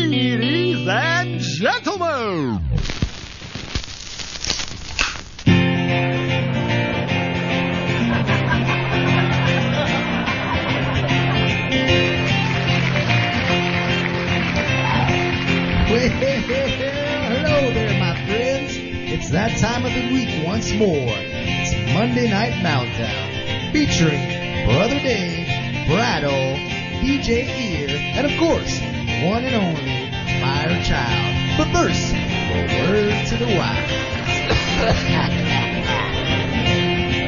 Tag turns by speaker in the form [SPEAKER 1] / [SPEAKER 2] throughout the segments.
[SPEAKER 1] Ladies and gentlemen.
[SPEAKER 2] Well, hello there, my friends. It's that time of the week once more. It's Monday Night Meltdown, featuring Brother Dave, Brado, DJ Ear, and of course, one and only Fire Child. But first, a word to the wise.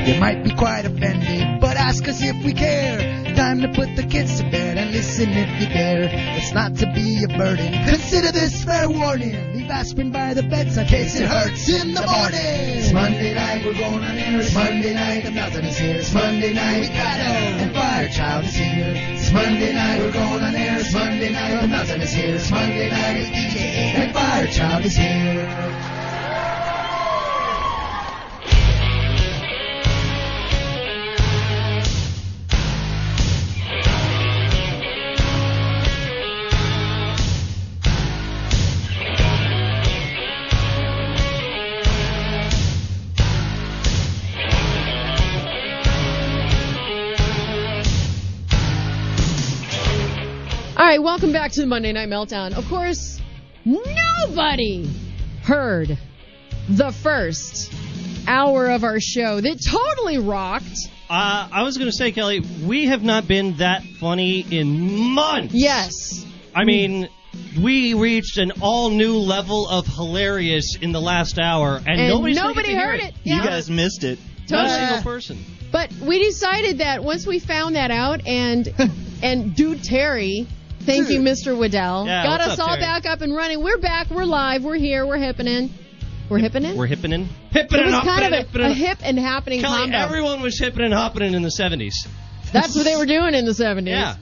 [SPEAKER 2] you might be quite offended, but ask us if we care. Time to put the kids to bed and listen if you dare. It's not to be a burden. Consider this fair warning. Leave aspirin by the bedside in case it hurts in the morning. It's Monday night, we're going on air. It's Monday night, the mountain is here. It's Monday night, we got it. And fire child is here. It's Monday night, we're going on air. It's Monday night, the mountain is here. It's Monday night, it's DJ. And fire child is here.
[SPEAKER 3] All right, welcome back to the Monday Night Meltdown. Of course, nobody heard the first hour of our show that totally rocked.
[SPEAKER 4] Uh, I was going to say, Kelly, we have not been that funny in months.
[SPEAKER 3] Yes.
[SPEAKER 4] I mean, we reached an all new level of hilarious in the last hour, and,
[SPEAKER 3] And
[SPEAKER 4] nobody's gonna
[SPEAKER 3] nobody
[SPEAKER 4] get to hear
[SPEAKER 3] heard
[SPEAKER 4] it.
[SPEAKER 3] it. Yeah.
[SPEAKER 5] You guys missed it.
[SPEAKER 4] Not a
[SPEAKER 3] Totally.
[SPEAKER 4] single person.
[SPEAKER 3] But we decided that once we found that out and and dude Terry, thank you Mr. Waddell,
[SPEAKER 4] Yeah,
[SPEAKER 3] got
[SPEAKER 4] what's
[SPEAKER 3] us
[SPEAKER 4] up,
[SPEAKER 3] all
[SPEAKER 4] Terry?
[SPEAKER 3] back up and running. We're back, we're live, we're here, we're hippening. We're hippening?
[SPEAKER 4] We're hipping in.
[SPEAKER 3] it
[SPEAKER 4] Hipping
[SPEAKER 3] was
[SPEAKER 4] and
[SPEAKER 3] kind
[SPEAKER 4] hopping and
[SPEAKER 3] of
[SPEAKER 4] hipping
[SPEAKER 3] a, a
[SPEAKER 4] and-
[SPEAKER 3] hip and happening
[SPEAKER 4] Kelly,
[SPEAKER 3] combo.
[SPEAKER 4] everyone was hipping and hopping in the 70s.
[SPEAKER 3] That's what they were doing in the 70s.
[SPEAKER 4] Yeah.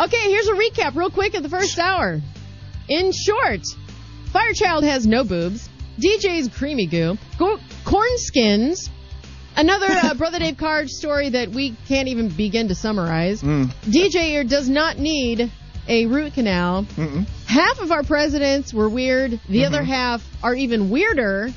[SPEAKER 3] Okay, here's a recap real quick of the first hour. In short, Firechild has no boobs, DJ's creamy goo, go- corn skins, another uh, Brother Dave Card story that we can't even begin to summarize. DJ Ear does not need a root canal. Half of our presidents were weird, the other half are even weirder.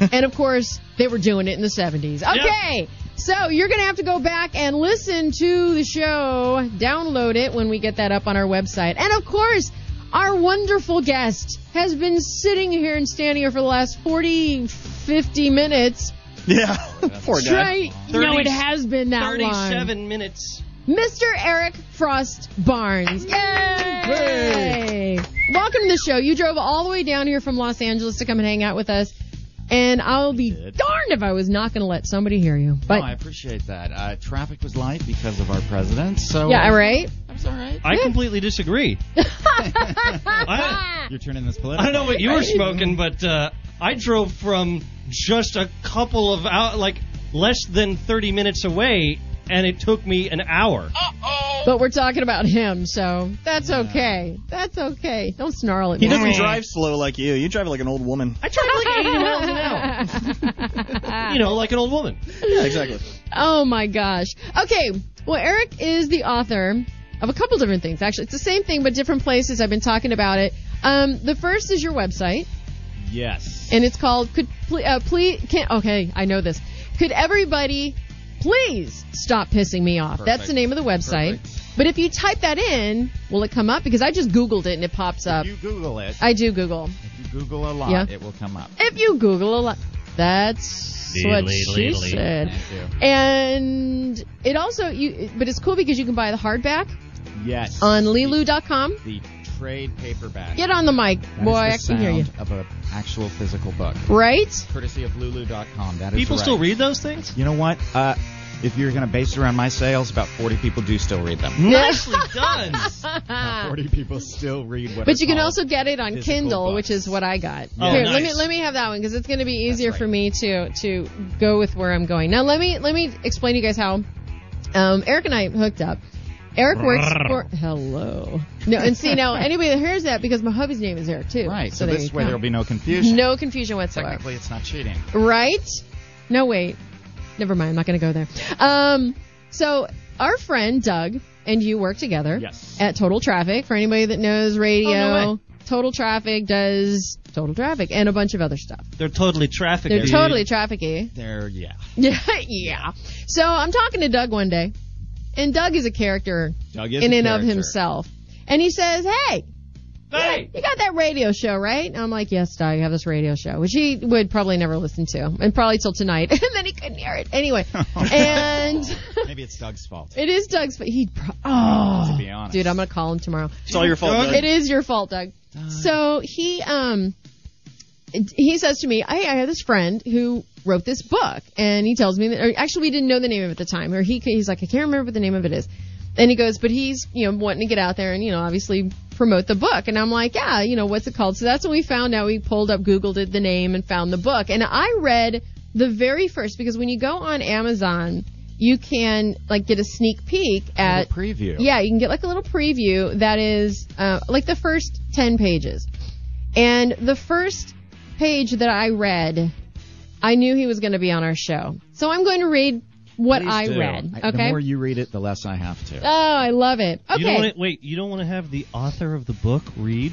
[SPEAKER 3] and of course, they were doing it in the 70s. Okay. So you're going to have to go back and listen to the show, download it when we get that up on our website. And of course, our wonderful guest has been sitting here and standing here for the last 40, 50 minutes.
[SPEAKER 5] Yeah. Poor guy.
[SPEAKER 3] Try, no,
[SPEAKER 4] 30
[SPEAKER 3] it has been that long.
[SPEAKER 4] 37 minutes.
[SPEAKER 3] Mr. Eric Frost Barnes. Yay! Welcome to the show. You drove all the way down here from Los Angeles to come and hang out with us. And I'll be darned if I was not going to let somebody hear you. But
[SPEAKER 6] no, Oh, I appreciate that. Uh, traffic was light because of our president, so
[SPEAKER 3] yeah, all right.
[SPEAKER 6] I was all right.
[SPEAKER 4] I completely disagree. I,
[SPEAKER 2] Ah!
[SPEAKER 6] You're turning this political.
[SPEAKER 4] I don't know what you were smoking, but uh, I drove from just a couple of out, like less than 30 minutes away, and it took me an hour.
[SPEAKER 3] But we're talking about him, so that's okay. That's okay. Don't snarl at
[SPEAKER 5] He
[SPEAKER 3] me.
[SPEAKER 5] doesn't drive slow like you. You drive like an old woman.
[SPEAKER 4] I tried like 80 miles an hour. you know, like an old woman.
[SPEAKER 5] Yeah, exactly.
[SPEAKER 3] Oh my gosh. Okay. Well, Eric is the author of a couple different things. Actually, it's the same thing but different places. I've been talking about it. Um, the first is your website,
[SPEAKER 6] Yes.
[SPEAKER 3] and it's called "Could Ple- uh, Please Can't." Okay, I know this. Could everybody please stop pissing me off? That's the name of the website. But if you type that in, will it come up? Because I just Googled it and it pops up.
[SPEAKER 6] you Google it.
[SPEAKER 3] I do Google.
[SPEAKER 6] if you Google a lot,
[SPEAKER 3] Yeah.
[SPEAKER 6] it will come up.
[SPEAKER 3] If you Google a lot, that's what she said.
[SPEAKER 6] Thank you.
[SPEAKER 3] And it also you, but it's cool because you can buy the hardback
[SPEAKER 6] Yes.
[SPEAKER 3] on Lulu.com.
[SPEAKER 6] The trade paperback.
[SPEAKER 3] Get on the mic,
[SPEAKER 6] That is
[SPEAKER 3] boy.
[SPEAKER 6] the
[SPEAKER 3] I can hear you.
[SPEAKER 6] sound Of an actual physical book,
[SPEAKER 3] Right?
[SPEAKER 6] courtesy of Lulu.com. That is
[SPEAKER 4] People
[SPEAKER 6] right.
[SPEAKER 4] still read those things?
[SPEAKER 6] You know what? Uh, if you're going to base it around my sales, about 40 people do still read them.
[SPEAKER 4] Nicely done.
[SPEAKER 6] About 40 people still read what.
[SPEAKER 3] But
[SPEAKER 6] are
[SPEAKER 3] you can
[SPEAKER 6] called-
[SPEAKER 3] also get it on
[SPEAKER 6] physical
[SPEAKER 3] Kindle,
[SPEAKER 6] books.
[SPEAKER 3] which is what I got.
[SPEAKER 4] Oh,
[SPEAKER 3] Here, let me
[SPEAKER 4] nice.
[SPEAKER 3] let me have that one because it's going to be easier
[SPEAKER 6] right.
[SPEAKER 3] for me to to go with where I'm going. Now let me let me explain to you guys how um, Eric and I hooked up. Eric works for hello. No, and see now anybody that hears that because my hubby's name is Eric too.
[SPEAKER 6] Right. So,
[SPEAKER 3] there
[SPEAKER 6] this
[SPEAKER 3] you
[SPEAKER 6] way
[SPEAKER 3] go.
[SPEAKER 6] there will be no confusion.
[SPEAKER 3] no confusion whatsoever.
[SPEAKER 6] Technically, it's not cheating.
[SPEAKER 3] Right? No, wait. Never mind. I'm not going to go there. Um, so our friend Doug and you work together
[SPEAKER 4] Yes.
[SPEAKER 3] at Total Traffic. For anybody that knows radio,
[SPEAKER 4] Oh, no
[SPEAKER 3] Total Traffic does Total Traffic and a bunch of other stuff.
[SPEAKER 4] They're totally traffic.
[SPEAKER 3] They're totally trafficky.
[SPEAKER 4] They're yeah.
[SPEAKER 3] Yeah, yeah. So I'm talking to Doug one day, and Doug is a character
[SPEAKER 6] Doug is
[SPEAKER 3] in
[SPEAKER 6] a
[SPEAKER 3] and of
[SPEAKER 6] character.
[SPEAKER 3] himself. And he says, "Hey,
[SPEAKER 4] Hey.
[SPEAKER 3] you got that radio show, right?" And I'm like, "Yes, Doug, I have this radio show," which he would probably never listen to, and probably till tonight, and then he couldn't hear it anyway. and
[SPEAKER 6] Maybe it's Doug's fault.
[SPEAKER 3] it is Doug's, but he, pro- oh,
[SPEAKER 6] To be honest.
[SPEAKER 3] dude, I'm gonna call him tomorrow.
[SPEAKER 5] It's all your fault.
[SPEAKER 4] Okay.
[SPEAKER 5] Doug.
[SPEAKER 3] It is your fault, Doug. So he um he says to me, "Hey, I have this friend who wrote this book," and he tells me that. Or actually, we didn't know the name of it at the time. Or he he's like, "I can't remember what the name of it is," and he goes, "But he's you know wanting to get out there and you know obviously promote the book." And I'm like, "Yeah, you know what's it called?" So that's when we found out. We pulled up, Googled it, the name, and found the book. And I read the very first because when you go on Amazon, you can like get a sneak peek at
[SPEAKER 6] The preview.
[SPEAKER 3] yeah, you can get like a little preview that is uh, like the first 10 pages. And the first page that I read, I knew he was going to be on our show. So I'm going to read what
[SPEAKER 6] Please
[SPEAKER 3] I
[SPEAKER 6] do.
[SPEAKER 3] read.
[SPEAKER 6] I- The
[SPEAKER 3] Okay.
[SPEAKER 6] more you read it, the less I have to.
[SPEAKER 3] oh, I love it.
[SPEAKER 4] You don't
[SPEAKER 3] Okay.
[SPEAKER 4] want to, wait, you don't want to have the author of the book read?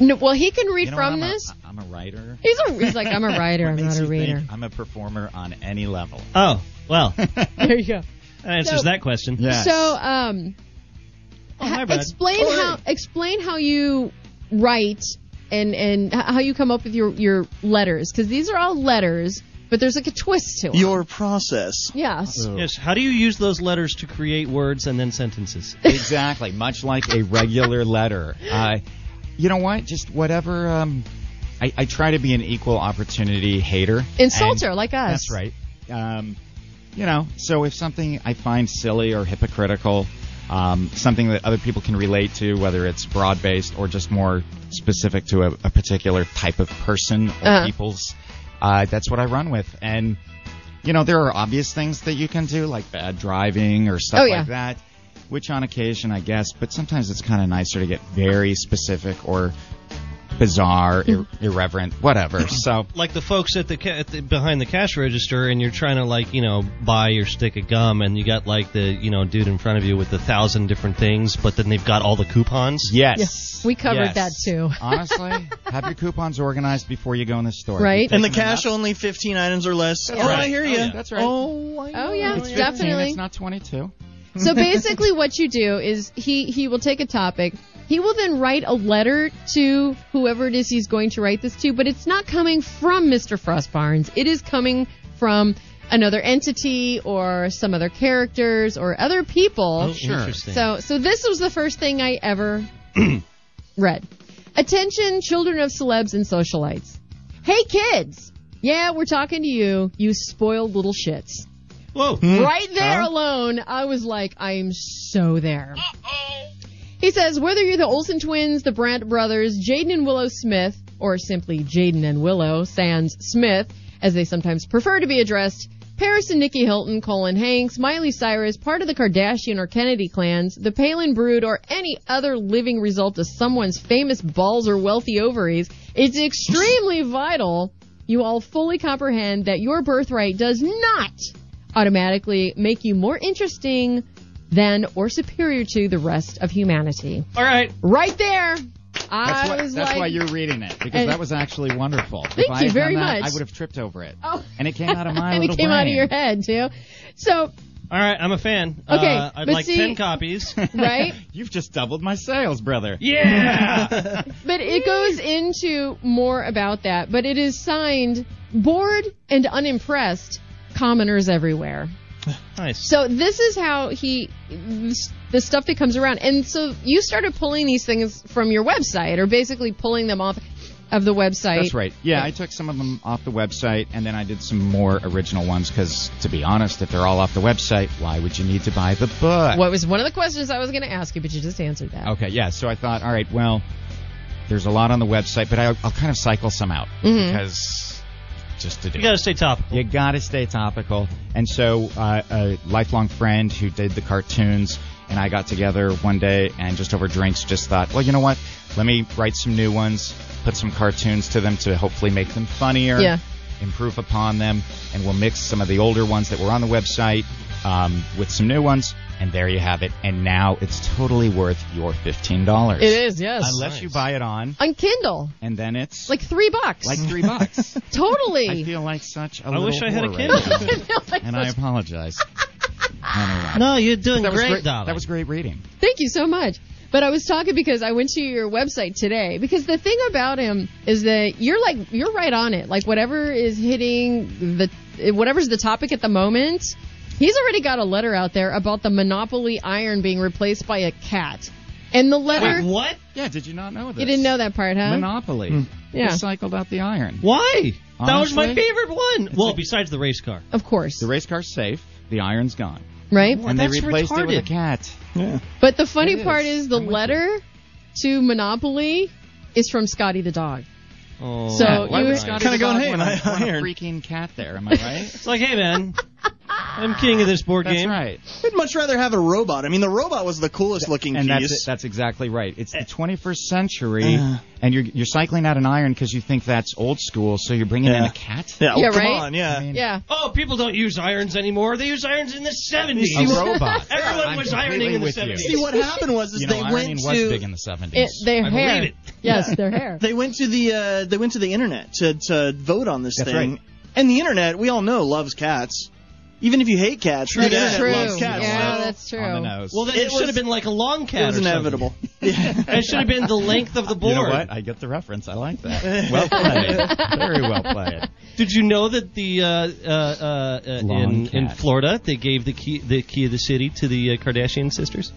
[SPEAKER 3] No, well, he can read
[SPEAKER 6] You know what?
[SPEAKER 3] from
[SPEAKER 6] I'm a-
[SPEAKER 3] this.
[SPEAKER 6] I'm a writer.
[SPEAKER 3] He's, a, he's like, I'm a writer, I'm
[SPEAKER 6] Makes
[SPEAKER 3] not a
[SPEAKER 6] you think
[SPEAKER 3] reader.
[SPEAKER 6] I'm a performer on any level.
[SPEAKER 4] Oh, well, that
[SPEAKER 3] There you go.
[SPEAKER 4] answers
[SPEAKER 3] So-
[SPEAKER 4] that question.
[SPEAKER 6] Yes.
[SPEAKER 3] So, um,
[SPEAKER 4] Oh, hi,
[SPEAKER 3] Ha-
[SPEAKER 4] Brad.
[SPEAKER 3] explain how explain how you write and and h- how you come up with your your letters because these are all letters, but there's like a twist to it.
[SPEAKER 5] Your process.
[SPEAKER 3] yes,
[SPEAKER 6] Ooh.
[SPEAKER 4] Yes. How do you use those letters to create words and then sentences?
[SPEAKER 6] Exactly, much like a regular letter. Uh, you know what? Just whatever. Um, I, I try to be an equal opportunity hater.
[SPEAKER 3] insulter
[SPEAKER 6] And-
[SPEAKER 3] like us.
[SPEAKER 6] That's right. Um, you know, so if something I find silly or hypocritical, um, something that other people can relate to, whether it's broad based or just more specific to a, a particular type of person or
[SPEAKER 3] Uh-huh.
[SPEAKER 6] people's, uh, that's what I run with. And, you know, there are obvious things that you can do, like bad driving or stuff
[SPEAKER 3] Oh, yeah.
[SPEAKER 6] like that, which on occasion, I guess, but sometimes it's kind of nicer to get very specific or bizarre,
[SPEAKER 3] Mm-hmm.
[SPEAKER 6] ir- irreverent, whatever. So.
[SPEAKER 4] Like the folks at the, ca- at the behind the cash register, and you're trying to like you know buy your stick of gum, and you got like the you know dude in front of you with a thousand different things, but then they've got all the coupons.
[SPEAKER 6] Yes.
[SPEAKER 3] We covered
[SPEAKER 6] Yes.
[SPEAKER 3] that too.
[SPEAKER 6] Honestly, have your coupons organized before you go in the store.
[SPEAKER 3] Right.
[SPEAKER 5] And the cash only 15 items or less. oh,
[SPEAKER 4] right.
[SPEAKER 5] I hear
[SPEAKER 4] Oh,
[SPEAKER 5] you.
[SPEAKER 4] yeah.
[SPEAKER 6] That's right.
[SPEAKER 5] Oh, I
[SPEAKER 3] Oh yeah,
[SPEAKER 6] It's 15,
[SPEAKER 3] definitely.
[SPEAKER 6] It's not 22.
[SPEAKER 3] so basically, what you do is he he will take a topic. He will then write a letter to whoever it is he's going to write this to, but it's not coming from Mr. Frost Barnes. It is coming from another entity or some other characters or other people.
[SPEAKER 4] Oh,
[SPEAKER 6] Sure.
[SPEAKER 4] Interesting.
[SPEAKER 3] So, so this was the first thing I ever read. Attention, children of celebs and socialites. Hey, kids. Yeah, we're talking to you. You spoiled little shits.
[SPEAKER 4] Whoa.
[SPEAKER 3] Right there alone, I was like, I am so there. He says, whether you're the Olsen twins, the Brandt brothers, Jaden and Willow Smith, or simply Jaden and Willow Sands Smith, as they sometimes prefer to be addressed, Paris and Nikki Hilton, Colin Hanks, Miley Cyrus, part of the Kardashian or Kennedy clans, the Palin brood, or any other living result of someone's famous balls or wealthy ovaries, it's extremely vital you all fully comprehend that your birthright does not automatically make you more interesting than or superior to the rest of humanity.
[SPEAKER 4] All right.
[SPEAKER 3] Right there. I
[SPEAKER 6] That's, why,
[SPEAKER 3] was
[SPEAKER 6] that's
[SPEAKER 3] like,
[SPEAKER 6] why you're reading it because
[SPEAKER 3] And-
[SPEAKER 6] that was actually wonderful.
[SPEAKER 3] Thank
[SPEAKER 6] if I
[SPEAKER 3] you
[SPEAKER 6] had
[SPEAKER 3] very
[SPEAKER 6] done that,
[SPEAKER 3] much.
[SPEAKER 6] I would have tripped over it.
[SPEAKER 3] Oh.
[SPEAKER 6] And it came out of my
[SPEAKER 3] and it
[SPEAKER 6] little
[SPEAKER 3] came out of
[SPEAKER 6] brain.
[SPEAKER 3] your head too. So,
[SPEAKER 4] All right. I'm a fan.
[SPEAKER 3] Okay,
[SPEAKER 4] Uh, I'd
[SPEAKER 3] but
[SPEAKER 4] like
[SPEAKER 3] see-
[SPEAKER 4] ten copies.
[SPEAKER 3] right?
[SPEAKER 6] You've just doubled my sales, brother.
[SPEAKER 4] yeah.
[SPEAKER 3] but it goes into more about that, but it is signed bored and unimpressed commoners everywhere.
[SPEAKER 4] nice.
[SPEAKER 3] So this is how he the stuff that comes around, and so you started pulling these things from your website, or basically pulling them off of the website.
[SPEAKER 6] That's right. Yeah, I took some of them off the website, and then I did some more original ones because, to be honest, if they're all off the website, why would you need to buy the book?
[SPEAKER 3] What was one of the questions I was going to ask you, but you just answered that.
[SPEAKER 6] Okay, yeah. So I thought, all right, well, there's a lot on the website, but I, I'll kind of cycle some out because just to do.
[SPEAKER 4] You
[SPEAKER 6] it.
[SPEAKER 4] gotta stay topical.
[SPEAKER 6] You gotta stay topical. And so, uh, a lifelong friend who did the cartoons and I got together one day and just over drinks just thought, well, you know what? Let me write some new ones, put some cartoons to them to hopefully make them funnier,
[SPEAKER 3] Yeah.
[SPEAKER 6] improve upon them, and we'll mix some of the older ones that were on the website um, with some new ones. and there you have it. And now it's totally worth your fifteen dollars.
[SPEAKER 3] It is, yes.
[SPEAKER 6] unless you buy it on,
[SPEAKER 3] On Kindle,
[SPEAKER 6] and then it's
[SPEAKER 3] like three bucks.
[SPEAKER 6] like three bucks.
[SPEAKER 3] totally.
[SPEAKER 6] I feel like such a
[SPEAKER 4] I wish
[SPEAKER 6] little
[SPEAKER 4] I had a
[SPEAKER 6] whore
[SPEAKER 4] Kindle.
[SPEAKER 6] right now,
[SPEAKER 3] I feel like
[SPEAKER 6] and I
[SPEAKER 3] such-
[SPEAKER 6] apologize. Anyway.
[SPEAKER 4] No, you're doing
[SPEAKER 6] that was
[SPEAKER 4] great,
[SPEAKER 6] great.
[SPEAKER 4] Dolly.
[SPEAKER 6] That was great reading.
[SPEAKER 3] Thank you so much. But I was talking because I went to your website today because the thing about him is that you're like you're right on it. Like whatever is hitting the whatever's the topic at the moment, he's already got a letter out there about the monopoly iron being replaced by a cat. And the letter
[SPEAKER 4] Wait, what?
[SPEAKER 6] Yeah, did you not know this?
[SPEAKER 3] You didn't know that part, huh?
[SPEAKER 6] Monopoly.
[SPEAKER 3] Yeah.
[SPEAKER 6] Recycled out the iron.
[SPEAKER 4] Why? that was my
[SPEAKER 6] Honestly?
[SPEAKER 4] favorite one. Well, besides the race car.
[SPEAKER 3] of course.
[SPEAKER 6] The race car's safe. The iron's gone.
[SPEAKER 3] Right?
[SPEAKER 4] Well,
[SPEAKER 6] and they
[SPEAKER 4] that's
[SPEAKER 6] replaced it with a
[SPEAKER 4] retarded.
[SPEAKER 6] cat.
[SPEAKER 3] But the funny
[SPEAKER 6] It
[SPEAKER 3] part
[SPEAKER 6] is.
[SPEAKER 3] is the
[SPEAKER 6] I'm with you.
[SPEAKER 3] letter to Monopoly is from Scotty the dog.
[SPEAKER 4] Oh,
[SPEAKER 3] So
[SPEAKER 4] yeah,
[SPEAKER 3] you-
[SPEAKER 4] would-
[SPEAKER 6] Scotty
[SPEAKER 5] Kinda
[SPEAKER 6] the dog
[SPEAKER 5] going, hey,
[SPEAKER 6] want a-
[SPEAKER 5] I- I
[SPEAKER 6] want a
[SPEAKER 5] ironed.
[SPEAKER 6] freaking cat there, am I right?
[SPEAKER 4] It's like, hey man, I'm king of this board
[SPEAKER 6] That's
[SPEAKER 4] game.
[SPEAKER 6] right.
[SPEAKER 5] I'd much rather have a robot. I mean, the robot was the coolest looking
[SPEAKER 6] And
[SPEAKER 5] piece.
[SPEAKER 6] that's it. that's exactly right. It's the 21st century, and you're you're cycling out an iron because you think that's old school, so you're bringing in
[SPEAKER 5] Yeah.
[SPEAKER 6] a cat.
[SPEAKER 5] yeah, oh,
[SPEAKER 3] Yeah,
[SPEAKER 5] come
[SPEAKER 3] right?
[SPEAKER 5] on, yeah.
[SPEAKER 6] I mean,
[SPEAKER 3] Yeah.
[SPEAKER 4] Oh, people don't use irons anymore. They use irons in the 70s.
[SPEAKER 6] A robot.
[SPEAKER 4] Everyone
[SPEAKER 6] I'm
[SPEAKER 4] was ironing in the
[SPEAKER 6] completely with you.
[SPEAKER 4] 70s.
[SPEAKER 5] See what happened was is
[SPEAKER 6] You know,
[SPEAKER 5] they
[SPEAKER 6] ironing
[SPEAKER 5] went
[SPEAKER 6] was
[SPEAKER 5] to
[SPEAKER 6] big in the 70s.
[SPEAKER 3] It, their
[SPEAKER 4] I
[SPEAKER 3] hair.
[SPEAKER 4] believe it.
[SPEAKER 3] Yes, their hair.
[SPEAKER 5] they went to the uh, they went to the internet to to vote on this
[SPEAKER 6] That's
[SPEAKER 5] thing.
[SPEAKER 6] right.
[SPEAKER 5] And the internet, we all know, loves cats. Even if you hate cats, the
[SPEAKER 3] That's
[SPEAKER 5] internet
[SPEAKER 3] true.
[SPEAKER 5] loves cats.
[SPEAKER 3] Yeah,
[SPEAKER 5] so
[SPEAKER 3] that's true.
[SPEAKER 6] on the nose.
[SPEAKER 4] Well, then
[SPEAKER 5] It
[SPEAKER 4] it,
[SPEAKER 5] was-
[SPEAKER 4] should have been like a long cat.
[SPEAKER 5] it was
[SPEAKER 4] or something.
[SPEAKER 5] inevitable. Yeah.
[SPEAKER 4] It should have been the length of the board.
[SPEAKER 6] you know what? I get the reference. I like that. Well played. Very well played.
[SPEAKER 4] Did you know that the uh, uh, uh, uh,
[SPEAKER 6] Long
[SPEAKER 4] in in
[SPEAKER 6] cat.
[SPEAKER 4] Florida they gave the key the key of the city to the uh, Kardashian sisters?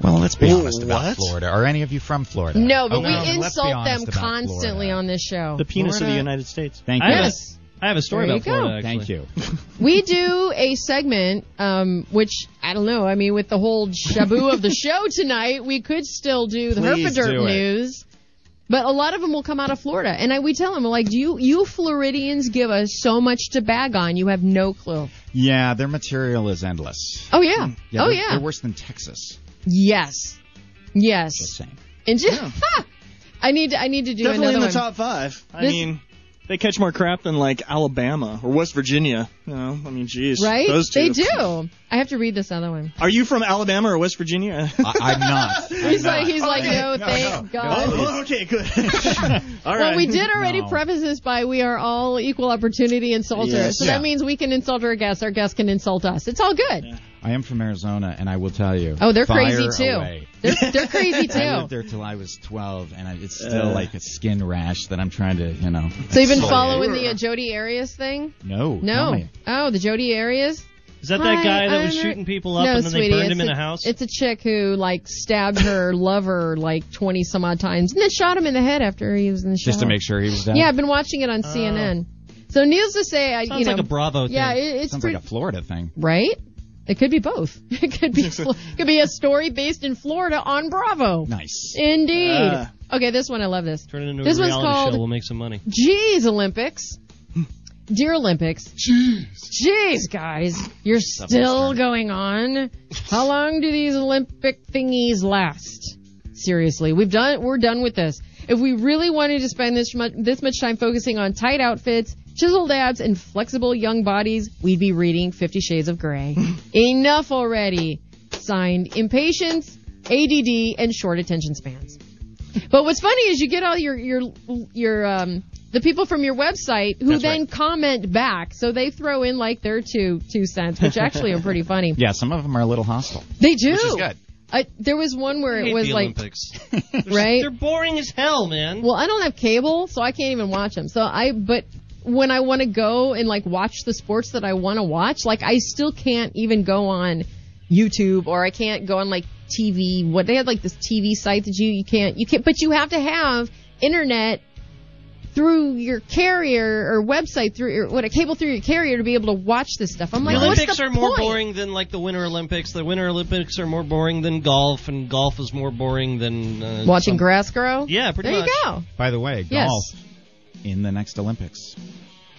[SPEAKER 6] Well, let's be
[SPEAKER 5] Ooh,
[SPEAKER 6] honest about
[SPEAKER 5] what?
[SPEAKER 6] Florida. Are any of you from Florida?
[SPEAKER 3] No, but
[SPEAKER 6] Oh,
[SPEAKER 3] we
[SPEAKER 6] then let's be
[SPEAKER 3] insult them
[SPEAKER 6] honest about
[SPEAKER 3] constantly
[SPEAKER 6] Florida.
[SPEAKER 3] on this show.
[SPEAKER 5] The penis of
[SPEAKER 6] Florida-
[SPEAKER 5] the United States.
[SPEAKER 6] Thank you.
[SPEAKER 4] I have,
[SPEAKER 3] Yes.
[SPEAKER 4] a, I have a story
[SPEAKER 3] There you
[SPEAKER 4] about Florida.
[SPEAKER 3] go.
[SPEAKER 4] Actually.
[SPEAKER 6] Thank you.
[SPEAKER 3] We do a segment, um, which I don't know. I mean, with the whole shabu of the show tonight, we could still do the
[SPEAKER 6] Please
[SPEAKER 3] Herfadert
[SPEAKER 6] do it.
[SPEAKER 3] news. But a lot of them will come out of Florida, and I, we tell them like, "You, you Floridians give us so much to bag on. You have no clue."
[SPEAKER 6] Yeah, their material is endless.
[SPEAKER 3] Oh yeah. oh
[SPEAKER 6] they're,
[SPEAKER 3] yeah.
[SPEAKER 6] They're worse than Texas.
[SPEAKER 3] yes.
[SPEAKER 6] Just
[SPEAKER 3] Yes.
[SPEAKER 6] saying.
[SPEAKER 3] And ju- I need to. I need to do
[SPEAKER 5] Definitely
[SPEAKER 3] another
[SPEAKER 5] in the
[SPEAKER 3] one.
[SPEAKER 5] top five. I
[SPEAKER 3] This-
[SPEAKER 5] mean, they catch more crap than like Alabama or West Virginia. You know, I mean, geez,
[SPEAKER 3] right?
[SPEAKER 5] Those two.
[SPEAKER 3] They do. I have to read this other one.
[SPEAKER 5] Are you from Alabama or West Virginia?
[SPEAKER 6] I, I'm not.
[SPEAKER 3] He's like, he's like, no, thank God.
[SPEAKER 5] oh, okay, good. All right.
[SPEAKER 3] Well, we did already
[SPEAKER 6] No.
[SPEAKER 3] preface this by we are all equal opportunity insulters.
[SPEAKER 5] Yes.
[SPEAKER 3] So
[SPEAKER 6] Yeah.
[SPEAKER 3] that means we can insult our guests, our guests can insult us. It's all good.
[SPEAKER 6] I am from Arizona, and I will tell you.
[SPEAKER 3] Oh, they're
[SPEAKER 6] fire
[SPEAKER 3] crazy too.
[SPEAKER 6] Away.
[SPEAKER 3] They're, they're crazy
[SPEAKER 6] I lived
[SPEAKER 3] too.
[SPEAKER 6] there till I was 12, and I, it's still like a skin rash that I'm trying to, you know.
[SPEAKER 3] So you've been following the uh, Jody Arias thing?
[SPEAKER 6] No. tell
[SPEAKER 3] No.
[SPEAKER 6] me.
[SPEAKER 3] Oh, the Jody Arias?
[SPEAKER 4] Is that that
[SPEAKER 3] Hi,
[SPEAKER 4] guy that
[SPEAKER 3] I'm
[SPEAKER 4] was
[SPEAKER 3] a-
[SPEAKER 4] shooting people up
[SPEAKER 3] no,
[SPEAKER 4] and then
[SPEAKER 3] sweetie,
[SPEAKER 4] they burned
[SPEAKER 3] it's
[SPEAKER 4] him in a house?
[SPEAKER 3] It's a chick who like stabbed her lover like twenty some odd times and then shot him in the head after he was in the shower.
[SPEAKER 6] Just to make sure he was dead.
[SPEAKER 3] Uh-huh. Yeah, I've been watching it on CNN. So needless to say, I
[SPEAKER 4] Oh. Sounds
[SPEAKER 3] you know,
[SPEAKER 4] like a Bravo thing.
[SPEAKER 3] yeah, it, it's
[SPEAKER 6] Sounds
[SPEAKER 3] pretty,
[SPEAKER 6] like a Florida thing.
[SPEAKER 3] right? It could be both. It could be it could be a story based in Florida on Bravo.
[SPEAKER 6] Nice.
[SPEAKER 3] Indeed.
[SPEAKER 5] Ah.
[SPEAKER 3] okay, this one I love this.
[SPEAKER 4] Turn it into
[SPEAKER 3] This
[SPEAKER 4] a
[SPEAKER 3] one's
[SPEAKER 4] reality
[SPEAKER 3] called-
[SPEAKER 4] show. We'll make some money.
[SPEAKER 3] Jeez Olympics. Dear Olympics. Jeez. Jeez, guys. You're still going on. How long do these Olympic thingies last? Seriously, we've done we're done with this. If we really wanted to spend this much this much time focusing on tight outfits, chiseled abs, and flexible young bodies, we'd be reading Fifty Shades of Grey. Enough already. Signed impatience, ADD, and short attention spans. But what's funny is you get all your your your um the people from your website who then comment back, so they throw in like their two two cents, which actually are pretty funny.
[SPEAKER 6] Yeah, some of them are a little hostile.
[SPEAKER 3] They do.
[SPEAKER 6] is good.
[SPEAKER 3] I, there was one where
[SPEAKER 4] I
[SPEAKER 3] it
[SPEAKER 4] hate
[SPEAKER 3] was
[SPEAKER 4] the
[SPEAKER 3] like,
[SPEAKER 4] Olympics.
[SPEAKER 3] right?
[SPEAKER 4] They're boring as hell, man.
[SPEAKER 3] Well, I don't have cable, so I can't even watch them. So I, but when I want to go and like watch the sports that I want to watch, like I still can't even go on YouTube or I can't go on like TV. What they had like this TV site that you you can't you can't, but you have to have internet through your carrier or website through your what a cable through your carrier to be able to watch this stuff. I'm
[SPEAKER 4] the
[SPEAKER 3] like,
[SPEAKER 4] Olympics
[SPEAKER 3] what's the
[SPEAKER 4] are more
[SPEAKER 3] point?
[SPEAKER 4] boring than like the Winter Olympics. The Winter Olympics are more boring than golf, and golf is more boring than uh,
[SPEAKER 3] Watching
[SPEAKER 4] some-
[SPEAKER 3] grass grow.
[SPEAKER 4] Yeah, pretty
[SPEAKER 3] there
[SPEAKER 4] much.
[SPEAKER 3] you go.
[SPEAKER 6] By the way,
[SPEAKER 3] Yes.
[SPEAKER 6] golf in the next Olympics.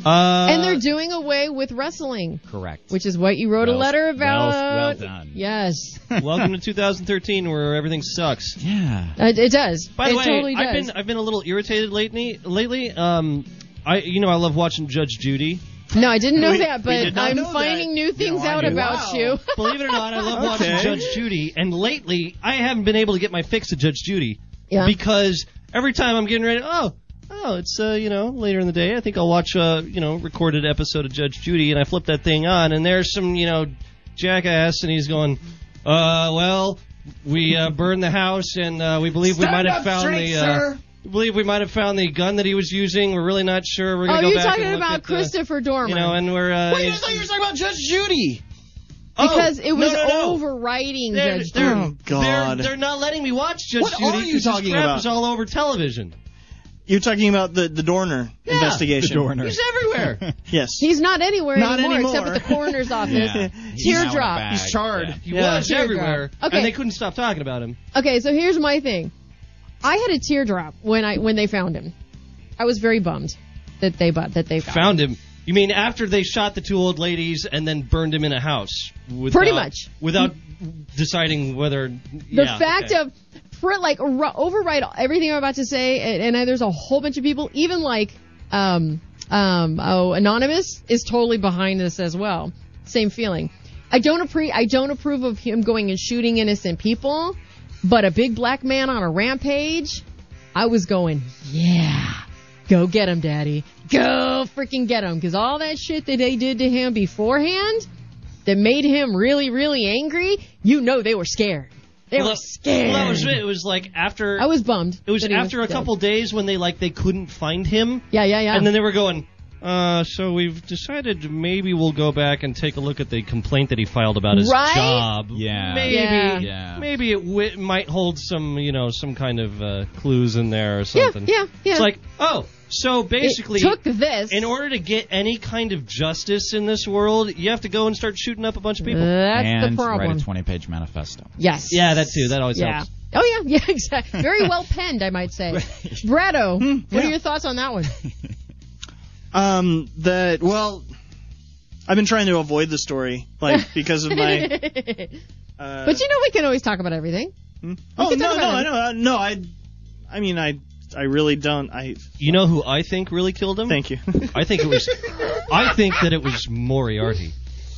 [SPEAKER 4] Uh,
[SPEAKER 3] and they're doing away with wrestling.
[SPEAKER 6] Correct.
[SPEAKER 3] Which is what you wrote a
[SPEAKER 6] Well-
[SPEAKER 3] letter
[SPEAKER 6] well-
[SPEAKER 3] about.
[SPEAKER 6] well done.
[SPEAKER 3] Yes,
[SPEAKER 4] welcome to 2013, where everything sucks.
[SPEAKER 6] yeah.
[SPEAKER 3] it, Uh, it does.
[SPEAKER 4] By the
[SPEAKER 3] it
[SPEAKER 4] way,
[SPEAKER 3] totally
[SPEAKER 4] I've
[SPEAKER 3] does.
[SPEAKER 4] been I've been a little irritated lately. Lately, um, I you know I love watching Judge Judy.
[SPEAKER 3] No, I didn't know
[SPEAKER 5] We-
[SPEAKER 3] that,
[SPEAKER 5] we
[SPEAKER 3] but
[SPEAKER 5] did not
[SPEAKER 3] I'm
[SPEAKER 5] know that.
[SPEAKER 3] finding new things
[SPEAKER 5] No, I
[SPEAKER 3] out
[SPEAKER 5] knew
[SPEAKER 3] about
[SPEAKER 5] that.
[SPEAKER 3] you.
[SPEAKER 4] Believe it or not, I love watching
[SPEAKER 5] Okay.
[SPEAKER 4] Judge Judy, and lately I haven't been able to get my fix of Judge Judy
[SPEAKER 3] Yeah.
[SPEAKER 4] because every time I'm getting ready, oh. Oh, it's uh, you know later in the day. I think I'll watch uh, you know recorded episode of Judge Judy, and I flip that thing on, and there's some you know jackass, and he's going, uh, well, we uh, burned the house, and uh, we believe we might have found the uh, believe we might have found the gun that he was using. We're really not sure. We're
[SPEAKER 3] Oh,
[SPEAKER 4] gonna go
[SPEAKER 3] you're
[SPEAKER 4] back
[SPEAKER 3] talking
[SPEAKER 4] and look
[SPEAKER 3] about
[SPEAKER 4] at the-
[SPEAKER 3] Christopher Dormer.
[SPEAKER 4] you know, and we're uh,
[SPEAKER 5] Wait, I thought you were talking about Judge Judy.
[SPEAKER 4] Oh,
[SPEAKER 3] because it was
[SPEAKER 4] no, no, no.
[SPEAKER 3] overriding
[SPEAKER 4] They're,
[SPEAKER 3] Judge
[SPEAKER 4] they're,
[SPEAKER 3] Judy.
[SPEAKER 5] Oh, God.
[SPEAKER 4] They're, they're not letting me watch Judge
[SPEAKER 5] What
[SPEAKER 4] Judy.
[SPEAKER 5] are you
[SPEAKER 4] 'cause this
[SPEAKER 5] talking
[SPEAKER 4] crap
[SPEAKER 5] about?
[SPEAKER 4] is all over television.
[SPEAKER 5] You're talking about the the Dorner
[SPEAKER 4] Yeah,
[SPEAKER 5] investigation.
[SPEAKER 6] the Dorner.
[SPEAKER 4] He's everywhere.
[SPEAKER 5] Yes.
[SPEAKER 3] He's not anywhere
[SPEAKER 5] Not
[SPEAKER 3] anymore,
[SPEAKER 5] anymore.
[SPEAKER 3] except at the coroner's office.
[SPEAKER 6] Yeah.
[SPEAKER 3] Teardrop.
[SPEAKER 5] He's charred.
[SPEAKER 6] Yeah.
[SPEAKER 4] He
[SPEAKER 5] Yeah.
[SPEAKER 4] was
[SPEAKER 3] Teardrop.
[SPEAKER 4] everywhere,
[SPEAKER 3] Okay.
[SPEAKER 4] and they couldn't stop talking about him.
[SPEAKER 3] Okay, so here's my thing. I had a teardrop when I when they found him. I was very bummed that they bu- that they found,
[SPEAKER 4] Found him. You mean after they shot the two old ladies and then burned him in a house? Without,
[SPEAKER 3] Pretty much.
[SPEAKER 4] Without deciding whether.
[SPEAKER 3] The fact of pr- like r- override everything I'm about to say, and, and I, there's a whole bunch of people, even like um um oh anonymous is totally behind this as well. Same feeling. I don't appre- I don't approve of him going and shooting innocent people, but a big black man on a rampage, I was going yeah. Go get him, Daddy. Go freaking get him. Because all that shit that they did to him beforehand that made him really, really angry, you know they were scared. They
[SPEAKER 4] Well,
[SPEAKER 3] were
[SPEAKER 4] that-
[SPEAKER 3] scared.
[SPEAKER 4] well, that was it. It was like after.
[SPEAKER 3] I was bummed.
[SPEAKER 4] it was
[SPEAKER 3] that he
[SPEAKER 4] after a
[SPEAKER 3] dead.
[SPEAKER 4] couple days when they like they couldn't find him.
[SPEAKER 3] Yeah, yeah, yeah.
[SPEAKER 4] And then they were going, uh, so we've decided maybe we'll go back and take a look at the complaint that he filed about his
[SPEAKER 3] Right?
[SPEAKER 4] job.
[SPEAKER 6] Yeah.
[SPEAKER 4] Maybe,
[SPEAKER 3] Yeah.
[SPEAKER 6] Yeah.
[SPEAKER 4] maybe it w- might hold some, you know, some kind of uh, clues in there
[SPEAKER 3] yeah,
[SPEAKER 4] or something.
[SPEAKER 3] yeah, yeah.
[SPEAKER 4] It's like, oh, so basically,
[SPEAKER 3] it took this.
[SPEAKER 4] in order to get any kind of justice in this world, you have to go and start shooting up a bunch of people.
[SPEAKER 3] That's
[SPEAKER 6] and
[SPEAKER 3] the problem.
[SPEAKER 6] write a 20 page manifesto.
[SPEAKER 3] yes.
[SPEAKER 4] yeah, that too. That always
[SPEAKER 3] Yeah.
[SPEAKER 4] helps.
[SPEAKER 3] Oh yeah, yeah, exactly. Very well penned, I might say. Bretto,
[SPEAKER 4] Hmm,
[SPEAKER 3] what
[SPEAKER 5] yeah.
[SPEAKER 3] are your thoughts on that one?
[SPEAKER 5] Um, that well, I've been trying to avoid the story, like because of my. Uh,
[SPEAKER 3] but you know we can always talk about everything.
[SPEAKER 5] oh
[SPEAKER 3] can
[SPEAKER 5] no,
[SPEAKER 3] talk
[SPEAKER 5] no,
[SPEAKER 3] about
[SPEAKER 5] I
[SPEAKER 3] it.
[SPEAKER 5] know, uh, no, I, I mean, I, I really don't. I
[SPEAKER 4] You know who I think really killed him?
[SPEAKER 5] thank you.
[SPEAKER 4] I think it was. I think that it was Moriarty.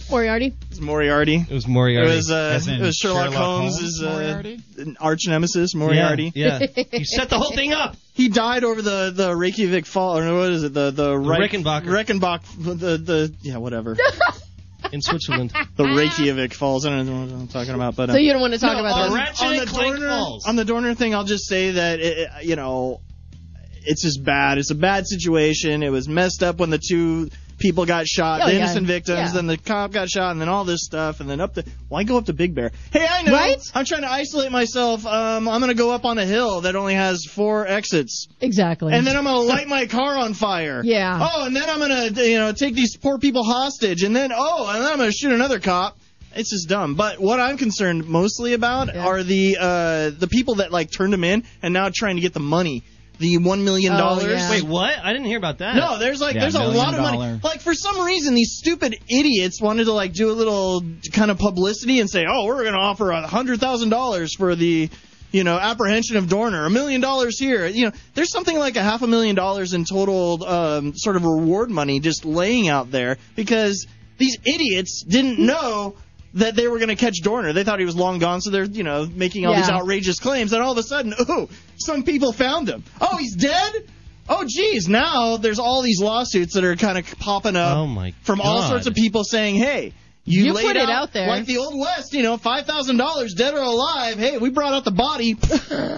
[SPEAKER 3] Moriarty.
[SPEAKER 5] it's Moriarty.
[SPEAKER 4] It was
[SPEAKER 5] It
[SPEAKER 4] Moriarty.
[SPEAKER 5] was, uh,
[SPEAKER 6] As in
[SPEAKER 5] it was Sherlock,
[SPEAKER 6] Sherlock
[SPEAKER 5] Holmes'
[SPEAKER 6] Holmes,
[SPEAKER 5] uh,
[SPEAKER 6] Moriarty?
[SPEAKER 5] an arch nemesis, Moriarty.
[SPEAKER 4] Yeah. you set the whole thing up.
[SPEAKER 5] He died over the the Reykjavik fall, or what is it? The the Reich-
[SPEAKER 4] Rickenbacker.
[SPEAKER 5] Reckenbach, the the yeah, whatever.
[SPEAKER 4] in Switzerland.
[SPEAKER 5] the Reykjavik falls. I don't know what I'm talking about, but uh,
[SPEAKER 3] So you don't want to talk
[SPEAKER 4] No,
[SPEAKER 3] about
[SPEAKER 4] all
[SPEAKER 3] that.
[SPEAKER 4] right. Ratchet and Clank
[SPEAKER 5] Dorner,
[SPEAKER 4] Falls.
[SPEAKER 5] on the Dorner thing, I'll just say that it, it- you know, it's just bad. It's a bad situation. It was messed up when the two people got shot,
[SPEAKER 3] Oh,
[SPEAKER 5] the
[SPEAKER 3] yeah.
[SPEAKER 5] innocent victims,
[SPEAKER 3] Yeah.
[SPEAKER 5] then the cop got shot, and then all this stuff, and then up the why go up to Big Bear? Hey, I know.
[SPEAKER 3] Right?
[SPEAKER 5] I'm trying to isolate myself. Um, I'm gonna go up on a hill that only has four exits,
[SPEAKER 3] Exactly.
[SPEAKER 5] and then I'm gonna light my car on fire.
[SPEAKER 3] Yeah.
[SPEAKER 5] Oh, and then I'm gonna you know take these poor people hostage, and then oh, and then I'm gonna shoot another cop. It's just dumb. But what I'm concerned mostly about
[SPEAKER 3] Yeah.
[SPEAKER 5] are the uh, the people that like turned him in and now trying to get the money, the one million
[SPEAKER 3] Oh,
[SPEAKER 5] dollars.
[SPEAKER 3] yeah.
[SPEAKER 4] Wait, what? I didn't hear about that.
[SPEAKER 5] No, uh, there's like
[SPEAKER 6] Yeah,
[SPEAKER 5] there's a
[SPEAKER 6] million
[SPEAKER 5] lot of money.
[SPEAKER 6] dollar.
[SPEAKER 5] Like for some reason, these stupid idiots wanted to like do a little kind of publicity and say, oh, we're gonna offer a hundred thousand dollars for the. You know, apprehension of Dorner, a million dollars here. You know, there's something like a half a million dollars in total um, sort of reward money just laying out there because these idiots didn't know that they were going to catch Dorner. They thought he was long gone, so they're you know making all these
[SPEAKER 3] Yeah.
[SPEAKER 5] outrageous outrageous claims, and all of a sudden, ooh, some people found him. Oh, he's dead? Oh, geez, now there's all these lawsuits that are kind of popping up
[SPEAKER 4] Oh, my
[SPEAKER 5] from all
[SPEAKER 4] God.
[SPEAKER 5] sorts of people saying, hey, you,
[SPEAKER 3] You
[SPEAKER 5] laid
[SPEAKER 3] put it out there.
[SPEAKER 5] Like the Old West, you know, $5,000, dead or alive. Hey, we brought out the body.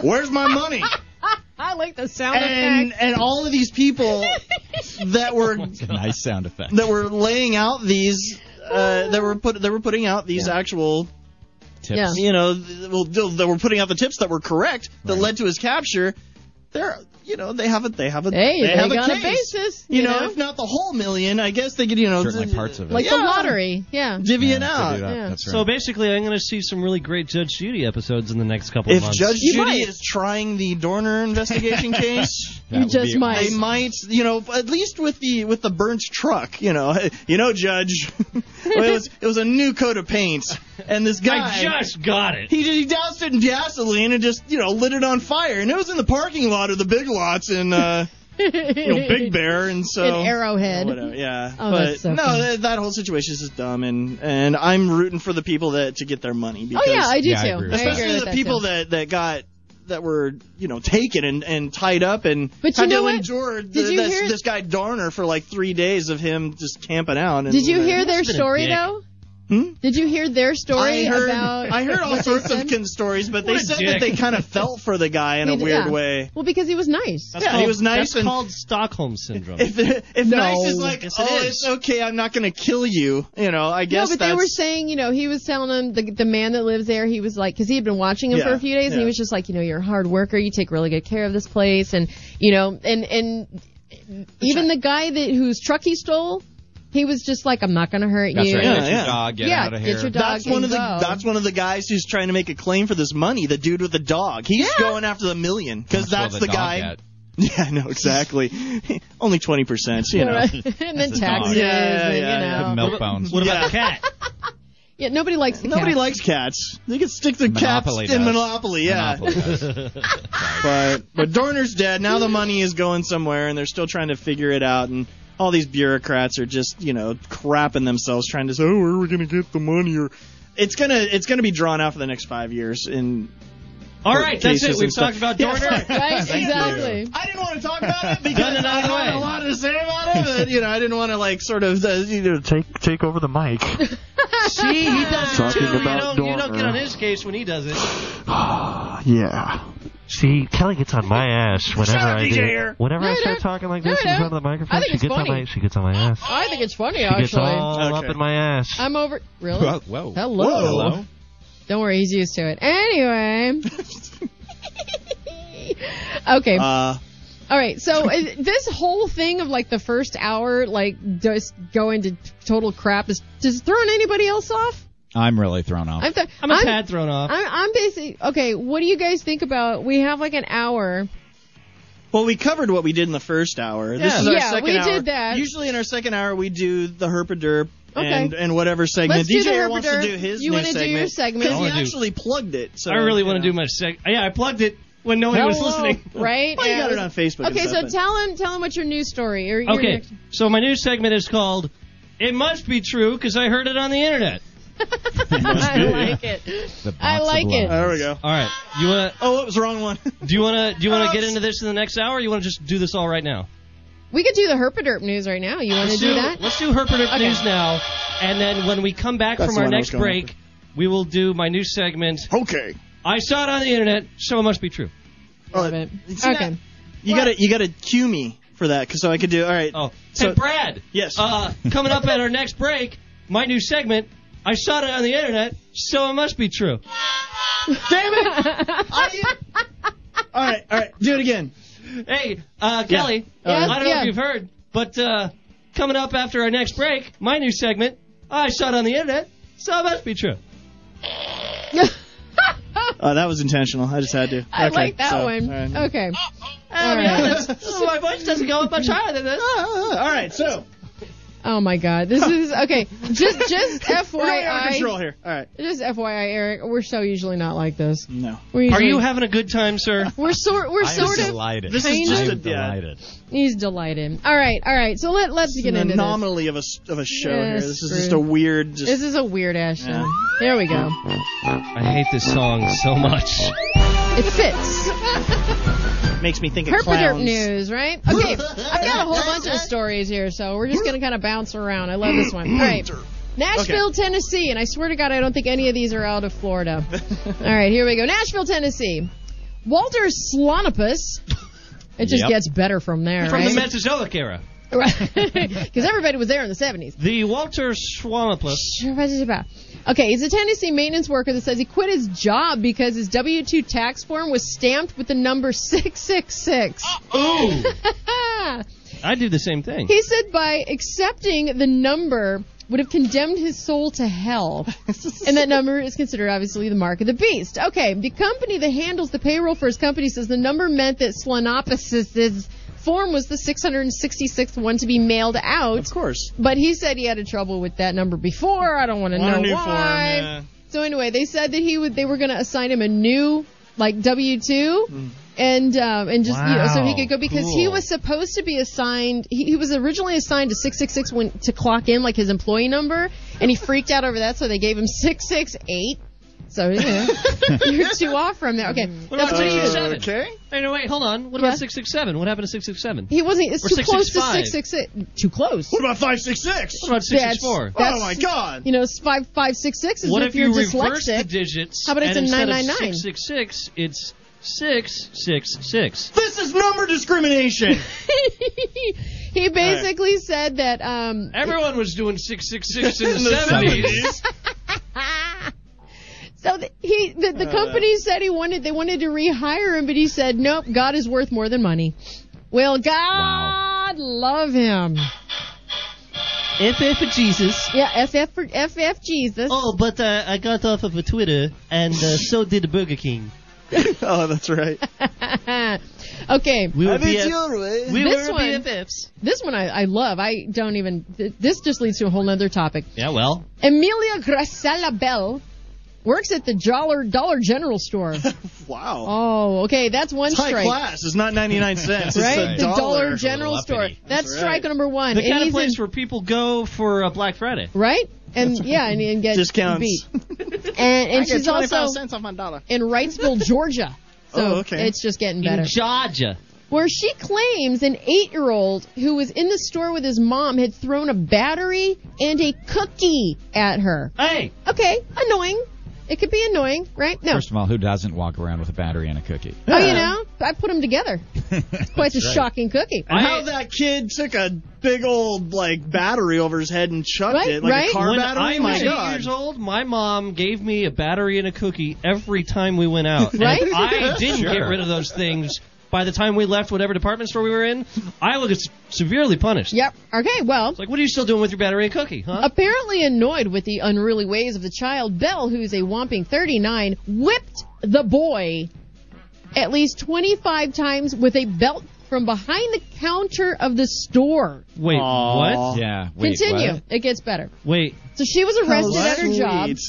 [SPEAKER 5] Where's my money?
[SPEAKER 3] I like the sound
[SPEAKER 5] and,
[SPEAKER 3] effect.
[SPEAKER 5] and all of these people that were
[SPEAKER 4] Oh
[SPEAKER 6] nice sound effect.
[SPEAKER 5] that were laying out these uh, that were put that were putting out these actual
[SPEAKER 6] Tips.
[SPEAKER 3] Yeah.
[SPEAKER 5] you know, th- well, th- that were putting out the tips that were correct that
[SPEAKER 6] Right.
[SPEAKER 5] led to his capture. They're, you know, they have a, they have a,
[SPEAKER 3] Hey, they,
[SPEAKER 5] have
[SPEAKER 3] got
[SPEAKER 5] a
[SPEAKER 3] a,
[SPEAKER 5] case.
[SPEAKER 3] basis.
[SPEAKER 5] You, know, if not the whole million, I guess they could, you know,
[SPEAKER 6] Certainly
[SPEAKER 5] d-
[SPEAKER 6] parts of it.
[SPEAKER 3] like the
[SPEAKER 5] Yeah.
[SPEAKER 3] lottery. Yeah.
[SPEAKER 5] divvy
[SPEAKER 6] Yeah,
[SPEAKER 5] it
[SPEAKER 6] they do
[SPEAKER 5] out.
[SPEAKER 6] that.
[SPEAKER 3] Yeah.
[SPEAKER 6] That's right.
[SPEAKER 4] So basically, I'm going to see some really great Judge Judy episodes in the next couple
[SPEAKER 5] If
[SPEAKER 4] of months.
[SPEAKER 5] Judge
[SPEAKER 3] You
[SPEAKER 5] Judy
[SPEAKER 3] might.
[SPEAKER 5] is trying the Dorner investigation case,
[SPEAKER 6] That
[SPEAKER 3] you
[SPEAKER 6] would
[SPEAKER 3] just
[SPEAKER 6] be
[SPEAKER 3] might.
[SPEAKER 5] they might, you know, at least with the with the burnt truck, you know, you know, Judge, well, it was it was a new coat of paint, and this guy
[SPEAKER 4] I just got it.
[SPEAKER 5] He, he doused it in gasoline and just, you know, lit it on fire. And it was in the parking lot of the big lots in, uh, you know, Big Bear, and so
[SPEAKER 3] An arrowhead.
[SPEAKER 5] Whatever, yeah.
[SPEAKER 3] Oh,
[SPEAKER 5] but
[SPEAKER 3] that's so
[SPEAKER 5] no,
[SPEAKER 3] funny.
[SPEAKER 5] that, that whole situation is just dumb, and and I'm rooting for the people that to get their money.
[SPEAKER 3] Oh
[SPEAKER 5] Because
[SPEAKER 3] yeah, I do
[SPEAKER 6] Yeah, I
[SPEAKER 3] too.
[SPEAKER 6] agree with that.
[SPEAKER 5] especially
[SPEAKER 3] with
[SPEAKER 5] the
[SPEAKER 3] that,
[SPEAKER 5] people
[SPEAKER 3] too.
[SPEAKER 5] that that got that were you know taken and and tied up and
[SPEAKER 3] But you
[SPEAKER 5] had
[SPEAKER 3] know
[SPEAKER 5] to
[SPEAKER 3] what?
[SPEAKER 5] endure the,
[SPEAKER 3] Did you
[SPEAKER 5] this,
[SPEAKER 3] hear-
[SPEAKER 5] this guy Darner for like three days of him just camping out. And,
[SPEAKER 3] Did you hear their
[SPEAKER 4] been a
[SPEAKER 3] story
[SPEAKER 4] dick.
[SPEAKER 3] though?
[SPEAKER 5] Hmm?
[SPEAKER 3] Did you hear their story
[SPEAKER 5] I heard,
[SPEAKER 3] about?
[SPEAKER 5] I heard all
[SPEAKER 3] what they
[SPEAKER 5] sorts of
[SPEAKER 3] said?
[SPEAKER 5] con stories, but they
[SPEAKER 4] What a
[SPEAKER 5] said
[SPEAKER 4] dick.
[SPEAKER 5] that they kind of felt for the guy in a
[SPEAKER 3] He-
[SPEAKER 5] weird
[SPEAKER 3] yeah.
[SPEAKER 5] way.
[SPEAKER 3] Well, because he was nice.
[SPEAKER 5] Yeah, he was nice
[SPEAKER 4] That's
[SPEAKER 5] and-
[SPEAKER 4] called Stockholm syndrome.
[SPEAKER 5] If if nice is like,
[SPEAKER 4] Yes, it
[SPEAKER 5] oh,
[SPEAKER 4] is.
[SPEAKER 5] it's okay, I'm not gonna kill you. You know, I guess
[SPEAKER 3] no, but
[SPEAKER 5] that's
[SPEAKER 3] they were saying, you know, he was telling them the the man that lives there. He was like, because he had been watching him for
[SPEAKER 5] Yeah,
[SPEAKER 3] a few days, and he
[SPEAKER 5] yeah.
[SPEAKER 3] was just like, you know, you're a hard worker. You take really good care of this place, and you know, and and even the guy that whose truck he stole, he was just like, I'm not gonna hurt
[SPEAKER 6] That's
[SPEAKER 3] you.
[SPEAKER 6] right.
[SPEAKER 5] Yeah,
[SPEAKER 6] get your
[SPEAKER 5] yeah.
[SPEAKER 6] dog. Get
[SPEAKER 3] Yeah,
[SPEAKER 6] out of
[SPEAKER 3] get
[SPEAKER 6] here.
[SPEAKER 3] your dog.
[SPEAKER 5] that's one
[SPEAKER 3] and
[SPEAKER 5] of the
[SPEAKER 3] go.
[SPEAKER 5] that's one of the guys who's trying to make a claim for this money. The dude with the dog, he's going after the million because
[SPEAKER 6] Well,
[SPEAKER 5] that's the
[SPEAKER 6] dog
[SPEAKER 5] guy.
[SPEAKER 6] got-
[SPEAKER 5] Yeah, I know exactly. Only twenty percent, you know.
[SPEAKER 3] Right. and then
[SPEAKER 6] That's a dog.
[SPEAKER 3] taxes,
[SPEAKER 5] Yeah,
[SPEAKER 3] and
[SPEAKER 5] yeah,
[SPEAKER 3] you know,
[SPEAKER 5] yeah.
[SPEAKER 6] Milk bones.
[SPEAKER 4] what
[SPEAKER 5] Yeah.
[SPEAKER 4] about the cat?
[SPEAKER 3] yeah, nobody likes the
[SPEAKER 5] Nobody
[SPEAKER 3] cat.
[SPEAKER 5] likes cats. They could stick to
[SPEAKER 6] Monopoly
[SPEAKER 5] cats in
[SPEAKER 6] does.
[SPEAKER 5] Monopoly, yeah.
[SPEAKER 6] Monopoly does.
[SPEAKER 5] But but Dorner's dead. Now the money is going somewhere, and they're still trying to figure it out. And all these bureaucrats are just you know crapping themselves trying to say, oh, where are we gonna get the money? Or it's gonna it's gonna be drawn out for the next five years. And
[SPEAKER 4] All right, that's
[SPEAKER 5] Cases
[SPEAKER 4] it.
[SPEAKER 5] and
[SPEAKER 4] We've
[SPEAKER 5] stuff.
[SPEAKER 4] talked about
[SPEAKER 5] Yeah.
[SPEAKER 4] Dorner.
[SPEAKER 3] Right, exactly.
[SPEAKER 5] I didn't want to talk about it because
[SPEAKER 4] Done and
[SPEAKER 5] I
[SPEAKER 4] out of the
[SPEAKER 5] had a
[SPEAKER 4] way.
[SPEAKER 5] lot to say about it. But you know, I didn't want to like sort of uh, you know
[SPEAKER 7] Take take over the mic.
[SPEAKER 4] See, he does it
[SPEAKER 7] Talking
[SPEAKER 4] too. You
[SPEAKER 7] about
[SPEAKER 4] don't, you don't get
[SPEAKER 7] Dorner.
[SPEAKER 4] on his case when he does it.
[SPEAKER 7] yeah. See, Kelly gets on my ass whenever
[SPEAKER 5] up,
[SPEAKER 7] I
[SPEAKER 5] DJ
[SPEAKER 7] do.
[SPEAKER 5] here.
[SPEAKER 7] Whenever
[SPEAKER 3] No,
[SPEAKER 7] I
[SPEAKER 3] no.
[SPEAKER 7] start talking like
[SPEAKER 3] No,
[SPEAKER 7] this
[SPEAKER 3] no.
[SPEAKER 7] in front of the
[SPEAKER 3] I
[SPEAKER 7] microphone,
[SPEAKER 3] think
[SPEAKER 7] she
[SPEAKER 3] it's
[SPEAKER 7] gets on
[SPEAKER 3] funny.
[SPEAKER 7] my she gets on my ass. She
[SPEAKER 3] I think it's funny
[SPEAKER 7] gets
[SPEAKER 3] actually. Uh,
[SPEAKER 7] all
[SPEAKER 5] Okay.
[SPEAKER 7] up in my ass.
[SPEAKER 3] I'm over. Really?
[SPEAKER 6] Whoa. Whoa.
[SPEAKER 3] Hello.
[SPEAKER 6] Hello.
[SPEAKER 3] Don't worry, he's used to it. Anyway. okay.
[SPEAKER 5] uh,
[SPEAKER 3] All right. So uh, this whole thing of like the first hour, like just going to total crap, is just throwing anybody else off.
[SPEAKER 6] I'm really thrown off.
[SPEAKER 3] I'm, th-
[SPEAKER 4] I'm a
[SPEAKER 3] I'm-
[SPEAKER 4] tad thrown off.
[SPEAKER 3] I'm, I'm basically okay. What do you guys think about? We have like an hour.
[SPEAKER 5] Well, we covered what we did in the first hour. This
[SPEAKER 4] Yeah.
[SPEAKER 5] is our
[SPEAKER 3] Yeah,
[SPEAKER 5] second
[SPEAKER 3] we
[SPEAKER 5] hour.
[SPEAKER 3] did that.
[SPEAKER 5] Usually in our second hour we do the herpaderp
[SPEAKER 3] Okay.
[SPEAKER 5] and and whatever segment.
[SPEAKER 3] Let's do
[SPEAKER 5] DJ
[SPEAKER 3] the
[SPEAKER 5] Air wants to
[SPEAKER 3] herpaderp.
[SPEAKER 5] do his
[SPEAKER 3] You
[SPEAKER 5] new
[SPEAKER 3] wanna do
[SPEAKER 5] segment.
[SPEAKER 3] your segment? I
[SPEAKER 5] Because
[SPEAKER 4] wanna
[SPEAKER 5] he
[SPEAKER 4] do-
[SPEAKER 5] actually plugged it. So
[SPEAKER 4] I really
[SPEAKER 5] you
[SPEAKER 4] want to
[SPEAKER 5] know.
[SPEAKER 4] do my sec. Yeah, I plugged it when no one was
[SPEAKER 3] Hello.
[SPEAKER 4] listening.
[SPEAKER 3] Right.
[SPEAKER 5] Well, you got
[SPEAKER 3] Yeah.
[SPEAKER 5] it on Facebook.
[SPEAKER 3] Okay. So
[SPEAKER 5] and stuff, but-
[SPEAKER 3] tell him. Tell him what your news story. Or your
[SPEAKER 4] Okay,
[SPEAKER 3] next-
[SPEAKER 4] so my new segment is called "It Must Be True" because I heard it on the internet.
[SPEAKER 3] I like it.
[SPEAKER 6] The
[SPEAKER 3] I
[SPEAKER 6] box of
[SPEAKER 3] like
[SPEAKER 6] love.
[SPEAKER 3] it.
[SPEAKER 5] there we go.
[SPEAKER 4] All right, you want
[SPEAKER 5] Oh, it was the wrong one.
[SPEAKER 4] to? Do you want to? Do you want
[SPEAKER 5] Oh,
[SPEAKER 4] to get
[SPEAKER 5] s-
[SPEAKER 4] into this in the next hour? or You want to just do this all right now?
[SPEAKER 3] We could do the herpaderp news right now. You want to
[SPEAKER 4] Let's
[SPEAKER 3] do that?
[SPEAKER 4] Let's do Herpert
[SPEAKER 3] Okay.
[SPEAKER 4] News now, and then when we come back
[SPEAKER 5] That's
[SPEAKER 4] from
[SPEAKER 5] the
[SPEAKER 4] our
[SPEAKER 5] one I
[SPEAKER 4] next
[SPEAKER 5] was going
[SPEAKER 4] break, we will do my new segment.
[SPEAKER 5] okay.
[SPEAKER 4] I saw it on the internet, so it must be true.
[SPEAKER 3] Love it.
[SPEAKER 5] see
[SPEAKER 3] Okay.
[SPEAKER 5] You got to you got to cue me for that, 'cause so I could do. All right.
[SPEAKER 4] Oh,
[SPEAKER 5] So-
[SPEAKER 4] hey Brad.
[SPEAKER 5] Yes.
[SPEAKER 4] Uh, coming up at our next break, my new segment. I saw it on the internet, so it must be true.
[SPEAKER 5] Damn it! all right, all right. Do it again.
[SPEAKER 4] Hey, uh, Kelly,
[SPEAKER 3] Yes,
[SPEAKER 4] I don't know
[SPEAKER 3] yeah.
[SPEAKER 4] if you've heard, but uh, coming up after our next break, my new segment, I saw it on the internet, so it must be true.
[SPEAKER 5] Oh, that was intentional. I just had to.
[SPEAKER 3] I
[SPEAKER 5] Okay,
[SPEAKER 3] like that
[SPEAKER 5] so,
[SPEAKER 3] one.
[SPEAKER 5] all right.
[SPEAKER 3] Okay.
[SPEAKER 4] I mean,
[SPEAKER 3] All right.
[SPEAKER 4] that's- so Oh, my voice doesn't go up much higher than this.
[SPEAKER 5] Ah, all right. So
[SPEAKER 3] Oh my God. This is okay. Just just
[SPEAKER 5] we're going out of control
[SPEAKER 3] FYI.
[SPEAKER 5] here. All right.
[SPEAKER 3] Just FYI, Eric. We're so usually not like this.
[SPEAKER 5] No.
[SPEAKER 3] We're
[SPEAKER 4] Are
[SPEAKER 3] usually-
[SPEAKER 4] you having a good time, sir?
[SPEAKER 3] We're sort. We're sort of.
[SPEAKER 6] delighted.
[SPEAKER 5] This is just
[SPEAKER 6] I'm
[SPEAKER 5] a yeah.
[SPEAKER 6] delighted.
[SPEAKER 3] He's delighted. All right. All right. So let let's get
[SPEAKER 5] an
[SPEAKER 3] into this.
[SPEAKER 5] anomaly of a s- of a show
[SPEAKER 3] Yeah,
[SPEAKER 5] here. This is
[SPEAKER 3] screw.
[SPEAKER 5] just a weird. Just
[SPEAKER 3] This is a weird ass show.
[SPEAKER 5] Yeah.
[SPEAKER 3] There we go.
[SPEAKER 4] I hate this song so much.
[SPEAKER 3] It fits.
[SPEAKER 5] makes me think of
[SPEAKER 3] Herpaderp
[SPEAKER 5] clowns.
[SPEAKER 3] news, right? Okay. I've got a whole bunch of stories here, so we're just gonna kind of bounce around. I love this one. All right. Nashville, Tennessee, and I swear to God, I don't think any of these are out of Florida. All right, here we go. Nashville, Tennessee. Walter Slonopus. It just
[SPEAKER 6] Yep.
[SPEAKER 3] gets better from there,
[SPEAKER 4] From the
[SPEAKER 3] right?
[SPEAKER 4] Mesozoic era,
[SPEAKER 3] Because everybody was there in the 70s.
[SPEAKER 4] the Walter Swamopus.
[SPEAKER 3] Okay, he's a Tennessee maintenance worker that says he quit his job because his W 2 tax form was stamped with the number 666.
[SPEAKER 4] Ooh, I do the same thing.
[SPEAKER 3] he said by accepting the number would have condemned his soul to hell. and that number is considered obviously the mark of the beast. Okay, the company that handles the payroll for his company says the number meant that Slanopolis's form was the 666th one to be mailed out.
[SPEAKER 5] Of course.
[SPEAKER 3] But he said he had a trouble with that number before. I don't want to
[SPEAKER 5] Want
[SPEAKER 3] know
[SPEAKER 5] a new
[SPEAKER 3] why.
[SPEAKER 5] form, yeah.
[SPEAKER 3] So anyway, they said that he would. They were going to assign him a new like W two, and um, and just you know so he
[SPEAKER 4] Hmm. Wow,
[SPEAKER 3] could go because he
[SPEAKER 4] cool.
[SPEAKER 3] was supposed to be assigned he, he was originally assigned to 666 when to clock in like his employee number and he freaked out over that so they gave him 668 so you know, you're two off from there okay
[SPEAKER 4] What
[SPEAKER 3] that's
[SPEAKER 4] about
[SPEAKER 3] what he did.
[SPEAKER 4] 667?
[SPEAKER 5] okay.
[SPEAKER 4] Wait, no, wait, hold on. What
[SPEAKER 3] Uh, Yeah.
[SPEAKER 4] about 667? What happened to 667?
[SPEAKER 3] he wasn't it's
[SPEAKER 4] Or
[SPEAKER 3] too close to
[SPEAKER 4] 665.
[SPEAKER 3] 666 too close
[SPEAKER 5] What about 566?
[SPEAKER 4] What about
[SPEAKER 3] That's-
[SPEAKER 4] 664?
[SPEAKER 5] Oh
[SPEAKER 3] That's-
[SPEAKER 5] my god.
[SPEAKER 3] you know it's five five six six is
[SPEAKER 4] What
[SPEAKER 3] if,
[SPEAKER 4] if
[SPEAKER 3] you're
[SPEAKER 4] you reverse the
[SPEAKER 3] dyslexic
[SPEAKER 4] digits?
[SPEAKER 3] How about it's
[SPEAKER 4] and
[SPEAKER 3] a
[SPEAKER 4] instead of
[SPEAKER 3] 999?
[SPEAKER 4] 666, it's 666.
[SPEAKER 5] This is number discrimination.
[SPEAKER 3] he basically said that um
[SPEAKER 4] Everyone was doing 666 in
[SPEAKER 5] In
[SPEAKER 4] the
[SPEAKER 5] the
[SPEAKER 4] 70s.
[SPEAKER 3] So the, he, the,
[SPEAKER 5] Uh.
[SPEAKER 3] the company said he wanted they wanted to rehire him, but he said, "Nope, God is worth more than money." Well, God love him.
[SPEAKER 4] FF Jesus.
[SPEAKER 3] Yeah, FF for FF Jesus.
[SPEAKER 5] Oh.
[SPEAKER 4] but uh, I got off of a Twitter, and uh, so did Burger King.
[SPEAKER 5] oh, that's right.
[SPEAKER 3] okay,
[SPEAKER 4] We were,
[SPEAKER 5] way.
[SPEAKER 3] This one- this one I, I love. I don't even. Th- this just leads to a whole nother topic.
[SPEAKER 4] Yeah, well,
[SPEAKER 3] Emilia Gracela Bell works at the Dollar Dollar General store.
[SPEAKER 5] Wow.
[SPEAKER 3] oh, okay, that's one
[SPEAKER 5] It's high
[SPEAKER 3] strike.
[SPEAKER 5] class. It's not 99 cents.
[SPEAKER 3] Right,
[SPEAKER 5] It's
[SPEAKER 3] the
[SPEAKER 5] a
[SPEAKER 3] Dollar,
[SPEAKER 5] dollar.
[SPEAKER 3] General
[SPEAKER 6] Little
[SPEAKER 3] store.
[SPEAKER 6] uppity.
[SPEAKER 3] That's,
[SPEAKER 5] That's right.
[SPEAKER 3] strike number one.
[SPEAKER 4] the
[SPEAKER 3] And
[SPEAKER 4] kind of
[SPEAKER 3] he's
[SPEAKER 4] place
[SPEAKER 3] in-
[SPEAKER 4] where people go for uh, Black Friday.
[SPEAKER 3] right? And yeah, and, and get
[SPEAKER 5] Discounts.
[SPEAKER 3] beat. And, and she's also
[SPEAKER 5] cents off my dollar.
[SPEAKER 3] in Wrightsville, Georgia. So
[SPEAKER 5] Oh, okay.
[SPEAKER 3] it's just getting better.
[SPEAKER 4] In Georgia.
[SPEAKER 3] Where she claims an eight-year-old who was in the store with his mom had thrown a battery and a cookie at her.
[SPEAKER 4] Hey,
[SPEAKER 3] Okay, annoying. It could be annoying, right? No.
[SPEAKER 6] First of all, who doesn't walk around with a battery and a cookie?
[SPEAKER 3] Oh, you know, I put them together. Quite a shocking cookie.
[SPEAKER 5] And
[SPEAKER 4] I-
[SPEAKER 5] how that kid took a big old like battery over his head and chucked
[SPEAKER 3] Right,
[SPEAKER 5] it like
[SPEAKER 3] right.
[SPEAKER 5] a car
[SPEAKER 4] when
[SPEAKER 5] battery. Oh
[SPEAKER 4] I
[SPEAKER 5] my
[SPEAKER 4] was eight
[SPEAKER 5] god.
[SPEAKER 4] years old, my mom gave me a battery and a cookie every time we went out. And
[SPEAKER 3] Right?
[SPEAKER 4] if I didn't
[SPEAKER 6] Sure.
[SPEAKER 4] get rid of those things. By the time we left whatever department store we were in, I was severely punished.
[SPEAKER 3] Yep. Okay, well,
[SPEAKER 4] It's like, what are you still doing with your battery and cookie, huh?
[SPEAKER 3] Apparently annoyed with the unruly ways of the child, Bell, who's a whopping 39, whipped the boy at least 25 times with a belt from behind the counter of the store.
[SPEAKER 4] Wait,
[SPEAKER 5] Aw.
[SPEAKER 4] what?
[SPEAKER 6] Yeah. Wait,
[SPEAKER 3] Continue.
[SPEAKER 6] what?
[SPEAKER 3] It gets better.
[SPEAKER 4] Wait,
[SPEAKER 3] So she was arrested
[SPEAKER 5] How
[SPEAKER 3] at her job.
[SPEAKER 5] sweet.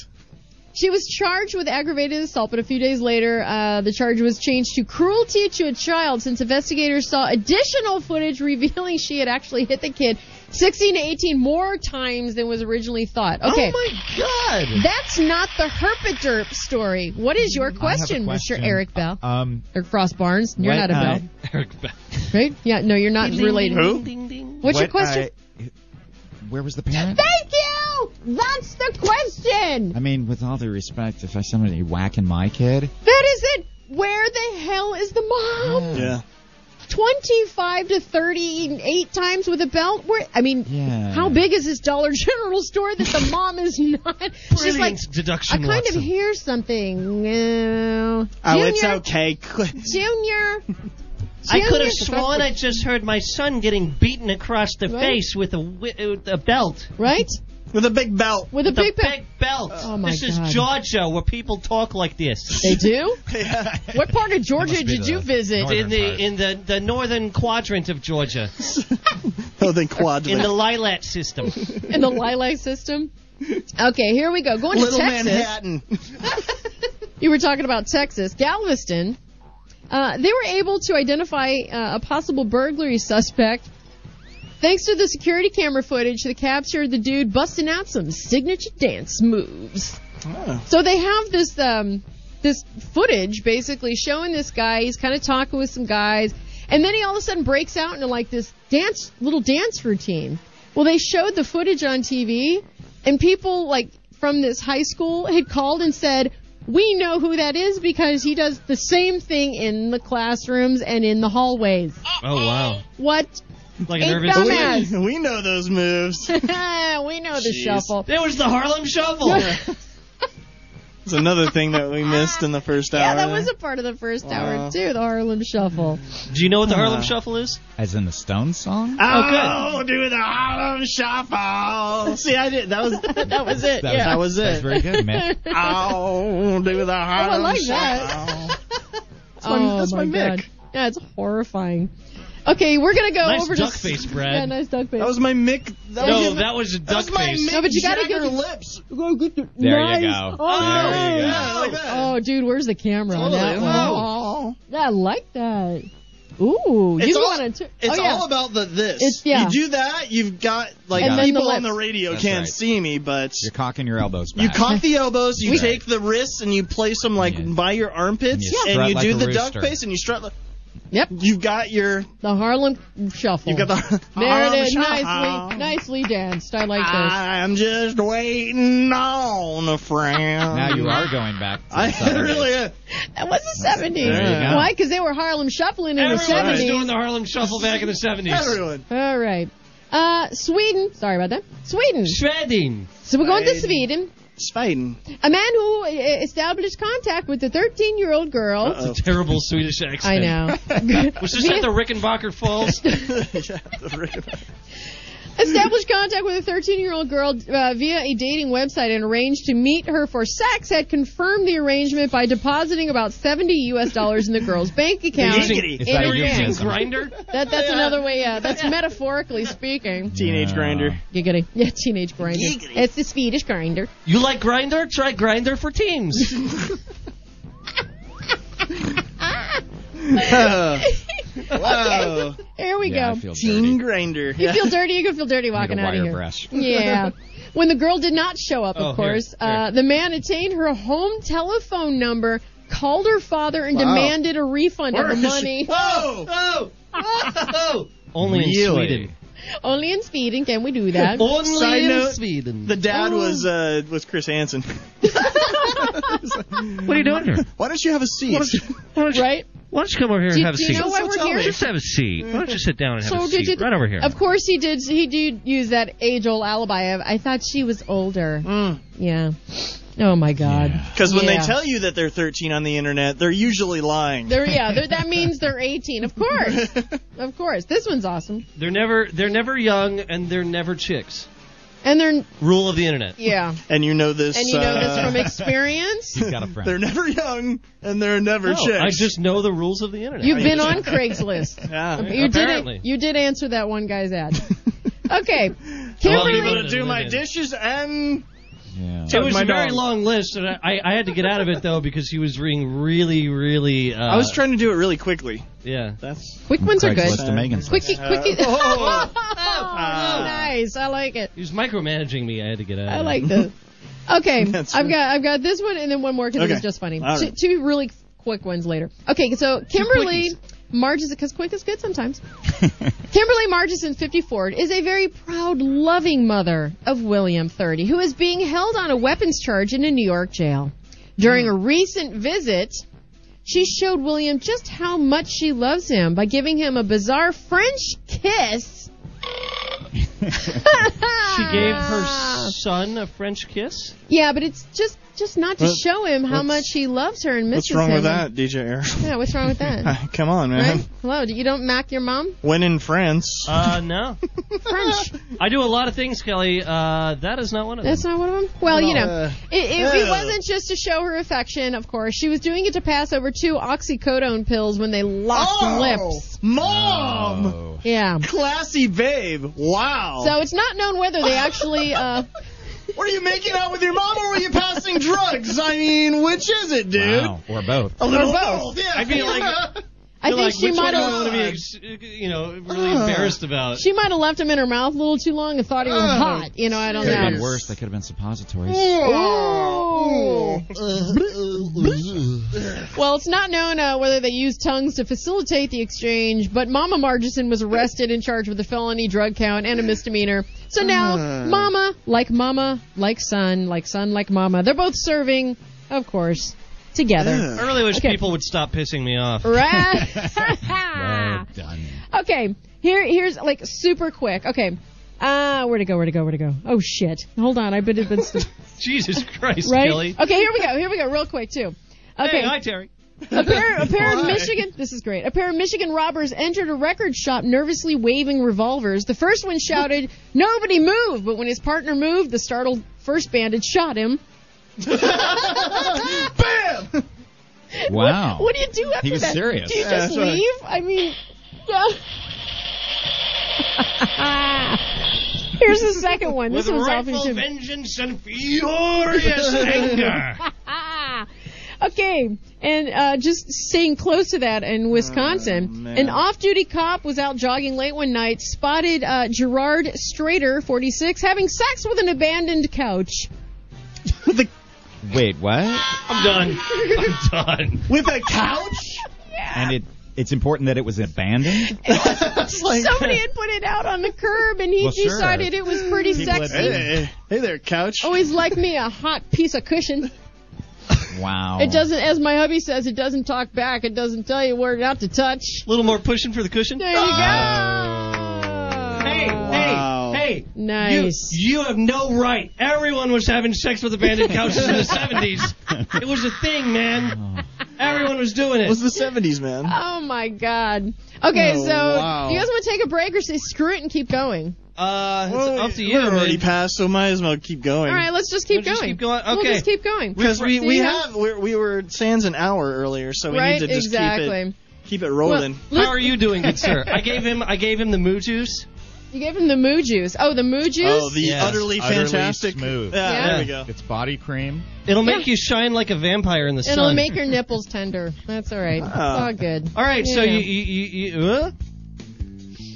[SPEAKER 3] She was charged with aggravated assault, but a few days later, uh, the charge was changed to cruelty to a child since investigators saw additional footage revealing she had actually hit the kid 16 to 18 more times than was originally thought. Okay.
[SPEAKER 4] oh my god!
[SPEAKER 3] That's not the herpaderp story. What is your question, Mr. Eric Bell?
[SPEAKER 6] Um,
[SPEAKER 3] Eric Frost Barnes. You're
[SPEAKER 6] What
[SPEAKER 3] not a
[SPEAKER 6] I-
[SPEAKER 3] Bell,
[SPEAKER 4] Eric Bell.
[SPEAKER 3] right? Yeah, no, you're not related.
[SPEAKER 5] Who?
[SPEAKER 3] What's your
[SPEAKER 6] what
[SPEAKER 3] question?
[SPEAKER 6] I- where was the parent?
[SPEAKER 3] Thank you! That's the question!
[SPEAKER 6] I mean, with all due respect, if I saw somebody whacking my kid,
[SPEAKER 3] That is it! Where the hell is the mom?
[SPEAKER 5] Oh. Yeah.
[SPEAKER 3] 25 to 38 times with a belt? Where, I mean,
[SPEAKER 6] Yeah.
[SPEAKER 3] how big is this Dollar General store that the mom is not? She's like,
[SPEAKER 4] Brilliant
[SPEAKER 3] I
[SPEAKER 4] deduction,
[SPEAKER 3] kind
[SPEAKER 4] Watson.
[SPEAKER 3] of hear something. No.
[SPEAKER 5] Oh, it's
[SPEAKER 3] Junior,
[SPEAKER 5] okay.
[SPEAKER 3] Junior.
[SPEAKER 4] I could
[SPEAKER 3] Junior.
[SPEAKER 4] have sworn I just heard my son getting beaten across the
[SPEAKER 3] Right?
[SPEAKER 4] face with a wi- uh, with a belt.
[SPEAKER 3] Right?
[SPEAKER 5] With a big belt.
[SPEAKER 3] With a
[SPEAKER 4] The
[SPEAKER 3] big pe-
[SPEAKER 4] big belt.
[SPEAKER 3] Oh my
[SPEAKER 4] this
[SPEAKER 3] God.
[SPEAKER 4] is Georgia, where people talk like this.
[SPEAKER 3] They do? What part of Georgia
[SPEAKER 6] must be
[SPEAKER 3] did you
[SPEAKER 6] the
[SPEAKER 3] visit?
[SPEAKER 6] northern-
[SPEAKER 4] In the in the, the northern quadrant of Georgia,
[SPEAKER 5] Oh, then
[SPEAKER 4] in the
[SPEAKER 5] quadrant.
[SPEAKER 4] lilac system.
[SPEAKER 3] In the lilac system? Okay, here we go. Going
[SPEAKER 5] Little
[SPEAKER 3] to Texas.
[SPEAKER 5] Manhattan.
[SPEAKER 3] You were talking about Texas. Galveston. Uh, they were able to identify uh, a possible burglary suspect. Thanks to the security camera footage that captured the dude busting out some signature dance moves. So they have this um, this footage basically showing this guy. He's kind of talking with some guys, and then he all of a sudden breaks out into like this dance little dance routine. Well, they showed the footage on TV, and people like from this high school had called and said. We know who that is because he does the same thing in the classrooms and in the hallways.
[SPEAKER 4] Oh wow!
[SPEAKER 3] What?
[SPEAKER 4] Like a
[SPEAKER 3] Ain't
[SPEAKER 4] nervous.
[SPEAKER 3] dumbass.
[SPEAKER 5] we, we know those moves.
[SPEAKER 3] we know the
[SPEAKER 5] Jeez.
[SPEAKER 3] shuffle.
[SPEAKER 4] There was the Harlem Shuffle.
[SPEAKER 5] It's another thing that we missed in the first hour.
[SPEAKER 3] Yeah, that was a part of the first hour too, the Harlem Shuffle.
[SPEAKER 4] Do you know
[SPEAKER 3] Oh,
[SPEAKER 4] what the Harlem
[SPEAKER 5] Uh.
[SPEAKER 4] Shuffle is?
[SPEAKER 6] as in the Stone song?
[SPEAKER 5] Oh, do the Harlem Shuffle. See, I did. That was.
[SPEAKER 3] that was it.
[SPEAKER 6] That was-
[SPEAKER 3] yeah.
[SPEAKER 5] That was
[SPEAKER 6] That's
[SPEAKER 5] it.
[SPEAKER 6] very good, man.
[SPEAKER 5] Oh, do the Harlem
[SPEAKER 3] like that.
[SPEAKER 5] Shuffle.
[SPEAKER 3] oh,
[SPEAKER 5] that's my Mick.
[SPEAKER 3] God. Yeah, it's horrifying. Okay, we're gonna go
[SPEAKER 4] Nice
[SPEAKER 3] over
[SPEAKER 4] duck
[SPEAKER 3] to
[SPEAKER 4] face, Brad.
[SPEAKER 3] Yeah, nice duck face.
[SPEAKER 5] That was my Mick. That
[SPEAKER 4] No,
[SPEAKER 5] was
[SPEAKER 4] that was a duck
[SPEAKER 5] That's my
[SPEAKER 4] face.
[SPEAKER 5] Mick
[SPEAKER 3] No, but you gotta
[SPEAKER 5] Jagger
[SPEAKER 3] get-
[SPEAKER 5] lips.
[SPEAKER 6] There you
[SPEAKER 3] nice.
[SPEAKER 6] go.
[SPEAKER 3] Oh,
[SPEAKER 6] There you
[SPEAKER 5] Yeah, like that.
[SPEAKER 3] Oh, dude, oh, where's the camera on that
[SPEAKER 5] Totally.
[SPEAKER 3] one?
[SPEAKER 5] Wow. now.
[SPEAKER 3] I like that. Ooh,
[SPEAKER 5] It's
[SPEAKER 3] you
[SPEAKER 5] all-
[SPEAKER 3] wanted to?
[SPEAKER 5] It's
[SPEAKER 3] oh, yeah.
[SPEAKER 5] all about the this.
[SPEAKER 3] It's- yeah.
[SPEAKER 5] You do that, you've got like
[SPEAKER 3] And then
[SPEAKER 5] people
[SPEAKER 3] the
[SPEAKER 5] on the
[SPEAKER 3] lips.
[SPEAKER 5] radio
[SPEAKER 6] That's
[SPEAKER 5] can't
[SPEAKER 6] right.
[SPEAKER 5] see me, but
[SPEAKER 6] You're cocking your elbows back.
[SPEAKER 5] you cock the elbows, you
[SPEAKER 6] We-
[SPEAKER 5] take the wrists, and you place them like
[SPEAKER 6] Yeah.
[SPEAKER 5] by your armpits,
[SPEAKER 6] And you
[SPEAKER 5] and
[SPEAKER 6] strut
[SPEAKER 5] you
[SPEAKER 6] like
[SPEAKER 5] do
[SPEAKER 6] a
[SPEAKER 5] the
[SPEAKER 6] rooster.
[SPEAKER 5] duck face, and you strut. Like,
[SPEAKER 3] Yep.
[SPEAKER 5] You've got your.
[SPEAKER 3] the Harlem Shuffle.
[SPEAKER 5] You've got the.
[SPEAKER 3] there it is.
[SPEAKER 5] Oh,
[SPEAKER 3] Nicely, nicely danced. I like this.
[SPEAKER 5] I'm just waiting on a friend.
[SPEAKER 6] Now you are going back. To the
[SPEAKER 5] I
[SPEAKER 6] Saturdays.
[SPEAKER 5] really uh,
[SPEAKER 3] That
[SPEAKER 5] am.
[SPEAKER 3] was the 70s.
[SPEAKER 6] There you go.
[SPEAKER 3] Why? Because they were Harlem Shuffling in
[SPEAKER 4] Everyone
[SPEAKER 3] the
[SPEAKER 4] was
[SPEAKER 3] 70s.
[SPEAKER 4] doing the Harlem Shuffle back in the 70s.
[SPEAKER 5] Everyone.
[SPEAKER 3] All right. Uh, Sweden. Sorry about that. Sweden.
[SPEAKER 4] Shredding.
[SPEAKER 3] So we're going to Sweden.
[SPEAKER 5] Sweden. Spiting.
[SPEAKER 3] A man who uh, established contact with a 13-year-old girl.
[SPEAKER 5] Uh-oh.
[SPEAKER 4] Terrible Swedish accent.
[SPEAKER 3] I know.
[SPEAKER 4] Was this at the Rickenbacker Falls?
[SPEAKER 5] Yeah, the real-
[SPEAKER 3] established contact with a 13-year-old girl uh, via a dating website and arranged to meet her for sex. Had confirmed the arrangement by depositing about 70 U.S. dollars in the girl's bank account.
[SPEAKER 5] Giggity.
[SPEAKER 6] It's
[SPEAKER 3] In
[SPEAKER 6] not
[SPEAKER 4] They were
[SPEAKER 3] advance.
[SPEAKER 6] euphemism.
[SPEAKER 4] using Grinder.
[SPEAKER 3] That, that's another way. Uh, that's metaphorically speaking.
[SPEAKER 5] Teenage
[SPEAKER 6] Yeah.
[SPEAKER 5] grinder.
[SPEAKER 3] Giggity. Yeah, teenage grinder.
[SPEAKER 5] Giggity.
[SPEAKER 3] It's the Swedish grinder.
[SPEAKER 4] You like Grinder? Try Grinder for teams.
[SPEAKER 5] Oh,
[SPEAKER 3] Okay. Here we
[SPEAKER 6] Yeah, I
[SPEAKER 3] go.
[SPEAKER 6] feel dirty.
[SPEAKER 5] Teen Oh. grinder.
[SPEAKER 3] You feel dirty, you can feel dirty
[SPEAKER 6] Need a
[SPEAKER 3] walking out of
[SPEAKER 6] wire
[SPEAKER 3] here.
[SPEAKER 6] brush.
[SPEAKER 3] Yeah. When the girl did not show up,
[SPEAKER 4] Oh,
[SPEAKER 3] of course,
[SPEAKER 4] here, here.
[SPEAKER 3] Uh, the man attained her home telephone number, called her father, and demanded a refund
[SPEAKER 5] Where
[SPEAKER 3] of
[SPEAKER 5] is
[SPEAKER 3] the
[SPEAKER 5] she?
[SPEAKER 3] money.
[SPEAKER 4] Whoa! Whoa! Whoa! Only in
[SPEAKER 5] Really?
[SPEAKER 4] Sweden.
[SPEAKER 3] Only in Sweden can we do that.
[SPEAKER 4] Only
[SPEAKER 5] Side
[SPEAKER 4] in
[SPEAKER 5] note,
[SPEAKER 4] Sweden.
[SPEAKER 5] The
[SPEAKER 3] Oh.
[SPEAKER 5] dad was uh, was Chris Hansen.
[SPEAKER 4] what are you doing here?
[SPEAKER 5] Why don't you have a seat?
[SPEAKER 7] Why don't you,
[SPEAKER 3] Right?
[SPEAKER 7] why don't you come over here
[SPEAKER 3] Do-
[SPEAKER 7] and have a
[SPEAKER 3] do you
[SPEAKER 7] seat?
[SPEAKER 3] know why we're
[SPEAKER 7] Just
[SPEAKER 3] here?
[SPEAKER 7] Just have a seat. Why don't you sit down and have
[SPEAKER 3] So
[SPEAKER 7] a
[SPEAKER 3] did
[SPEAKER 7] seat?
[SPEAKER 3] you-
[SPEAKER 7] right over here.
[SPEAKER 3] Of course he did. He did use that age-old alibi of I thought she was older. Yeah. Oh my God.
[SPEAKER 5] Because Mm. when
[SPEAKER 3] Yeah.
[SPEAKER 5] they tell you that they're 13 on the internet, they're usually lying.
[SPEAKER 3] They're, yeah. They're, that means they're 18. Of course. Of course. This one's awesome.
[SPEAKER 4] They're never they're never young and they're never chicks.
[SPEAKER 3] And they're
[SPEAKER 4] Rule of the internet.
[SPEAKER 3] yeah.
[SPEAKER 5] and you know this.
[SPEAKER 3] And you know this
[SPEAKER 5] uh,
[SPEAKER 3] from experience.
[SPEAKER 6] He's got a friend.
[SPEAKER 5] They're never young and they're never
[SPEAKER 4] No,
[SPEAKER 5] chicks.
[SPEAKER 4] I just know the rules of the internet.
[SPEAKER 3] You've been on Craigslist.
[SPEAKER 5] Yeah.
[SPEAKER 3] You
[SPEAKER 4] Apparently.
[SPEAKER 3] did. You did answer that one guy's ad. Okay,
[SPEAKER 4] Well, you
[SPEAKER 3] Kimberly.
[SPEAKER 4] voted.
[SPEAKER 5] Do my dishes and
[SPEAKER 6] Yeah.
[SPEAKER 4] it was
[SPEAKER 5] my
[SPEAKER 4] a very
[SPEAKER 5] dog.
[SPEAKER 4] long list, and I, I had to get out of it though because he was reading really, really. Uh,
[SPEAKER 5] I was trying to do it really quickly.
[SPEAKER 4] Yeah.
[SPEAKER 5] That's
[SPEAKER 3] Quick ones are good.
[SPEAKER 6] Craigslist to Megan's.
[SPEAKER 3] Quickie, quickie.
[SPEAKER 5] Uh, oh,
[SPEAKER 3] Oh,
[SPEAKER 5] oh,
[SPEAKER 3] nice. I like it.
[SPEAKER 4] He was micromanaging me. I had to get out.
[SPEAKER 3] I
[SPEAKER 4] of
[SPEAKER 3] like
[SPEAKER 4] It.
[SPEAKER 3] this. Okay, I've
[SPEAKER 5] That's
[SPEAKER 3] got
[SPEAKER 5] right.
[SPEAKER 3] I've got this one and then one more because it was
[SPEAKER 5] Okay.
[SPEAKER 3] just funny.
[SPEAKER 5] All
[SPEAKER 3] Two,
[SPEAKER 5] right.
[SPEAKER 3] two really quick ones later. Okay, so Kimberly
[SPEAKER 4] quickies.
[SPEAKER 3] Marges because quick is good sometimes. Kimberly Margeson, 54, is a very proud, loving mother of William, 30, who is being held on a weapons charge in a New York jail. During a recent visit, she showed William just how much she loves him by giving him a bizarre French kiss.
[SPEAKER 4] She gave her
[SPEAKER 3] Ah.
[SPEAKER 4] son a French kiss.
[SPEAKER 3] Yeah, but it's just just not to
[SPEAKER 5] What-
[SPEAKER 3] show him how
[SPEAKER 5] what's-
[SPEAKER 3] much he loves her and misses
[SPEAKER 5] what's
[SPEAKER 3] him.
[SPEAKER 5] wrong with that, DJ Air?
[SPEAKER 3] Yeah, what's wrong with that?
[SPEAKER 5] Come on, man.
[SPEAKER 3] right? Oh, Hello, do- you don't mac your mom?
[SPEAKER 5] When in France.
[SPEAKER 4] Uh, no.
[SPEAKER 3] French.
[SPEAKER 4] I do a lot of things, Kelly. Uh, that is not one of them.
[SPEAKER 3] That's not one of them. Well, you know,
[SPEAKER 5] Uh,
[SPEAKER 3] it, it, it
[SPEAKER 5] Ugh.
[SPEAKER 3] wasn't just to show her affection. Of course, she was doing it to pass over two oxycodone pills when they locked
[SPEAKER 4] Oh!
[SPEAKER 3] lips.
[SPEAKER 5] oh, Mom!
[SPEAKER 6] Oh.
[SPEAKER 3] Yeah.
[SPEAKER 5] Classy babe. Wow.
[SPEAKER 3] So it's not known whether they actually. Uh,
[SPEAKER 5] What are you making out with your mom, or were you passing drugs? I mean, which is it, dude?
[SPEAKER 6] Wow. Or both.
[SPEAKER 3] Oh,
[SPEAKER 5] A little
[SPEAKER 3] both.
[SPEAKER 5] Yeah.
[SPEAKER 4] I feel like-
[SPEAKER 3] I
[SPEAKER 4] You're
[SPEAKER 3] think
[SPEAKER 4] like,
[SPEAKER 3] she
[SPEAKER 4] which one
[SPEAKER 3] might
[SPEAKER 4] do I want to be,
[SPEAKER 3] have.
[SPEAKER 4] ex- you know, really embarrassed about.
[SPEAKER 3] She might have left him in her mouth a little too long and thought he was
[SPEAKER 4] Oh,
[SPEAKER 3] hot. You know, I don't
[SPEAKER 6] Could have been
[SPEAKER 3] know.
[SPEAKER 6] worse. They could have been suppositories.
[SPEAKER 3] Ooh. Well, it's not known uh, whether they used tongues to facilitate the exchange, but Mama Margeson was arrested and charged with a felony drug count and a misdemeanor. So now, Mama, like Mama, like son, like son, like Mama, they're both serving, of course, together.
[SPEAKER 4] I really wish
[SPEAKER 3] Okay. Er,
[SPEAKER 4] people would stop pissing me off.
[SPEAKER 3] Right?
[SPEAKER 6] Done.
[SPEAKER 3] okay, here, here's like super quick. Okay. Ah, where to go? Where to go? Where to go? Oh shit! Hold on, I bet it's been st-
[SPEAKER 4] Jesus Christ,
[SPEAKER 3] right.
[SPEAKER 4] Kelly.
[SPEAKER 3] Okay, here we go. Here we go. Real quick too. Okay.
[SPEAKER 4] Hey, hi, Terry.
[SPEAKER 3] A pair, a pair of
[SPEAKER 5] Why?
[SPEAKER 3] Michigan. This is great. A pair of Michigan robbers entered a record shop, nervously waving revolvers. The first one shouted, "Nobody move!" But when his partner moved, the startled first bandit shot him.
[SPEAKER 5] Bam!
[SPEAKER 6] Wow.
[SPEAKER 3] What do you do after
[SPEAKER 6] Oh. He was
[SPEAKER 3] that?
[SPEAKER 6] serious.
[SPEAKER 3] Do you
[SPEAKER 5] Yeah,
[SPEAKER 3] just
[SPEAKER 5] that's right.
[SPEAKER 3] leave? I mean, yeah. Here's the second one. This
[SPEAKER 4] With
[SPEAKER 3] one's awfully
[SPEAKER 4] rightful
[SPEAKER 3] stupid.
[SPEAKER 4] vengeance and furious anger.
[SPEAKER 3] Ah. Okay, and uh, just staying close to that in
[SPEAKER 6] Oh,
[SPEAKER 3] Wisconsin, an off-duty cop was out jogging late one night, spotted uh, Gerard Strader, 46, having sex with an abandoned couch.
[SPEAKER 6] Wait, what?
[SPEAKER 4] I'm done. I'm done.
[SPEAKER 5] With a couch?
[SPEAKER 6] And it it's important that it was abandoned.
[SPEAKER 5] It's like,
[SPEAKER 3] Somebody had put it out on the curb, and he
[SPEAKER 6] Well, sure.
[SPEAKER 3] decided it was pretty
[SPEAKER 6] People had-
[SPEAKER 3] sexy.
[SPEAKER 5] hey, hey there, couch.
[SPEAKER 3] Always like me a hot piece of cushion.
[SPEAKER 6] Wow.
[SPEAKER 3] It doesn't, as my hubby says, it doesn't talk back. It doesn't tell you where not to touch.
[SPEAKER 4] A little more pushing for the cushion.
[SPEAKER 3] There you
[SPEAKER 6] Oh.
[SPEAKER 3] go.
[SPEAKER 5] Wow.
[SPEAKER 4] hey,
[SPEAKER 3] Nice.
[SPEAKER 4] You, you have no right. Everyone was having sex with abandoned couches in the 70s. It was a thing, man. Everyone was doing
[SPEAKER 5] It was
[SPEAKER 4] it.
[SPEAKER 5] the 70s, man.
[SPEAKER 3] Oh my god. Okay,
[SPEAKER 5] Oh,
[SPEAKER 3] so
[SPEAKER 5] wow.
[SPEAKER 3] do you guys want to take a break or say screw it and keep going?
[SPEAKER 4] Uh, it's
[SPEAKER 5] Well,
[SPEAKER 4] up to you.
[SPEAKER 5] We're already
[SPEAKER 4] man.
[SPEAKER 5] past, so might as well keep going.
[SPEAKER 3] All right, let's just keep
[SPEAKER 4] We'll just
[SPEAKER 3] going.
[SPEAKER 4] keep going?
[SPEAKER 3] We'll
[SPEAKER 4] Okay.
[SPEAKER 3] just keep going.
[SPEAKER 5] Because we,
[SPEAKER 3] See
[SPEAKER 5] we
[SPEAKER 3] how-
[SPEAKER 5] have we're, we were sans an hour earlier, so we
[SPEAKER 3] right
[SPEAKER 5] need to just
[SPEAKER 3] exactly.
[SPEAKER 5] keep it keep it
[SPEAKER 3] Well,
[SPEAKER 5] rolling.
[SPEAKER 3] Luke,
[SPEAKER 4] How are you doing, good sir? I gave him I gave him the moo juice.
[SPEAKER 3] you gave him the moo juice. Oh, the moo juice.
[SPEAKER 5] oh, the
[SPEAKER 4] Yes.
[SPEAKER 5] utterly
[SPEAKER 6] Utterly
[SPEAKER 5] fantastic.
[SPEAKER 6] smooth.
[SPEAKER 5] Yeah,
[SPEAKER 3] Yeah.
[SPEAKER 5] there we go.
[SPEAKER 6] It's body cream.
[SPEAKER 4] It'll make you shine like a vampire in the
[SPEAKER 3] It'll
[SPEAKER 4] sun. Ah.
[SPEAKER 3] make your nipples tender. That's all right. It's all good.
[SPEAKER 4] All right, so
[SPEAKER 3] Yeah.
[SPEAKER 4] you you you, you uh?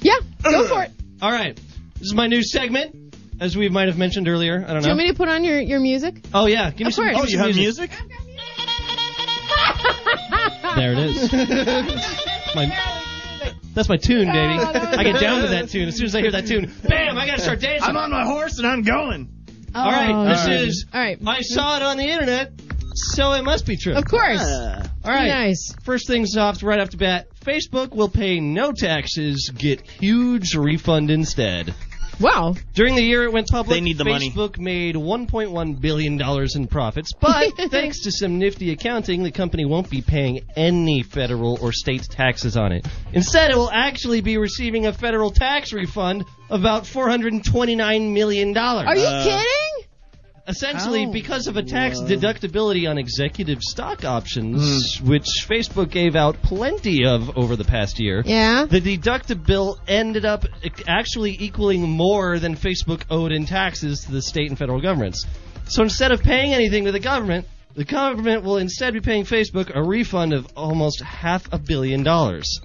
[SPEAKER 3] Yeah, go for it.
[SPEAKER 4] All right. This is my new segment. As we might have mentioned earlier, I don't
[SPEAKER 3] Do you
[SPEAKER 4] know.
[SPEAKER 3] want me to put on your, your music?
[SPEAKER 4] oh yeah, give me
[SPEAKER 3] Of
[SPEAKER 4] some.
[SPEAKER 3] course.
[SPEAKER 4] give
[SPEAKER 5] Oh,
[SPEAKER 4] me
[SPEAKER 5] you
[SPEAKER 4] some
[SPEAKER 5] have
[SPEAKER 4] music.
[SPEAKER 5] music?
[SPEAKER 4] There it is. my, that's my tune, baby.
[SPEAKER 3] Oh, that was
[SPEAKER 4] I get down to that tune as soon as I hear that tune. Bam! I gotta start dancing.
[SPEAKER 5] I'm on my horse and I'm going.
[SPEAKER 3] All
[SPEAKER 4] right, this is-
[SPEAKER 3] Oh. All right.
[SPEAKER 4] I saw it on the internet, so it must be true.
[SPEAKER 3] Of course.
[SPEAKER 5] Uh,
[SPEAKER 4] Ah. All right.
[SPEAKER 3] Nice.
[SPEAKER 4] First things off, right off the bat, Facebook will pay no taxes, get huge refund instead.
[SPEAKER 3] Wow.
[SPEAKER 4] During the year it went public,
[SPEAKER 5] They need the money.
[SPEAKER 4] Facebook made 1.1 billion dollars in profits, but thanks to some nifty accounting, the company won't be paying any federal or state taxes on it. Instead, it will actually be receiving a federal tax refund of about 429 million dollars.
[SPEAKER 3] Are you kidding?
[SPEAKER 4] Essentially,
[SPEAKER 5] Ow.
[SPEAKER 4] because of a tax deductibility on executive stock options,
[SPEAKER 5] Hmm.
[SPEAKER 4] which Facebook gave out plenty of over the past year,
[SPEAKER 3] Yeah.
[SPEAKER 4] the deductible ended up actually equaling more than Facebook owed in taxes to the state and federal governments. So instead of paying anything to the government, the government will instead be paying Facebook a refund of almost half a billion dollars.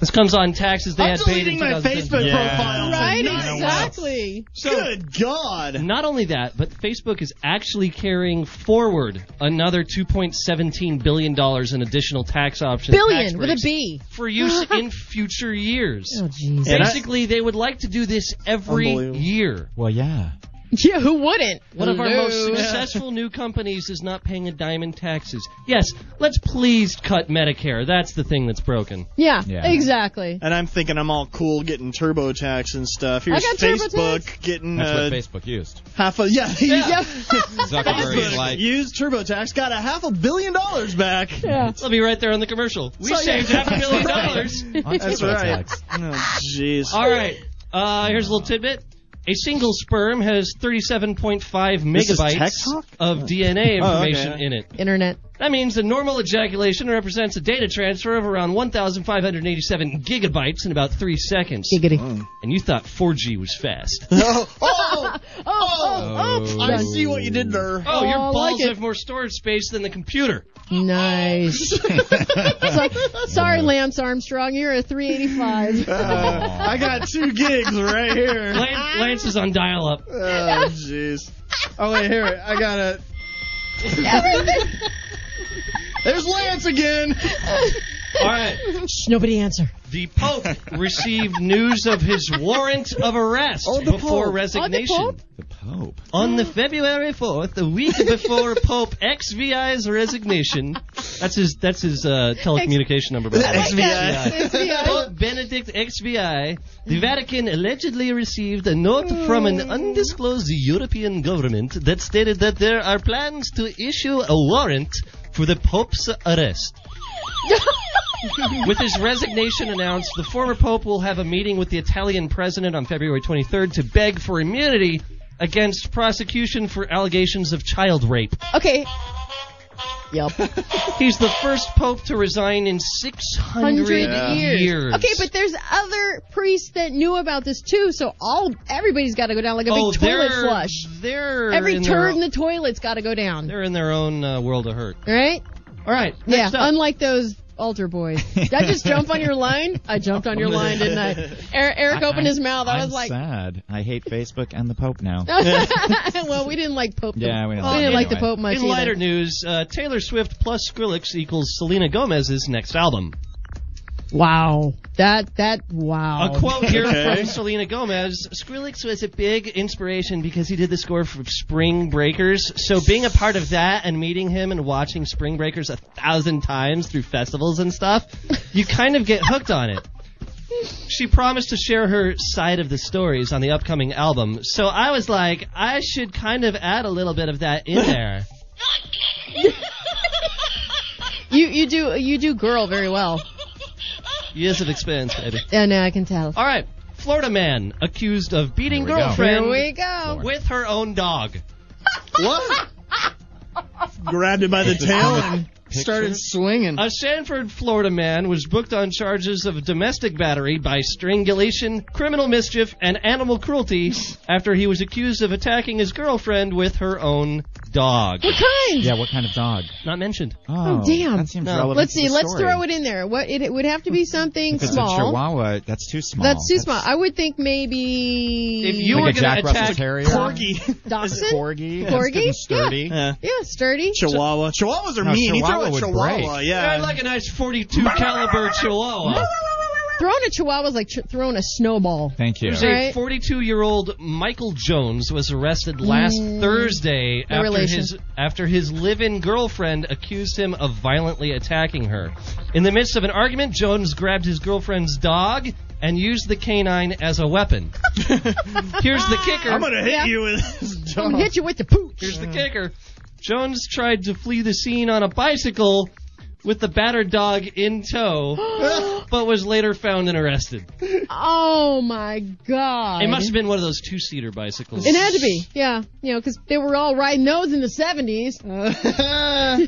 [SPEAKER 4] This comes on taxes they
[SPEAKER 5] I'm
[SPEAKER 4] had paid
[SPEAKER 5] deleting
[SPEAKER 4] in
[SPEAKER 5] my
[SPEAKER 4] 2010.
[SPEAKER 5] Facebook
[SPEAKER 6] Yeah.
[SPEAKER 5] profile.
[SPEAKER 3] Right,
[SPEAKER 5] tonight.
[SPEAKER 3] exactly.
[SPEAKER 5] Good God.
[SPEAKER 4] Not only that, but Facebook is actually carrying forward another 2.17 billion dollars in additional tax options tax
[SPEAKER 3] Billion with a
[SPEAKER 4] breaks
[SPEAKER 3] B.
[SPEAKER 4] for use in future years.
[SPEAKER 3] jeez.
[SPEAKER 5] And I-
[SPEAKER 4] Basically, they would like to do this every
[SPEAKER 5] Unbelievable.
[SPEAKER 4] year.
[SPEAKER 6] Well, yeah.
[SPEAKER 3] Yeah, who wouldn't?
[SPEAKER 4] One of our most
[SPEAKER 3] Hello.
[SPEAKER 4] successful new companies is not paying a dime in taxes. Yes, let's please cut Medicare. That's the thing that's broken.
[SPEAKER 3] Yeah,
[SPEAKER 6] Yeah.
[SPEAKER 3] exactly.
[SPEAKER 5] And I'm thinking I'm all cool getting TurboTax and stuff. Here's
[SPEAKER 3] got
[SPEAKER 5] Facebook
[SPEAKER 3] TurboTax.
[SPEAKER 5] getting
[SPEAKER 6] That's
[SPEAKER 5] uh,
[SPEAKER 6] what Facebook used.
[SPEAKER 5] half a yeah. yeah.
[SPEAKER 6] Zuckerberg like
[SPEAKER 5] used TurboTax, got a half a billion dollars back.
[SPEAKER 3] Yeah.
[SPEAKER 4] I'll be right there on the commercial. We saved half a million dollars.
[SPEAKER 6] on
[SPEAKER 5] That's
[SPEAKER 6] TurboTax.
[SPEAKER 5] right. Oh, jeez.
[SPEAKER 4] All right. Uh, here's a little tidbit. A single sperm has 37.5
[SPEAKER 5] This is tech
[SPEAKER 4] megabytes
[SPEAKER 5] talk?
[SPEAKER 4] of DNA
[SPEAKER 5] Oh, okay.
[SPEAKER 4] information in it.
[SPEAKER 3] Internet.
[SPEAKER 4] That means the normal ejaculation represents a data transfer of around 1,587 gigabytes in about three seconds.
[SPEAKER 3] Giggity.
[SPEAKER 4] And you thought 4G was fast.
[SPEAKER 5] Oh, oh,
[SPEAKER 3] Oh, oh, oh.
[SPEAKER 5] I see what you did there.
[SPEAKER 4] Oh, your
[SPEAKER 3] Oh, I
[SPEAKER 4] balls
[SPEAKER 3] like it.
[SPEAKER 4] have more storage space than the computer.
[SPEAKER 3] Nice. So- sorry, Lance Armstrong. You're a 385.
[SPEAKER 5] Uh, I got two gigs right here.
[SPEAKER 4] Lance, Lance is on dial-up.
[SPEAKER 5] Oh, jeez. Oh, wait, here. I got it. There's Lance again.
[SPEAKER 4] All right.
[SPEAKER 3] Shh, nobody answer.
[SPEAKER 4] The Pope received news of his warrant of arrest
[SPEAKER 5] the
[SPEAKER 4] before
[SPEAKER 5] Pope.
[SPEAKER 4] resignation.
[SPEAKER 3] Oh, the Pope?
[SPEAKER 6] The Pope.
[SPEAKER 4] On the February 4th, the week before Pope XVI resignation, that's his that's his uh, telecommunication number. By the way. Pope Benedict XVI, the Vatican allegedly received a note from an undisclosed European government that stated that there are plans to issue a warrant for the Pope's arrest. With his resignation announced, the former Pope will have a meeting with the Italian president on February 23rd to beg for immunity against prosecution for allegations of child rape.
[SPEAKER 3] Okay. Yep.
[SPEAKER 4] He's the first pope to resign in 600
[SPEAKER 3] Hundred
[SPEAKER 4] years.
[SPEAKER 3] years. Okay, but there's other priests that knew about this too. So all everybody's got to go down like a
[SPEAKER 4] oh,
[SPEAKER 3] big toilet
[SPEAKER 4] they're,
[SPEAKER 3] flush.
[SPEAKER 4] They're
[SPEAKER 3] Every
[SPEAKER 4] in
[SPEAKER 3] turd in
[SPEAKER 4] their,
[SPEAKER 3] the toilet's got to go down.
[SPEAKER 4] they're in their own uh, world of hurt.
[SPEAKER 3] Right?
[SPEAKER 4] All right,
[SPEAKER 3] Yeah,
[SPEAKER 4] next up.
[SPEAKER 3] unlike those altar boys. Did I just jump on your line? I jumped on your line, didn't I? Eric, Eric opened his mouth. I
[SPEAKER 6] I'm
[SPEAKER 3] was like,
[SPEAKER 6] sad. I hate Facebook and the Pope now.
[SPEAKER 3] well, we didn't like Pope.
[SPEAKER 6] Yeah, we didn't like him
[SPEAKER 3] the
[SPEAKER 6] anyway.
[SPEAKER 3] Pope much.
[SPEAKER 4] in lighter
[SPEAKER 3] either.
[SPEAKER 4] news, uh, Taylor Swift plus Skrillex equals Selena Gomez's next album.
[SPEAKER 3] Wow. That that wow.
[SPEAKER 6] Um,
[SPEAKER 4] A quote here from Selena Gomez Skrillex was a big inspiration because he did the score for Spring Breakers. So being a part of that and meeting him and watching Spring Breakers a thousand times through festivals and stuff, you kind of get hooked on it. She promised to share her side of the stories on the upcoming album. So I was like, I should kind of add a little bit of that in there.
[SPEAKER 3] You you do you do girl very well.
[SPEAKER 4] Years of expense, baby.
[SPEAKER 3] Yeah, no, I can tell.
[SPEAKER 4] All right. Florida man accused of beating
[SPEAKER 6] Here we go.
[SPEAKER 4] girlfriend
[SPEAKER 3] Here we go.
[SPEAKER 4] with her own dog.
[SPEAKER 5] What? Grabbed it by the tail and started swinging.
[SPEAKER 4] A Sanford, Florida man was booked on charges of domestic battery by strangulation, criminal mischief, and animal cruelty after he was accused of attacking his girlfriend with her own dog.
[SPEAKER 3] What kind?
[SPEAKER 6] yeah, what kind of dog?
[SPEAKER 4] Not mentioned.
[SPEAKER 6] Oh,
[SPEAKER 3] damn.
[SPEAKER 6] That seems
[SPEAKER 4] No.
[SPEAKER 6] relevant.
[SPEAKER 3] Let's
[SPEAKER 6] to
[SPEAKER 3] see.
[SPEAKER 6] the
[SPEAKER 3] Let's
[SPEAKER 6] story.
[SPEAKER 3] throw it in there. What it, it would have to be something
[SPEAKER 6] If it's a
[SPEAKER 3] small.
[SPEAKER 6] Chihuahua, that's too small.
[SPEAKER 3] That's too small. I would think maybe.
[SPEAKER 4] If you
[SPEAKER 6] like
[SPEAKER 4] were
[SPEAKER 6] a
[SPEAKER 4] going
[SPEAKER 6] Jack
[SPEAKER 4] to
[SPEAKER 6] Russell
[SPEAKER 4] attack
[SPEAKER 6] Terrier.
[SPEAKER 5] Corgi.
[SPEAKER 3] Dachshund.
[SPEAKER 6] Corgi. that's
[SPEAKER 3] Corgi?
[SPEAKER 6] good and sturdy.
[SPEAKER 5] Yeah.
[SPEAKER 3] Yeah, sturdy.
[SPEAKER 5] Chihuahua. Chihuahuas are
[SPEAKER 6] No,
[SPEAKER 5] mean.
[SPEAKER 6] Chihuahua
[SPEAKER 5] you
[SPEAKER 6] would
[SPEAKER 5] throw a Chihuahua,
[SPEAKER 6] break.
[SPEAKER 5] yeah.
[SPEAKER 4] I'd like a nice 42 caliber Chihuahua.
[SPEAKER 3] Throwing a chihuahua is like ch- throwing a snowball.
[SPEAKER 6] Thank you.
[SPEAKER 4] There's
[SPEAKER 3] Right.
[SPEAKER 4] a 42 year old Michael Jones was arrested last Thursday after
[SPEAKER 3] Mm. relation.
[SPEAKER 4] his after his live-in girlfriend accused him of violently attacking her. In the midst of an argument, Jones grabbed his girlfriend's dog and used the canine as a weapon. Here's the kicker.
[SPEAKER 5] I'm gonna hit
[SPEAKER 3] Yeah.
[SPEAKER 5] you with this
[SPEAKER 3] I'm
[SPEAKER 5] dog.
[SPEAKER 3] gonna hit you with the pooch.
[SPEAKER 4] Here's the kicker. Jones tried to flee the scene on a bicycle with the battered dog in tow, but was later found and arrested.
[SPEAKER 3] Oh my god.
[SPEAKER 4] It must have been one of those two-seater bicycles.
[SPEAKER 3] It had to be, yeah. You know, because they were all riding those in the 70s.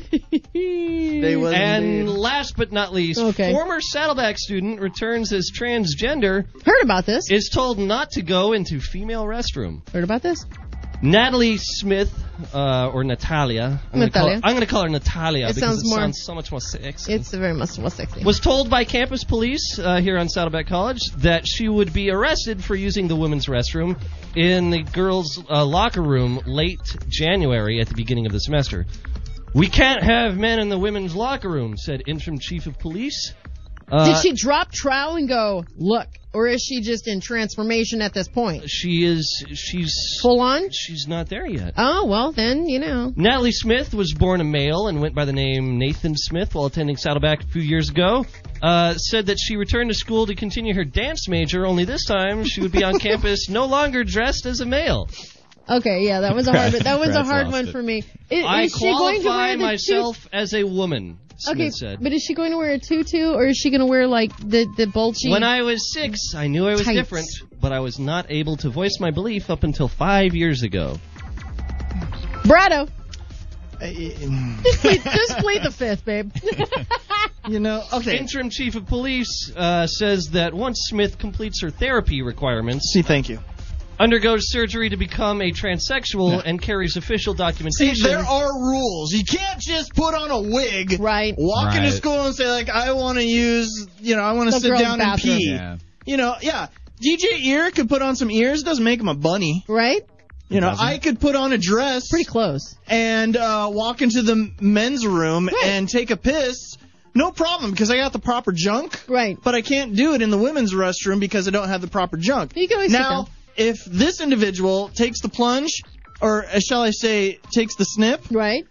[SPEAKER 5] they was
[SPEAKER 4] And
[SPEAKER 5] indeed.
[SPEAKER 4] last but not least,
[SPEAKER 3] Okay.
[SPEAKER 4] former Saddleback student returns as transgender,
[SPEAKER 3] Heard about this.
[SPEAKER 4] is told not to go into female restroom.
[SPEAKER 3] Heard about this.
[SPEAKER 4] Natalie Smith, uh, or Natalia. I'm gonna call-
[SPEAKER 3] Natalia.
[SPEAKER 4] I'm going to call her Natalia because
[SPEAKER 3] sounds
[SPEAKER 4] it
[SPEAKER 3] more-
[SPEAKER 4] sounds so much more sexy.
[SPEAKER 3] It's very much more sexy.
[SPEAKER 4] was told by campus police uh, here on Saddleback College that she would be arrested for using the women's restroom in the girls' uh, locker room late January at the beginning of the semester. We can't have men in the women's locker room, said interim chief of police.
[SPEAKER 3] Did
[SPEAKER 4] Uh,
[SPEAKER 3] she drop trowel and go, look, or is she just in transformation at this point?
[SPEAKER 4] She is. She's.
[SPEAKER 3] Full on?
[SPEAKER 4] She's not there yet.
[SPEAKER 3] Oh, well, then, you know.
[SPEAKER 4] Natalie Smith was born a male and went by the name Nathan Smith while attending Saddleback a few years ago. Uh, said that she returned to school to continue her dance major, only this time she would be on campus no longer dressed as a male.
[SPEAKER 3] Okay, yeah, that was a hard, that was a
[SPEAKER 6] Congrats,
[SPEAKER 3] hard
[SPEAKER 6] lost
[SPEAKER 3] one
[SPEAKER 6] it.
[SPEAKER 3] for me. Is,
[SPEAKER 4] I
[SPEAKER 3] is she going to
[SPEAKER 4] qualify
[SPEAKER 3] wear the
[SPEAKER 4] myself as a woman,
[SPEAKER 3] tutu?
[SPEAKER 4] Smith
[SPEAKER 3] Okay,
[SPEAKER 4] said.
[SPEAKER 3] but is she going to wear a tutu or is she going to wear like the the bulgy?
[SPEAKER 4] When I was six, I knew I was
[SPEAKER 3] Tights.
[SPEAKER 4] different, but I was not able to voice my belief up until five years ago.
[SPEAKER 3] Brado,
[SPEAKER 5] Uh,
[SPEAKER 3] just plead, just plead the fifth, babe.
[SPEAKER 5] you know, okay.
[SPEAKER 4] Interim chief of police uh, says that once Smith completes her therapy requirements,
[SPEAKER 5] See, thank you.
[SPEAKER 4] undergoes surgery to become a transsexual and carries official
[SPEAKER 5] See,
[SPEAKER 4] documentation.
[SPEAKER 5] there are rules. You can't just put on a wig,
[SPEAKER 3] right.
[SPEAKER 5] walk into
[SPEAKER 6] Right.
[SPEAKER 5] school and say like, I want to use, you know, I want
[SPEAKER 3] The
[SPEAKER 5] to sit
[SPEAKER 3] girls'
[SPEAKER 5] down and
[SPEAKER 3] bathroom.
[SPEAKER 5] pee.
[SPEAKER 6] Yeah.
[SPEAKER 5] You know, yeah. DJ Ear could put on some ears. Doesn't make him a bunny.
[SPEAKER 3] Right?
[SPEAKER 5] You know,
[SPEAKER 6] doesn't.
[SPEAKER 5] I could put on a dress
[SPEAKER 3] Pretty close.
[SPEAKER 5] and uh, walk into the men's room
[SPEAKER 3] Right.
[SPEAKER 5] and take a piss. No problem because I got the proper junk.
[SPEAKER 3] Right.
[SPEAKER 5] but I can't do it in the women's restroom because I don't have the proper junk.
[SPEAKER 3] You can always sit
[SPEAKER 5] now,
[SPEAKER 3] down.
[SPEAKER 5] if this individual takes the plunge, or uh, shall I say, takes the snip,
[SPEAKER 3] Right?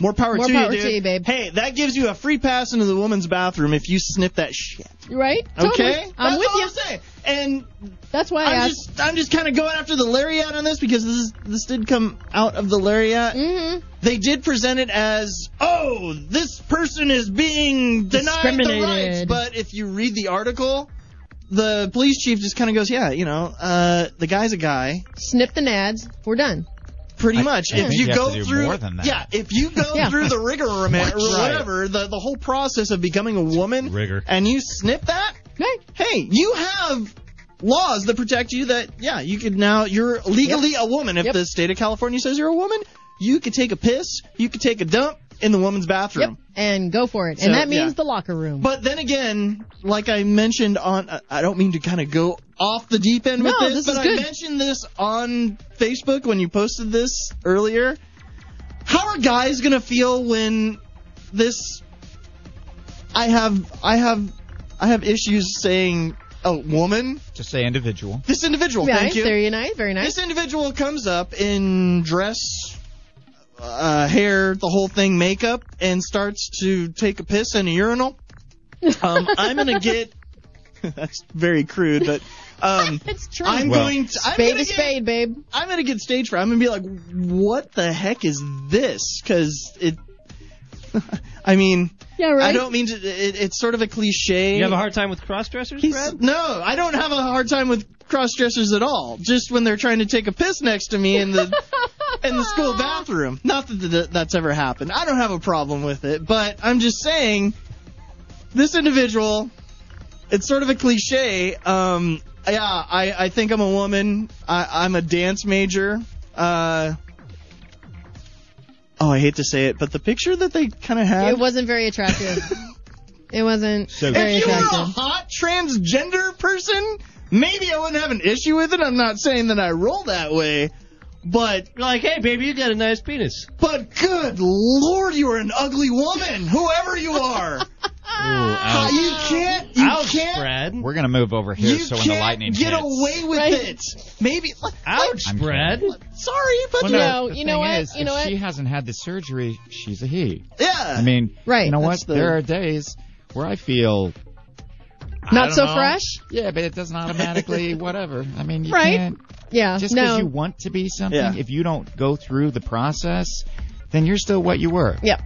[SPEAKER 5] more power,
[SPEAKER 3] More
[SPEAKER 5] to,
[SPEAKER 3] power
[SPEAKER 5] you, dude.
[SPEAKER 3] to you, babe.
[SPEAKER 5] Hey, that gives you a free pass into the woman's bathroom if you snip that shit.
[SPEAKER 3] Right?
[SPEAKER 5] Okay,
[SPEAKER 3] Totally. I'm
[SPEAKER 5] That's
[SPEAKER 3] with
[SPEAKER 5] all
[SPEAKER 3] you.
[SPEAKER 5] I'm saying. And
[SPEAKER 3] That's why I
[SPEAKER 5] I'm
[SPEAKER 3] asked.
[SPEAKER 5] just, I'm just kind of going after the lariat on this because this is, this did come out of the lariat.
[SPEAKER 3] hmm
[SPEAKER 5] They did present it as, oh, this person is being denied the rights.
[SPEAKER 3] Discriminated.
[SPEAKER 5] But if you read the article, the police chief just kind of goes, yeah, you know, uh, the guy's a guy.
[SPEAKER 3] Snip the nads. We're done.
[SPEAKER 5] pretty
[SPEAKER 6] I-
[SPEAKER 5] much.
[SPEAKER 6] I
[SPEAKER 5] if
[SPEAKER 6] think
[SPEAKER 5] you,
[SPEAKER 6] you have
[SPEAKER 5] go
[SPEAKER 6] to do
[SPEAKER 5] through,
[SPEAKER 6] more than that.
[SPEAKER 5] yeah, if you go
[SPEAKER 3] Yeah.
[SPEAKER 5] through the rigor or whatever, the the whole process of becoming a woman,
[SPEAKER 8] Rigor.
[SPEAKER 5] and you snip that,
[SPEAKER 3] Right.
[SPEAKER 5] hey, you have laws that protect you. That yeah, you could now you're legally a woman. If
[SPEAKER 3] Yep.
[SPEAKER 5] the state of California says you're a woman, you could take a piss, you could take a dump in the woman's bathroom.
[SPEAKER 3] Yep. And go for it.
[SPEAKER 5] So,
[SPEAKER 3] and that means
[SPEAKER 5] yeah.
[SPEAKER 3] the locker room.
[SPEAKER 5] But then again, like I mentioned on, I- I don't mean to kind of go off the deep end
[SPEAKER 3] No,
[SPEAKER 5] with this,
[SPEAKER 3] this is
[SPEAKER 5] but
[SPEAKER 3] good.
[SPEAKER 5] I mentioned this on Facebook when you posted this earlier. How are guys gonna feel when this? I have, I have, I have issues saying a woman.
[SPEAKER 6] Just say individual.
[SPEAKER 5] This individual,
[SPEAKER 3] nice.
[SPEAKER 5] thank you.
[SPEAKER 3] Very nice. Very nice.
[SPEAKER 5] This individual comes up in dress, uh, hair, the whole thing, makeup, and starts to take a piss in a urinal. Um, I'm gonna get. That's very crude, but um,
[SPEAKER 3] It's true.
[SPEAKER 5] I'm
[SPEAKER 6] Well,
[SPEAKER 5] going to. I'm
[SPEAKER 3] spade
[SPEAKER 5] gonna
[SPEAKER 3] is
[SPEAKER 5] get-
[SPEAKER 3] spade, babe.
[SPEAKER 5] I'm gonna get stage fright. I'm gonna be like, what the heck is this? Because it. I mean,
[SPEAKER 3] Yeah, right.
[SPEAKER 5] I don't mean to. It, it's sort of a cliche.
[SPEAKER 4] You have a hard time with crossdressers,
[SPEAKER 5] He's-
[SPEAKER 4] Brad?
[SPEAKER 5] no, I don't have a hard time with cross dressers at all. Just when they're trying to take a piss next to me in the in the school bathroom. Not that th- that's ever happened. I don't have a problem with it, but I'm just saying this individual. It's sort of a cliche. Um, yeah, I, I think I'm a woman. I, I'm a dance major. Uh, oh, I hate to say it, but the picture that they kind of had
[SPEAKER 3] It wasn't very attractive. it wasn't
[SPEAKER 6] So-
[SPEAKER 3] very
[SPEAKER 5] if you were a
[SPEAKER 3] attractive.
[SPEAKER 5] hot transgender person, maybe I wouldn't have an issue with it. I'm not saying that I roll that way, but
[SPEAKER 4] You're like, hey, baby, you got a nice penis.
[SPEAKER 5] but good lord, you are an ugly woman, whoever you are.
[SPEAKER 6] ouch.
[SPEAKER 5] Ah. you can't, you
[SPEAKER 4] Ouch,
[SPEAKER 5] can't,
[SPEAKER 4] Brad.
[SPEAKER 6] We're gonna move over here
[SPEAKER 5] you
[SPEAKER 6] so when the
[SPEAKER 5] can't
[SPEAKER 6] lightning
[SPEAKER 5] get
[SPEAKER 6] hits.
[SPEAKER 5] away with
[SPEAKER 3] Right.
[SPEAKER 5] it. Maybe. like-
[SPEAKER 4] Ouch,
[SPEAKER 6] I'm
[SPEAKER 4] Brad.
[SPEAKER 5] Sorry, but
[SPEAKER 6] Well,
[SPEAKER 5] yeah,
[SPEAKER 3] no,
[SPEAKER 6] the
[SPEAKER 3] you know
[SPEAKER 6] thing
[SPEAKER 3] what?
[SPEAKER 6] is,
[SPEAKER 3] You know
[SPEAKER 6] if
[SPEAKER 3] what?
[SPEAKER 6] she hasn't had the surgery, she's a he.
[SPEAKER 5] yeah.
[SPEAKER 6] I mean,
[SPEAKER 3] Right,
[SPEAKER 6] you know
[SPEAKER 5] Uh, that's
[SPEAKER 6] what?
[SPEAKER 5] the-
[SPEAKER 6] There are days where I feel,
[SPEAKER 3] Not so
[SPEAKER 8] know.
[SPEAKER 3] fresh.
[SPEAKER 6] yeah, but it doesn't automatically whatever. I mean, you
[SPEAKER 3] Right.
[SPEAKER 6] can't
[SPEAKER 3] Yeah.
[SPEAKER 6] just because
[SPEAKER 3] no.
[SPEAKER 6] you want to be something.
[SPEAKER 5] Yeah.
[SPEAKER 6] If you don't go through the process, then you're still what you were.
[SPEAKER 3] Yep.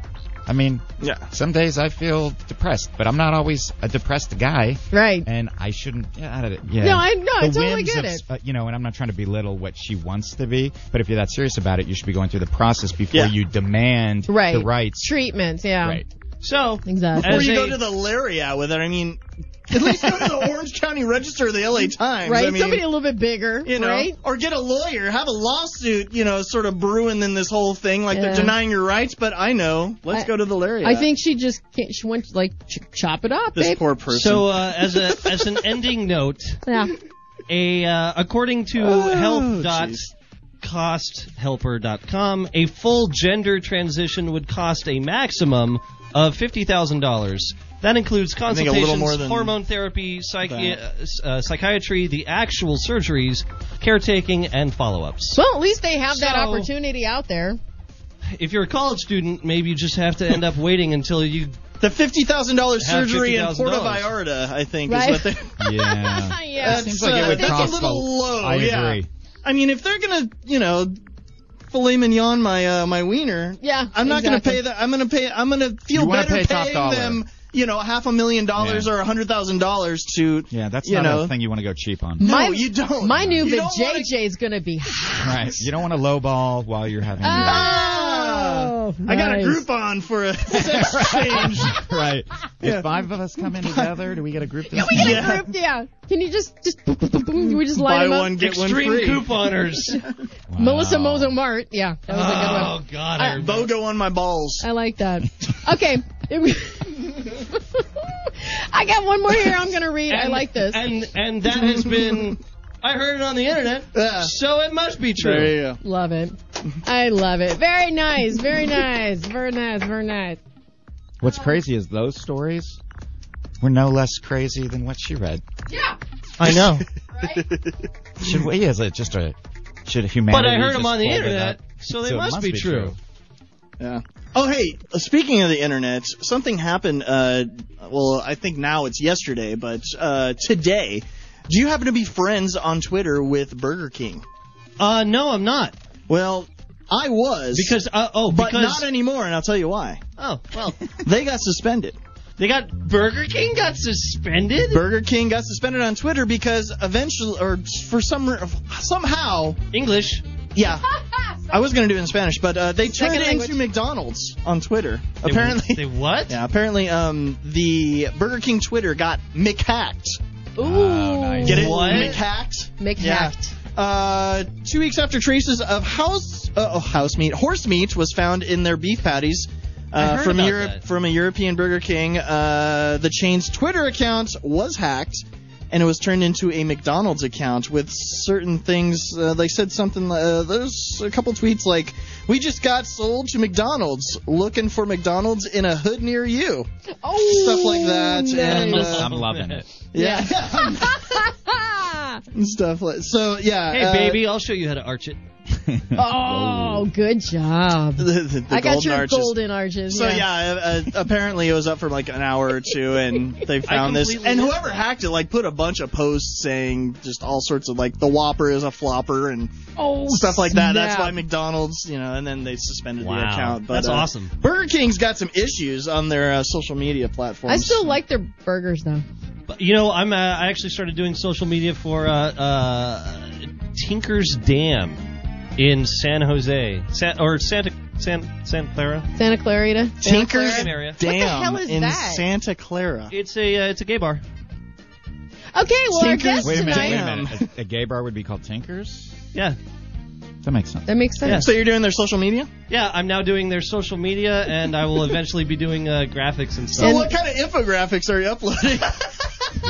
[SPEAKER 6] I mean,
[SPEAKER 5] yeah.
[SPEAKER 6] some days I feel depressed, but I'm not always a depressed guy,
[SPEAKER 3] Right.
[SPEAKER 6] and I shouldn't. Yeah, I don't- yeah.
[SPEAKER 3] No, I- no, I
[SPEAKER 6] the
[SPEAKER 3] totally
[SPEAKER 6] whims
[SPEAKER 3] get
[SPEAKER 6] of-
[SPEAKER 3] it.
[SPEAKER 6] uh, you know, and I'm not trying to belittle what she wants to be, but if you're that serious about it, you should be going through the process before
[SPEAKER 5] Yeah.
[SPEAKER 6] you demand
[SPEAKER 3] Right.
[SPEAKER 6] the rights.
[SPEAKER 3] Treatments. Yeah.
[SPEAKER 6] Right.
[SPEAKER 4] So,
[SPEAKER 3] Exactly.
[SPEAKER 5] Or
[SPEAKER 4] As
[SPEAKER 5] you go
[SPEAKER 4] a-
[SPEAKER 5] to the Lariat with it. I mean, at least go to the Orange County Register or the LA Times.
[SPEAKER 3] Right.
[SPEAKER 5] I mean,
[SPEAKER 3] Somebody a little bit bigger.
[SPEAKER 5] you know,
[SPEAKER 3] Right.
[SPEAKER 5] or get a lawyer, have a lawsuit, you know, sort of brewing in this whole thing, like
[SPEAKER 3] Yeah.
[SPEAKER 5] they're denying your rights. But I know, let's
[SPEAKER 3] I-
[SPEAKER 5] go to the lawyer.
[SPEAKER 3] I think she just can't, she went like ch- chop it up,
[SPEAKER 5] this
[SPEAKER 3] babe.
[SPEAKER 5] poor person.
[SPEAKER 4] so uh, as a as an ending note,
[SPEAKER 3] yeah.
[SPEAKER 4] a uh, according to
[SPEAKER 5] Oh,
[SPEAKER 4] health dot costhelper.com, a full gender transition would cost a maximum of $50,000. That includes
[SPEAKER 5] think a little
[SPEAKER 4] consultations,
[SPEAKER 5] more than
[SPEAKER 4] hormone therapy, psychi- uh, uh, psychiatry, the actual surgeries, caretaking, and follow-ups.
[SPEAKER 3] Well, at least they have that
[SPEAKER 4] So-
[SPEAKER 3] opportunity out there.
[SPEAKER 4] If you're a college student, maybe you just have to end up waiting until you
[SPEAKER 5] the fifty thousand dollars
[SPEAKER 4] Have
[SPEAKER 5] surgery in Puerto
[SPEAKER 4] $50,000.
[SPEAKER 5] Vallarta, I think,
[SPEAKER 3] Right.
[SPEAKER 5] is what they.
[SPEAKER 6] Yeah.
[SPEAKER 3] yeah.
[SPEAKER 6] Seems like it would
[SPEAKER 5] that's
[SPEAKER 6] cost
[SPEAKER 5] a little low.
[SPEAKER 6] I
[SPEAKER 5] yeah.
[SPEAKER 6] agree.
[SPEAKER 5] I mean, if they're gonna, you know, filet mignon my uh, my wiener,
[SPEAKER 3] Yeah.
[SPEAKER 5] I'm not
[SPEAKER 3] exactly.
[SPEAKER 5] gonna pay that. I'm gonna pay. I'm gonna feel
[SPEAKER 6] You wanna
[SPEAKER 5] better
[SPEAKER 6] pay top
[SPEAKER 5] paying
[SPEAKER 6] dollar.
[SPEAKER 5] them, you know, half a million dollars
[SPEAKER 6] Yeah.
[SPEAKER 5] or a hundred thousand dollars to.
[SPEAKER 6] Yeah, that's
[SPEAKER 5] You
[SPEAKER 6] not
[SPEAKER 5] know.
[SPEAKER 6] a thing you want to go cheap on.
[SPEAKER 5] No,
[SPEAKER 3] My-
[SPEAKER 5] you don't.
[SPEAKER 3] My new
[SPEAKER 5] You
[SPEAKER 3] big
[SPEAKER 5] don't wanna-
[SPEAKER 3] JJ is gonna be.
[SPEAKER 6] Right. You don't want to lowball while you're having. your-
[SPEAKER 3] Ah! Oh,
[SPEAKER 5] I got a
[SPEAKER 3] nice.
[SPEAKER 5] Groupon for a sex change.
[SPEAKER 6] right. If five of us come in together, do we get a group discount?
[SPEAKER 3] We got
[SPEAKER 5] Yeah.
[SPEAKER 3] a group, yeah. Can you just just boom, boom, boom, boom, we just line
[SPEAKER 5] Buy
[SPEAKER 3] them up?
[SPEAKER 5] one, get
[SPEAKER 4] extreme
[SPEAKER 5] one free.
[SPEAKER 4] couponers.
[SPEAKER 6] Wow.
[SPEAKER 3] Melissa Mozo Mart, yeah, that was a good one.
[SPEAKER 4] oh god, I remember.
[SPEAKER 5] Uh,
[SPEAKER 4] Uh,
[SPEAKER 5] Bogo on my balls.
[SPEAKER 3] I like that. Okay. I got one more here. I'm gonna read. I
[SPEAKER 4] And-
[SPEAKER 3] like this.
[SPEAKER 4] And and that has been I heard it on the internet,
[SPEAKER 5] Yeah.
[SPEAKER 4] so it must be true.
[SPEAKER 5] go.
[SPEAKER 3] Love it. I love it. Very nice. Very nice. Very nice. Very nice.
[SPEAKER 6] What's crazy is those stories were no less crazy than what she read.
[SPEAKER 3] Yeah.
[SPEAKER 6] I know.
[SPEAKER 3] Right?
[SPEAKER 6] should we? Is it just a? Should humanity?
[SPEAKER 4] But I heard
[SPEAKER 6] just
[SPEAKER 4] them on the
[SPEAKER 6] fold it
[SPEAKER 4] internet,
[SPEAKER 6] up?
[SPEAKER 4] so they
[SPEAKER 6] So it
[SPEAKER 4] must, be, true.
[SPEAKER 5] Yeah. Oh hey, speaking of the internet, something happened. Uh, well, I think now it's yesterday, but uh, today. Do you happen to be friends on Twitter with Burger King?
[SPEAKER 4] Uh, no, I'm not
[SPEAKER 5] Well, I was
[SPEAKER 4] because uh, oh
[SPEAKER 5] but
[SPEAKER 4] because
[SPEAKER 5] not anymore, and I'll tell you why.
[SPEAKER 4] oh well
[SPEAKER 5] They got suspended.
[SPEAKER 4] they got Burger King got suspended.
[SPEAKER 5] Burger King got suspended on Twitter because eventually, or for some somehow,
[SPEAKER 4] English.
[SPEAKER 5] yeah, I was gonna do it in Spanish, but uh, they
[SPEAKER 3] Second
[SPEAKER 5] turned
[SPEAKER 3] language.
[SPEAKER 5] into McDonald's on Twitter.
[SPEAKER 4] They-
[SPEAKER 5] apparently,
[SPEAKER 4] they what?
[SPEAKER 5] yeah. Apparently, um, the Burger King Twitter got McHacked.
[SPEAKER 3] Ooh.
[SPEAKER 6] nice.
[SPEAKER 5] Get it?
[SPEAKER 4] What?
[SPEAKER 5] McHacked.
[SPEAKER 3] Mick
[SPEAKER 5] Ah, Yeah.
[SPEAKER 3] hacked.
[SPEAKER 5] Uh, two weeks after traces of house uh, oh, house meat, horse meat was found in their beef patties.
[SPEAKER 4] I
[SPEAKER 5] Uh,
[SPEAKER 4] heard
[SPEAKER 5] from
[SPEAKER 4] about
[SPEAKER 5] Europe,
[SPEAKER 4] that.
[SPEAKER 5] from a European Burger King, uh, the chain's Twitter account was hacked, and it was turned into a McDonald's account with certain things. Uh, they said something. Uh, there's a couple tweets like, "We just got sold to McDonald's. Looking for McDonald's in a hood near you."
[SPEAKER 3] Oh,
[SPEAKER 5] Stuff like that, and, uh,
[SPEAKER 6] I'm loving it.
[SPEAKER 5] Yeah, uh,
[SPEAKER 3] Ah.
[SPEAKER 5] stuff like so. Yeah.
[SPEAKER 4] Hey,
[SPEAKER 5] uh,
[SPEAKER 4] baby, I'll show you how to arch it.
[SPEAKER 3] Oh, good job.
[SPEAKER 5] The, the, the
[SPEAKER 3] I got
[SPEAKER 5] golden
[SPEAKER 3] your
[SPEAKER 5] arches.
[SPEAKER 3] golden arches.
[SPEAKER 5] So
[SPEAKER 3] yeah.
[SPEAKER 5] yeah, uh, uh, apparently it was up for like an hour or two, and they found this.
[SPEAKER 4] completely
[SPEAKER 5] And
[SPEAKER 4] missed
[SPEAKER 5] whoever hacked it like put a bunch of posts saying just all sorts of like the Whopper is a flopper and
[SPEAKER 3] Oh,
[SPEAKER 5] stuff like that. That's
[SPEAKER 3] snap.
[SPEAKER 5] why McDonald's, you know, and then they suspended the
[SPEAKER 4] Wow.
[SPEAKER 5] account. But,
[SPEAKER 4] That's
[SPEAKER 5] uh,
[SPEAKER 4] awesome.
[SPEAKER 5] Burger King's got some issues on their uh, social media platforms.
[SPEAKER 3] I still like their burgers though.
[SPEAKER 4] But, you know, I'm uh, I actually started doing social media for uh, uh, Tinker's Dam in San Jose, San, or Santa San Santa Clara.
[SPEAKER 3] Santa Clarita.
[SPEAKER 5] Tinker's
[SPEAKER 4] Same area.
[SPEAKER 5] Dam
[SPEAKER 3] the hell is
[SPEAKER 5] in
[SPEAKER 3] that?
[SPEAKER 5] Santa Clara.
[SPEAKER 4] It's a uh, it's a gay bar.
[SPEAKER 3] Okay, well
[SPEAKER 5] Tinker's-
[SPEAKER 3] our guest
[SPEAKER 6] Wait a minute,
[SPEAKER 3] tonight.
[SPEAKER 6] wait a minute. A, a gay bar would be called Tinkers?
[SPEAKER 4] Yeah,
[SPEAKER 6] That makes sense.
[SPEAKER 3] That makes sense.
[SPEAKER 5] So you're doing their social media?
[SPEAKER 4] yeah. I'm now doing their social media, and I will eventually be doing uh, graphics and
[SPEAKER 5] So
[SPEAKER 4] stuff.
[SPEAKER 3] And-
[SPEAKER 5] what kind of infographics are you uploading? Uh,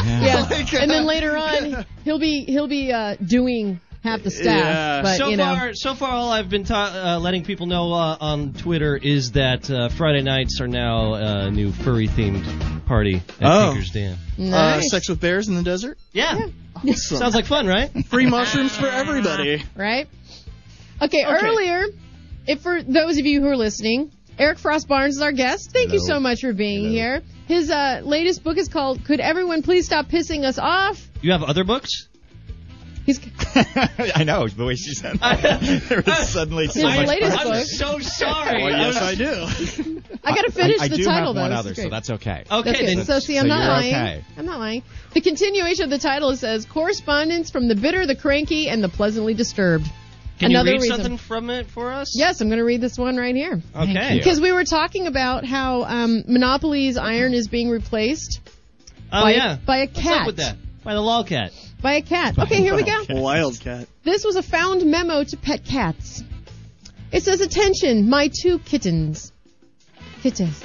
[SPEAKER 3] Yeah.
[SPEAKER 5] Like,
[SPEAKER 3] and then
[SPEAKER 5] uh,
[SPEAKER 3] later on, he'll be he'll be uh, doing half the staff.
[SPEAKER 5] Yeah.
[SPEAKER 3] But
[SPEAKER 4] so
[SPEAKER 3] uh, you know,
[SPEAKER 4] far, so far, all I've been ta- uh, letting people know uh, on Twitter is that uh, Friday nights are now a uh, new furry themed party at
[SPEAKER 5] Oh.
[SPEAKER 4] Tinker's Dam.
[SPEAKER 5] uh,
[SPEAKER 3] nice,
[SPEAKER 5] sex with bears in the desert.
[SPEAKER 4] Yeah, sounds like fun, right?
[SPEAKER 5] Free mushrooms for everybody.
[SPEAKER 3] right? Okay, Earlier, if for those of you who are listening, Eric Frost Barnes is our guest. Thank you
[SPEAKER 6] Hello.
[SPEAKER 3] so much for being
[SPEAKER 6] Hello.
[SPEAKER 3] here. His uh, latest book is called "Could Everyone Please Stop Pissing Us Off."
[SPEAKER 4] You have other books?
[SPEAKER 3] He's
[SPEAKER 6] I know the way she said that. there was suddenly so
[SPEAKER 3] His
[SPEAKER 6] much.
[SPEAKER 3] latest
[SPEAKER 6] pressure.
[SPEAKER 3] book.
[SPEAKER 4] I'm so sorry.
[SPEAKER 5] Well, Oh, yes, I
[SPEAKER 4] was-
[SPEAKER 5] do.
[SPEAKER 3] I gotta finish
[SPEAKER 6] I, I
[SPEAKER 3] the
[SPEAKER 6] do
[SPEAKER 3] title
[SPEAKER 6] have
[SPEAKER 3] though.
[SPEAKER 6] one
[SPEAKER 3] This is
[SPEAKER 6] other, so
[SPEAKER 3] great.
[SPEAKER 6] that's okay.
[SPEAKER 4] Okay,
[SPEAKER 3] Okay,
[SPEAKER 4] then.
[SPEAKER 3] so see, I'm
[SPEAKER 6] so
[SPEAKER 3] not
[SPEAKER 6] you're
[SPEAKER 3] lying.
[SPEAKER 6] okay.
[SPEAKER 3] I'm not lying. The continuation of the title says correspondence from the bitter, the cranky, and the pleasantly disturbed.
[SPEAKER 4] Can
[SPEAKER 3] Another
[SPEAKER 4] you read
[SPEAKER 3] reason.
[SPEAKER 4] something from it for us?
[SPEAKER 3] Yes, I'm going to read this one right
[SPEAKER 4] Oh,
[SPEAKER 3] here.
[SPEAKER 4] Okay.
[SPEAKER 3] Because we were talking about how um, Monopoly's iron is being replaced
[SPEAKER 4] Oh
[SPEAKER 3] by,
[SPEAKER 4] yeah.
[SPEAKER 3] by a
[SPEAKER 4] What's
[SPEAKER 3] cat.
[SPEAKER 4] up with that? By the lolcat.
[SPEAKER 3] By a cat. Okay, here we go.
[SPEAKER 5] Wildcat.
[SPEAKER 3] This was a found memo to pet cats. It says, Attention, my two kittens. Kittens.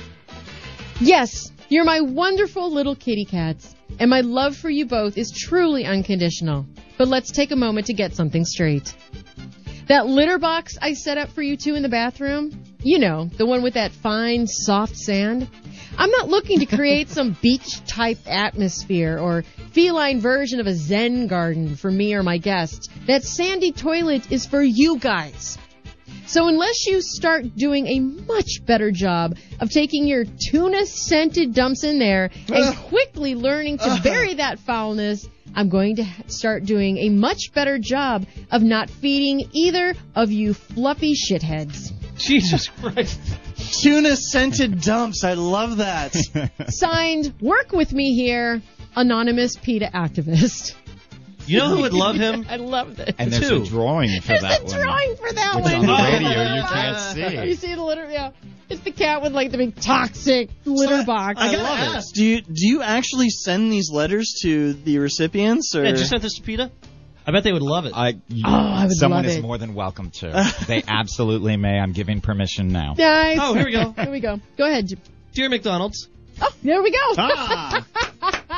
[SPEAKER 3] Yes, you're my wonderful little kitty cats, and my love for you both is truly unconditional. But let's take a moment to get something straight. That litter box I set up for you two in the bathroom, you know, the one with that fine, soft sand. I'm not looking to create some beach type atmosphere or feline version of a zen garden for me or my guests. That sandy toilet is for you guys. So unless you start doing a much better job of taking your tuna scented dumps in there and quickly learning to bury that foulness, I'm going to ha- start doing a much better job of not feeding either of you fluffy shitheads.
[SPEAKER 4] Jesus Christ.
[SPEAKER 5] Tuna scented dumps. I love that.
[SPEAKER 3] Signed, work with me here, anonymous PETA activist.
[SPEAKER 4] You know who would love him?
[SPEAKER 3] I love this.
[SPEAKER 6] And there's
[SPEAKER 4] Two.
[SPEAKER 6] a drawing for
[SPEAKER 3] There's
[SPEAKER 6] that
[SPEAKER 3] a
[SPEAKER 6] one.
[SPEAKER 3] drawing for that
[SPEAKER 6] which
[SPEAKER 3] one.
[SPEAKER 6] on the
[SPEAKER 4] Oh.
[SPEAKER 6] radio you can't
[SPEAKER 3] You
[SPEAKER 6] see.
[SPEAKER 3] see the litter? Yeah. It's the cat with like the big toxic litter box.
[SPEAKER 5] I gotta ask, do you do you actually send these letters to the recipients or?
[SPEAKER 4] Yeah, just sent this to PETA? I bet they would love it.
[SPEAKER 6] I, you,
[SPEAKER 3] Oh, I would
[SPEAKER 6] someone
[SPEAKER 3] love
[SPEAKER 6] is
[SPEAKER 3] it.
[SPEAKER 6] more than welcome to. they absolutely may. I'm giving permission now.
[SPEAKER 3] Nice.
[SPEAKER 4] Oh, here we go.
[SPEAKER 3] Here we go. Go ahead. Jim.
[SPEAKER 4] Dear McDonald's,
[SPEAKER 3] Oh, there we go.
[SPEAKER 5] ah,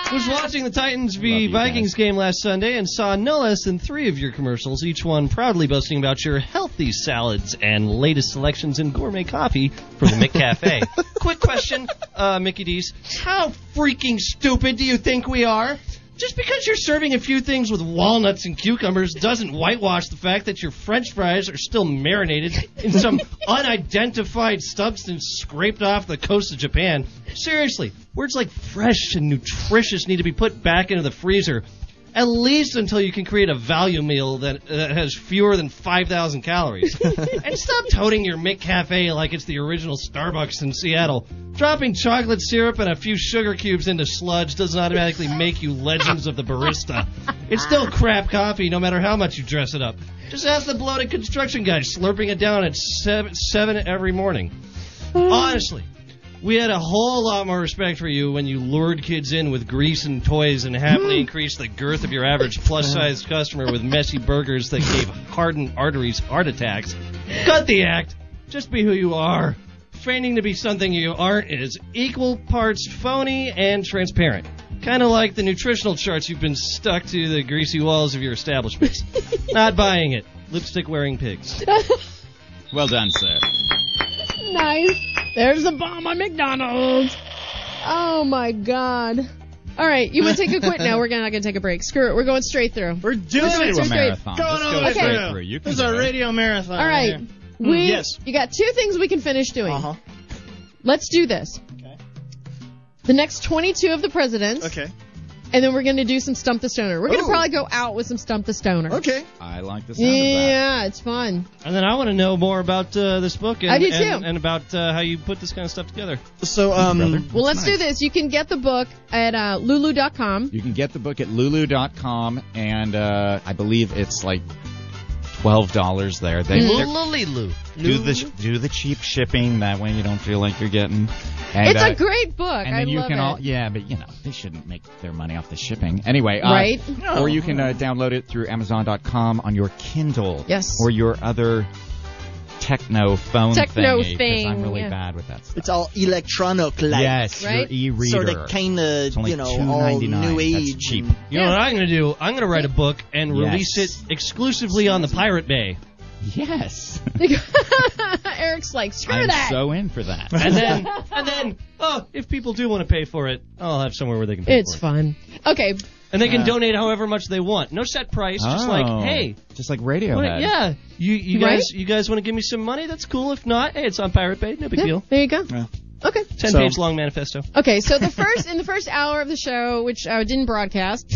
[SPEAKER 4] was watching the Titans
[SPEAKER 6] Love
[SPEAKER 4] v
[SPEAKER 6] you
[SPEAKER 4] Vikings game last Sunday and saw no less than three of your commercials, each one proudly boasting about your healthy salads and latest selections in gourmet coffee from the McCafe. Quick question, uh, Mickey D's. How freaking stupid do you think we are? Just because you're serving a few things with walnuts and cucumbers doesn't whitewash the fact that your french fries are still marinated in some unidentified substance scraped off the coast of Japan. Seriously, words like fresh and nutritious need to be put back into the freezer. at least until you can create a value meal that, uh, that has fewer than 5,000 calories. and stop toting your McCafe like it's the original Starbucks in Seattle. Dropping chocolate syrup and a few sugar cubes into sludge doesn't automatically make you legends of the barista. It's still crap coffee no matter how much you dress it up. Just ask the bloated construction guy slurping it down at seven, 7 every morning. Honestly, we had a whole lot more respect for you when you lured kids in with grease and toys and happily increased the girth of your average plus sized customer with messy burgers that gave hardened arteries heart attacks. Cut the act. Just be who you are. Training to be something you aren't is equal parts phony and transparent. Kind of like the nutritional charts you've been stuck to the greasy walls of your establishments. Not buying it. Lipstick wearing pigs.
[SPEAKER 8] Well done, sir.
[SPEAKER 3] nice. There's a bomb on McDonald's. Oh my god. All right, you want to take a quit now? We're not going to take a break. Screw it. We're going straight through.
[SPEAKER 5] We're doing
[SPEAKER 3] Let's do
[SPEAKER 5] it.
[SPEAKER 3] it.
[SPEAKER 6] Do a
[SPEAKER 3] Straight.
[SPEAKER 6] marathon.
[SPEAKER 5] Going
[SPEAKER 6] Let's
[SPEAKER 5] on
[SPEAKER 6] go
[SPEAKER 5] the
[SPEAKER 6] straight
[SPEAKER 5] trail.
[SPEAKER 6] through. You can
[SPEAKER 5] This is
[SPEAKER 6] do
[SPEAKER 5] our
[SPEAKER 6] it.
[SPEAKER 5] radio marathon.
[SPEAKER 3] All right.
[SPEAKER 6] Mm,
[SPEAKER 3] We
[SPEAKER 5] Yes.
[SPEAKER 3] you got two things we can finish doing.
[SPEAKER 5] Uh huh.
[SPEAKER 3] Let's do this.
[SPEAKER 5] Okay.
[SPEAKER 3] The next 22 of the presidents,
[SPEAKER 5] Okay.
[SPEAKER 3] and then we're going to do some stump the stoner. We're going to
[SPEAKER 5] Ooh.
[SPEAKER 3] probably go out with some stump the stoner.
[SPEAKER 5] Okay.
[SPEAKER 6] I like the sound of that.
[SPEAKER 3] Yeah, it's fun.
[SPEAKER 4] And then I want to know more about uh, this book and,
[SPEAKER 3] I do
[SPEAKER 4] and,
[SPEAKER 3] too.
[SPEAKER 4] and about uh, how you put this kind of stuff together.
[SPEAKER 5] So um.
[SPEAKER 3] Well, let's do this. You can get the book at uh, lulu.com.
[SPEAKER 6] You can get the book at lulu.com, and uh, I believe it's like twelve dollars there. They
[SPEAKER 3] Mm-hmm.
[SPEAKER 6] they're-
[SPEAKER 4] Lulu.
[SPEAKER 6] do the do the cheap shipping. That way you don't feel like you're getting. And,
[SPEAKER 3] It's
[SPEAKER 6] uh,
[SPEAKER 3] a great book.
[SPEAKER 6] And
[SPEAKER 3] I
[SPEAKER 6] then you
[SPEAKER 3] love
[SPEAKER 6] can
[SPEAKER 3] it.
[SPEAKER 6] all yeah, but you know they shouldn't make their money off the shipping anyway. Uh,
[SPEAKER 3] Right?
[SPEAKER 6] Or you can uh, download it through Amazon.com on your Kindle.
[SPEAKER 3] Yes.
[SPEAKER 6] Or your other techno phone. thingy,
[SPEAKER 3] Techno
[SPEAKER 6] 'cause
[SPEAKER 3] thing,
[SPEAKER 6] I'm really
[SPEAKER 3] yeah.
[SPEAKER 6] bad with that. Stuff.
[SPEAKER 5] It's all electronic like.
[SPEAKER 6] yes,
[SPEAKER 3] Right?
[SPEAKER 6] your e-reader.
[SPEAKER 5] Sort of, kind
[SPEAKER 6] it's
[SPEAKER 5] of,
[SPEAKER 6] only
[SPEAKER 5] you know, all
[SPEAKER 6] $2.99.
[SPEAKER 5] new
[SPEAKER 6] That's
[SPEAKER 5] age.
[SPEAKER 6] cheap.
[SPEAKER 4] You know what I'm going to do? I'm going to write a book and
[SPEAKER 6] Yes.
[SPEAKER 4] release it exclusively on the Pirate Bay.
[SPEAKER 6] Yes.
[SPEAKER 3] Eric's like, screw
[SPEAKER 6] I'm
[SPEAKER 3] that.
[SPEAKER 6] so in for that.
[SPEAKER 4] And then, and then, oh, if people do want to pay for it, I'll have somewhere where they can pay
[SPEAKER 3] it's
[SPEAKER 4] for
[SPEAKER 3] fun. Okay,
[SPEAKER 4] it. And they can donate however much they want. No set price. Just
[SPEAKER 6] Oh.
[SPEAKER 4] like, hey,
[SPEAKER 6] just like
[SPEAKER 4] what-
[SPEAKER 6] Radiohead.
[SPEAKER 4] yeah, you, you
[SPEAKER 3] Right?
[SPEAKER 4] guys you guys want to give me some money? That's cool. If not, hey, it's on Pirate Bay. No big
[SPEAKER 3] yeah,
[SPEAKER 4] deal.
[SPEAKER 3] there you go. Okay.
[SPEAKER 4] 10
[SPEAKER 5] So-
[SPEAKER 4] page long manifesto.
[SPEAKER 3] Okay, so the first in the first hour of the show, which I didn't broadcast,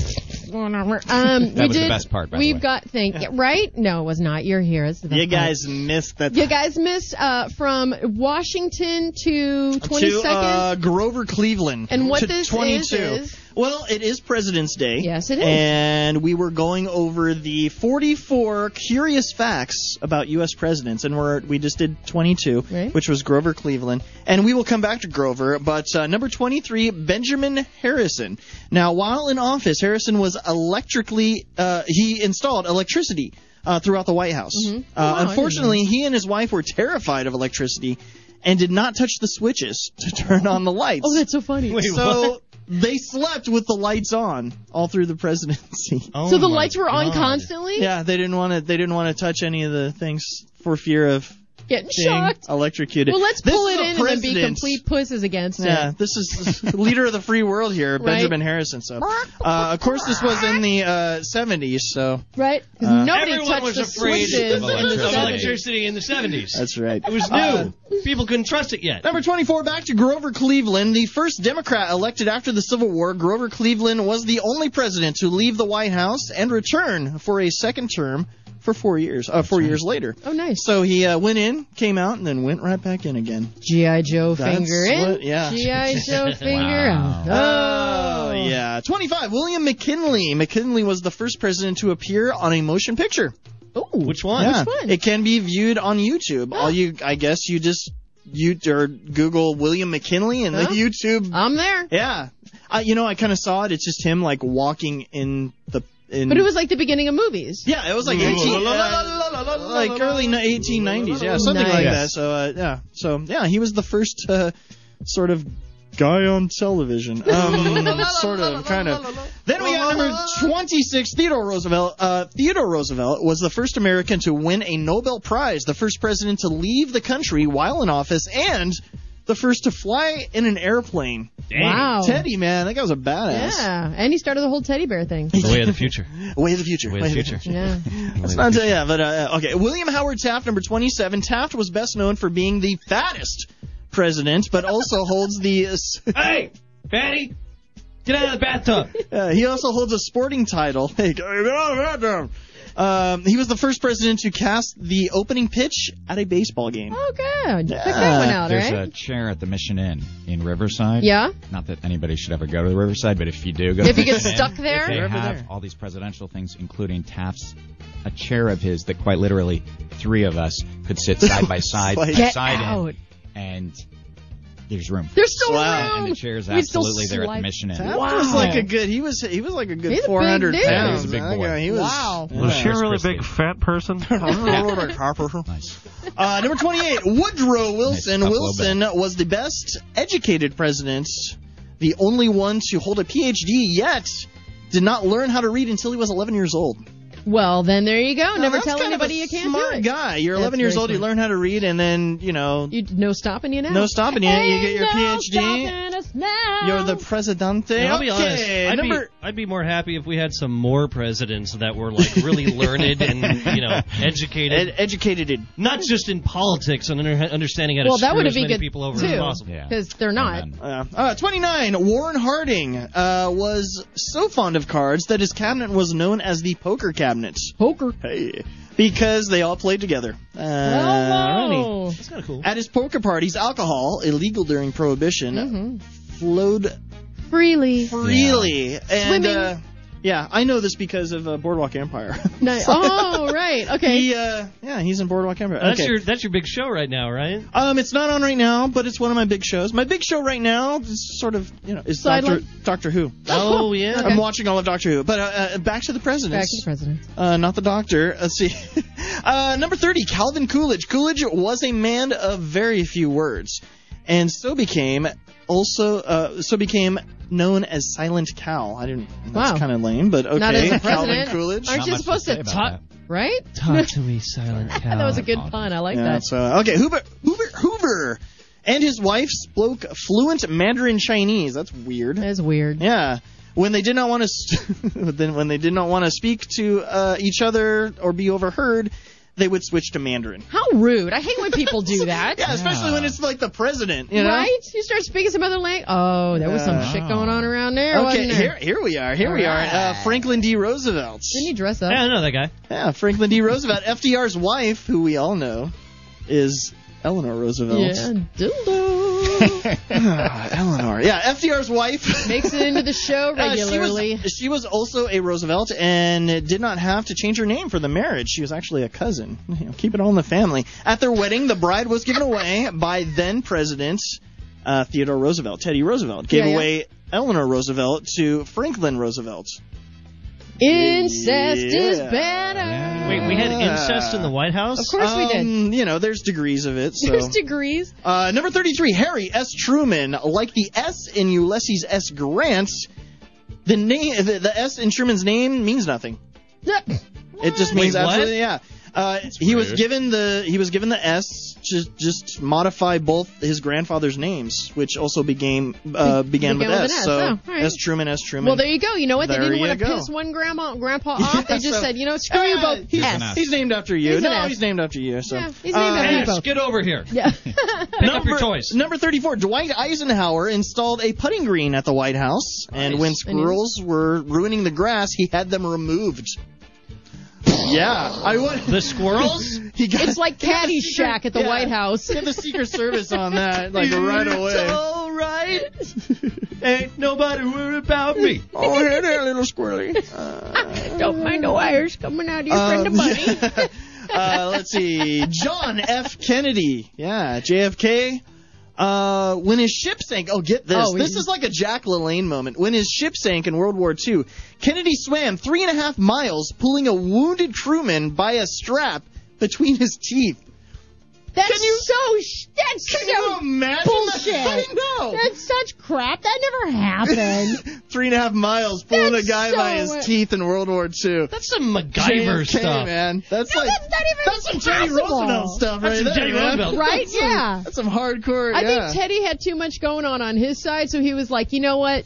[SPEAKER 3] um, we
[SPEAKER 6] was the
[SPEAKER 3] did.
[SPEAKER 6] best part, by the
[SPEAKER 3] we've
[SPEAKER 6] way.
[SPEAKER 3] got thank yeah, right. No, it was not. You're here. It's the best
[SPEAKER 5] You
[SPEAKER 3] part.
[SPEAKER 5] guys missed that.
[SPEAKER 3] You guys missed uh, from Washington to 22nd.
[SPEAKER 5] to uh, Grover Cleveland.
[SPEAKER 3] And what
[SPEAKER 5] to
[SPEAKER 3] this
[SPEAKER 5] 22.
[SPEAKER 3] is, is-
[SPEAKER 5] Well, it is President's Day.
[SPEAKER 3] Yes, it is.
[SPEAKER 5] And we were going over the 44 curious facts about U.S. presidents, and we're we just did 22,
[SPEAKER 3] Right.
[SPEAKER 5] which was Grover Cleveland, and we will come back to Grover. But uh, number 23, Benjamin Harrison. Now, while in office, Harrison was electrically uh, he installed electricity. Uh, throughout the White House.
[SPEAKER 3] Mm-hmm. Wow, I
[SPEAKER 5] Uh,
[SPEAKER 3] didn't
[SPEAKER 5] unfortunately, he and his wife were terrified of electricity and did not touch the switches to turn on the lights.
[SPEAKER 3] oh, that's so funny.
[SPEAKER 5] so they slept with the lights on all through the presidency.
[SPEAKER 4] Oh
[SPEAKER 3] so the
[SPEAKER 4] my
[SPEAKER 3] lights were on
[SPEAKER 4] God.
[SPEAKER 3] constantly.
[SPEAKER 5] Yeah, they didn't want to. They didn't want to touch any of the things for fear of
[SPEAKER 3] Getting
[SPEAKER 5] being
[SPEAKER 3] shocked.
[SPEAKER 5] electrocuted.
[SPEAKER 3] Well, let's
[SPEAKER 5] Oh, This
[SPEAKER 3] pull
[SPEAKER 5] is
[SPEAKER 3] it
[SPEAKER 5] a
[SPEAKER 3] in and then be
[SPEAKER 5] president.
[SPEAKER 3] complete pusses against
[SPEAKER 5] Yeah,
[SPEAKER 3] it.
[SPEAKER 5] this is the leader of the free world here, Benjamin Harrison. So, uh, of course, this was in the uh, 70s. So
[SPEAKER 3] Right?
[SPEAKER 5] Uh,
[SPEAKER 3] 'Cause nobody
[SPEAKER 4] Everyone
[SPEAKER 3] touched
[SPEAKER 4] was
[SPEAKER 3] the
[SPEAKER 4] afraid
[SPEAKER 3] switches
[SPEAKER 4] of
[SPEAKER 3] in the
[SPEAKER 6] electricity.
[SPEAKER 3] seventies.
[SPEAKER 4] electricity in the 70s.
[SPEAKER 5] that's right.
[SPEAKER 4] It was new.
[SPEAKER 5] Uh,
[SPEAKER 4] People couldn't trust it yet.
[SPEAKER 5] Number 24, back to Grover Cleveland. The first Democrat elected after the Civil War, Grover Cleveland was the only president to leave the White House and return for a second term for four years, uh, four years later.
[SPEAKER 3] Oh, nice.
[SPEAKER 5] So he uh, went in, came out, and then went right back in again.
[SPEAKER 3] GI Joe
[SPEAKER 5] That's
[SPEAKER 3] finger in.
[SPEAKER 5] what- yeah.
[SPEAKER 3] GI Joe finger out.
[SPEAKER 5] Oh, yeah. 25, William McKinley. McKinley was the first president to appear on a motion picture.
[SPEAKER 3] Ooh.
[SPEAKER 4] Which one?
[SPEAKER 5] Oh, yeah.
[SPEAKER 3] one?
[SPEAKER 5] It can be viewed on YouTube. All you, I guess you just, you, or Google William McKinley and
[SPEAKER 3] Huh?
[SPEAKER 5] the YouTube
[SPEAKER 3] I'm there.
[SPEAKER 5] Yeah, I, you know, I kind of saw it. It's just him like walking in the in.
[SPEAKER 3] But it was like the beginning of movies.
[SPEAKER 5] yeah, it was like
[SPEAKER 4] Mm-hmm.
[SPEAKER 5] 18, uh, like early ni- 1890s. Yeah, something like
[SPEAKER 3] Nice.
[SPEAKER 5] that. So uh, yeah, so yeah, he was the first uh, sort of guy on television. Um, sort of, kind of. Then we got number 26, Theodore Roosevelt. Uh, Theodore Roosevelt was the first American to win a Nobel Prize, the first president to leave the country while in office, and the first to fly in an airplane.
[SPEAKER 3] Wow.
[SPEAKER 5] Teddy, man, that guy was a badass.
[SPEAKER 3] Yeah. And he started the whole teddy bear thing.
[SPEAKER 4] The way of the future.
[SPEAKER 5] Way of the future.
[SPEAKER 6] Way of the future.
[SPEAKER 3] Yeah.
[SPEAKER 5] Let's not tell yeah, but uh, okay. William Howard Taft, number 27. Taft was best known for being the fattest president, but also holds the.
[SPEAKER 4] Hey, Patty, Get out of the bathtub.
[SPEAKER 5] Uh, he also holds a sporting title. Hey, get out of the bathroom. Um, he was the first president to cast the opening pitch at a baseball game.
[SPEAKER 3] Oh, good. Check that one out,
[SPEAKER 6] There's a
[SPEAKER 3] right?
[SPEAKER 6] chair at the Mission Inn in Riverside.
[SPEAKER 3] yeah.
[SPEAKER 6] Not that anybody should ever go to the Riverside, but if you do go,
[SPEAKER 3] If
[SPEAKER 6] to
[SPEAKER 3] you get
[SPEAKER 6] Mission Inn,
[SPEAKER 3] stuck there?
[SPEAKER 6] they
[SPEAKER 3] If you're
[SPEAKER 6] have
[SPEAKER 3] ever there.
[SPEAKER 6] all these presidential things, including Taft's a chair of his that quite literally three of us could sit side by side,
[SPEAKER 5] Like-
[SPEAKER 3] Get
[SPEAKER 6] side
[SPEAKER 3] out.
[SPEAKER 6] in, and there's room.
[SPEAKER 3] There's still
[SPEAKER 5] Wow.
[SPEAKER 3] room.
[SPEAKER 6] And the chair's
[SPEAKER 3] We still
[SPEAKER 6] absolutely there at the
[SPEAKER 3] slide
[SPEAKER 6] Mission Inn.
[SPEAKER 5] That was like
[SPEAKER 3] Yeah.
[SPEAKER 5] a good. He was he was like a good
[SPEAKER 3] He's a big
[SPEAKER 5] 400
[SPEAKER 3] dude.
[SPEAKER 6] Yeah,
[SPEAKER 5] pounds.
[SPEAKER 6] he's a big
[SPEAKER 5] That
[SPEAKER 6] boy.
[SPEAKER 5] guy, He was
[SPEAKER 3] Wow.
[SPEAKER 7] Was she a
[SPEAKER 6] Chris
[SPEAKER 7] really
[SPEAKER 6] Christie.
[SPEAKER 7] big fat person?
[SPEAKER 6] Nice.
[SPEAKER 5] Uh, number 28, Woodrow Wilson.
[SPEAKER 6] Nice, up a little
[SPEAKER 5] Wilson was the best educated president, the only one to hold a PhD yet. Did not learn how to read until he was 11 years old.
[SPEAKER 3] Well, then there you go.
[SPEAKER 5] Now,
[SPEAKER 3] Never
[SPEAKER 5] that's
[SPEAKER 3] tell
[SPEAKER 5] kind of
[SPEAKER 3] anybody
[SPEAKER 5] a
[SPEAKER 3] you can't
[SPEAKER 5] smart
[SPEAKER 3] do it.
[SPEAKER 5] guy. You're
[SPEAKER 3] That's
[SPEAKER 5] 11 years
[SPEAKER 3] very
[SPEAKER 5] old. You
[SPEAKER 3] smart.
[SPEAKER 5] learn how to read, and then you know
[SPEAKER 3] You no stopping you now.
[SPEAKER 5] no stopping you. You get your
[SPEAKER 3] Ain't no
[SPEAKER 5] PhD.
[SPEAKER 3] stopping us now.
[SPEAKER 5] You're the presidente.
[SPEAKER 4] And I'll
[SPEAKER 5] okay.
[SPEAKER 4] be honest. I'd,
[SPEAKER 5] number
[SPEAKER 4] be, I'd be more happy if we had some more presidents that were like really learned and you know educated,
[SPEAKER 5] ed- educated. it.
[SPEAKER 4] not just in politics and under, understanding how to
[SPEAKER 3] Well, that
[SPEAKER 4] screw
[SPEAKER 3] would
[SPEAKER 4] as
[SPEAKER 3] be
[SPEAKER 4] many
[SPEAKER 3] good
[SPEAKER 4] people over
[SPEAKER 3] too,
[SPEAKER 4] as possible.
[SPEAKER 6] Yeah.
[SPEAKER 3] because they're not.
[SPEAKER 6] Amen.
[SPEAKER 5] Uh, uh, 29. Warren Harding uh, was so fond of cards that his cabinet was known as the poker cabinet.
[SPEAKER 3] Poker.
[SPEAKER 5] Hey. Because they all played together. Uh, alrighty.
[SPEAKER 3] Oh,
[SPEAKER 4] That's kind of cool.
[SPEAKER 5] At his poker parties, alcohol, illegal during Prohibition,
[SPEAKER 3] Mm-hmm.
[SPEAKER 5] flowed
[SPEAKER 3] freely.
[SPEAKER 5] freely. And,
[SPEAKER 3] Swimming.
[SPEAKER 5] Uh, yeah, I know this because of uh, Boardwalk Empire.
[SPEAKER 3] Nice. Oh, right. Okay.
[SPEAKER 5] he, uh, yeah, he's in Boardwalk Empire.
[SPEAKER 4] That's
[SPEAKER 5] okay.
[SPEAKER 4] your that's your big show right now, right?
[SPEAKER 5] Um, it's not on right now, but it's one of my big shows. My big show right now is sort of, you know, is Doctor,
[SPEAKER 3] Sideline?
[SPEAKER 5] Doctor Who.
[SPEAKER 4] Oh yeah.
[SPEAKER 5] I'm watching all of Doctor Who. But uh, uh, back to the presidents.
[SPEAKER 3] Back to the president.
[SPEAKER 5] Uh, not the doctor. Let's see. Uh, number 30, Calvin Coolidge. Coolidge was a man of very few words, and so became also uh, so became known as Silent Cal. I didn't. That's
[SPEAKER 3] Wow.
[SPEAKER 5] kind of lame, but okay.
[SPEAKER 3] Not as a
[SPEAKER 5] Calvin
[SPEAKER 3] president.
[SPEAKER 5] Coolidge.
[SPEAKER 3] Aren't
[SPEAKER 6] Not
[SPEAKER 3] you
[SPEAKER 6] much
[SPEAKER 3] supposed
[SPEAKER 6] say
[SPEAKER 3] to
[SPEAKER 6] about
[SPEAKER 3] talk? Right?
[SPEAKER 4] Talk to me, Silent Cal.
[SPEAKER 3] That was a good pun. I like
[SPEAKER 5] Yeah,
[SPEAKER 3] that.
[SPEAKER 5] so okay, Hoover, Hoover, Hoover, and his wife spoke fluent Mandarin Chinese. That's weird.
[SPEAKER 3] That's weird.
[SPEAKER 5] Yeah. When they did not want to, st- then when they did not want to speak to uh, each other or be overheard, they would switch to Mandarin.
[SPEAKER 3] How rude. I hate when people do that.
[SPEAKER 5] Yeah, especially when it's like the president, you know.
[SPEAKER 3] Right? You start speaking some other language. Oh, there was some
[SPEAKER 5] Yeah.
[SPEAKER 3] shit going on around there.
[SPEAKER 5] Okay,
[SPEAKER 3] wasn't there?
[SPEAKER 5] here, here we are. Here we are. Uh, Franklin D. Roosevelt.
[SPEAKER 3] Didn't he dress up?
[SPEAKER 4] Yeah, I know that guy.
[SPEAKER 5] Yeah, Franklin D. Roosevelt, FDR's wife, who we all know, is Eleanor Roosevelt.
[SPEAKER 3] Yeah, dildo.
[SPEAKER 5] Ah, Eleanor. Yeah, FDR's wife.
[SPEAKER 3] Makes it into the show
[SPEAKER 5] Uh,
[SPEAKER 3] regularly.
[SPEAKER 5] she, was, she was also a Roosevelt and did not have to change her name for the marriage. She was actually a cousin. You know, keep it all in the family. At their wedding, the bride was given away by then President uh, Theodore Roosevelt. Teddy Roosevelt gave
[SPEAKER 3] Yeah, yeah.
[SPEAKER 5] away Eleanor Roosevelt to Franklin Roosevelt.
[SPEAKER 3] Incest is
[SPEAKER 5] Yeah.
[SPEAKER 3] better.
[SPEAKER 4] Wait, we had incest in the White House.
[SPEAKER 3] Of course we did.
[SPEAKER 5] Um, You know, there's degrees of it. So.
[SPEAKER 3] There's degrees.
[SPEAKER 5] Uh, number 33, Harry S. Truman. Like the S in Ulysses S. Grant, the name, the, the S in Truman's name means nothing. It just means
[SPEAKER 4] Wait, what?
[SPEAKER 5] absolutely yeah. Uh, he was
[SPEAKER 8] rude.
[SPEAKER 5] given the he was given the S to just modify both his grandfather's names, which also became uh,
[SPEAKER 3] began
[SPEAKER 5] began, with,
[SPEAKER 3] with
[SPEAKER 5] S.
[SPEAKER 3] an S.
[SPEAKER 5] So
[SPEAKER 3] Oh, all right.
[SPEAKER 5] S Truman, S Truman.
[SPEAKER 3] Well, there you go. You know what? They
[SPEAKER 5] There
[SPEAKER 3] didn't
[SPEAKER 5] you
[SPEAKER 3] want to
[SPEAKER 5] go.
[SPEAKER 3] piss one grandma and grandpa off. They just
[SPEAKER 5] so-
[SPEAKER 3] said, you know, screw you
[SPEAKER 5] Ah,
[SPEAKER 3] both.
[SPEAKER 5] He's,
[SPEAKER 3] S.
[SPEAKER 6] an S.
[SPEAKER 5] he's named after you.
[SPEAKER 3] He's Uh, an
[SPEAKER 5] no,
[SPEAKER 3] S.
[SPEAKER 5] he's named after you. So
[SPEAKER 3] Yeah, he's named
[SPEAKER 5] Uh,
[SPEAKER 3] after you
[SPEAKER 4] Ash,
[SPEAKER 3] both.
[SPEAKER 4] get over here.
[SPEAKER 3] Yeah.
[SPEAKER 4] Pick up your
[SPEAKER 5] Number-
[SPEAKER 4] toys.
[SPEAKER 5] Number 34, Dwight Eisenhower installed a putting green at the White House, and when squirrels were ruining the grass, he had them removed. Yeah, I want
[SPEAKER 4] The squirrels.
[SPEAKER 5] he got
[SPEAKER 3] it's like Caddyshack at the
[SPEAKER 5] Yeah.
[SPEAKER 3] White House.
[SPEAKER 5] Get the Secret Service on that, like right away.
[SPEAKER 4] all right. Ain't nobody worried about me.
[SPEAKER 5] Oh, hey there, little squirrely.
[SPEAKER 3] Don't mind the wires coming out of your friend the bunny.
[SPEAKER 5] uh, let's see, John F. Kennedy. Yeah, JFK. Uh, when his ship sank, oh, get this.
[SPEAKER 3] Oh,
[SPEAKER 5] this
[SPEAKER 3] he-
[SPEAKER 5] is like a Jack LaLanne moment. When his ship sank in World War II, Kennedy swam three and a half miles, pulling a wounded crewman by a strap between his teeth.
[SPEAKER 3] That's
[SPEAKER 5] Can you-
[SPEAKER 3] so. Sh- that's
[SPEAKER 5] Can
[SPEAKER 3] so.
[SPEAKER 5] you imagine?
[SPEAKER 3] bullshit.
[SPEAKER 5] That? I know.
[SPEAKER 3] That's such crap. That never happened.
[SPEAKER 5] three and a half miles, pulling
[SPEAKER 3] That's
[SPEAKER 5] a guy by
[SPEAKER 3] so-
[SPEAKER 5] his teeth in World War II.
[SPEAKER 4] That's some MacGyver
[SPEAKER 5] JFK,
[SPEAKER 4] stuff.
[SPEAKER 5] man. That's
[SPEAKER 3] No,
[SPEAKER 5] like
[SPEAKER 3] that's not even
[SPEAKER 5] that's some Teddy
[SPEAKER 3] possible.
[SPEAKER 5] Roosevelt stuff
[SPEAKER 4] That's some
[SPEAKER 5] right there,
[SPEAKER 4] Teddy
[SPEAKER 5] man.
[SPEAKER 4] Roosevelt.
[SPEAKER 3] Right?
[SPEAKER 5] That's some-
[SPEAKER 3] Yeah.
[SPEAKER 5] that's some hardcore.
[SPEAKER 3] I
[SPEAKER 5] yeah.
[SPEAKER 3] think Teddy had too much going on on his side, so he was like, you know what?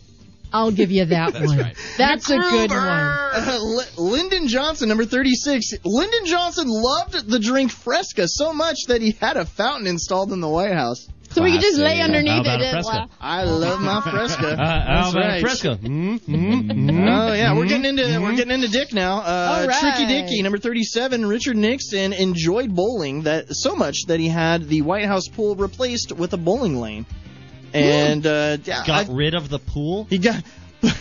[SPEAKER 3] I'll give you that one.
[SPEAKER 8] right.
[SPEAKER 3] That's a good one.
[SPEAKER 5] Uh, L- Lyndon Johnson, number 36. Lyndon Johnson loved the drink Fresca so much that he had a fountain installed in the White House.
[SPEAKER 3] So we could just lay
[SPEAKER 8] Classy.
[SPEAKER 3] underneath
[SPEAKER 4] How about
[SPEAKER 3] it.
[SPEAKER 4] a fresco?
[SPEAKER 3] uh,
[SPEAKER 5] I love my
[SPEAKER 4] Uh,
[SPEAKER 5] Fresca.
[SPEAKER 4] how
[SPEAKER 5] That's
[SPEAKER 4] about
[SPEAKER 5] right.
[SPEAKER 4] a fresco? Mm, mm, mm.
[SPEAKER 5] Oh yeah, we're getting into we're getting into Dick now. Uh,
[SPEAKER 3] Mm-hmm. All right.
[SPEAKER 5] Tricky Dicky, number thirty-seven. Richard Nixon enjoyed bowling that so much that he had the White House pool replaced with a bowling lane, and uh, yeah,
[SPEAKER 4] Got
[SPEAKER 5] I-
[SPEAKER 4] rid of the pool.
[SPEAKER 5] he got.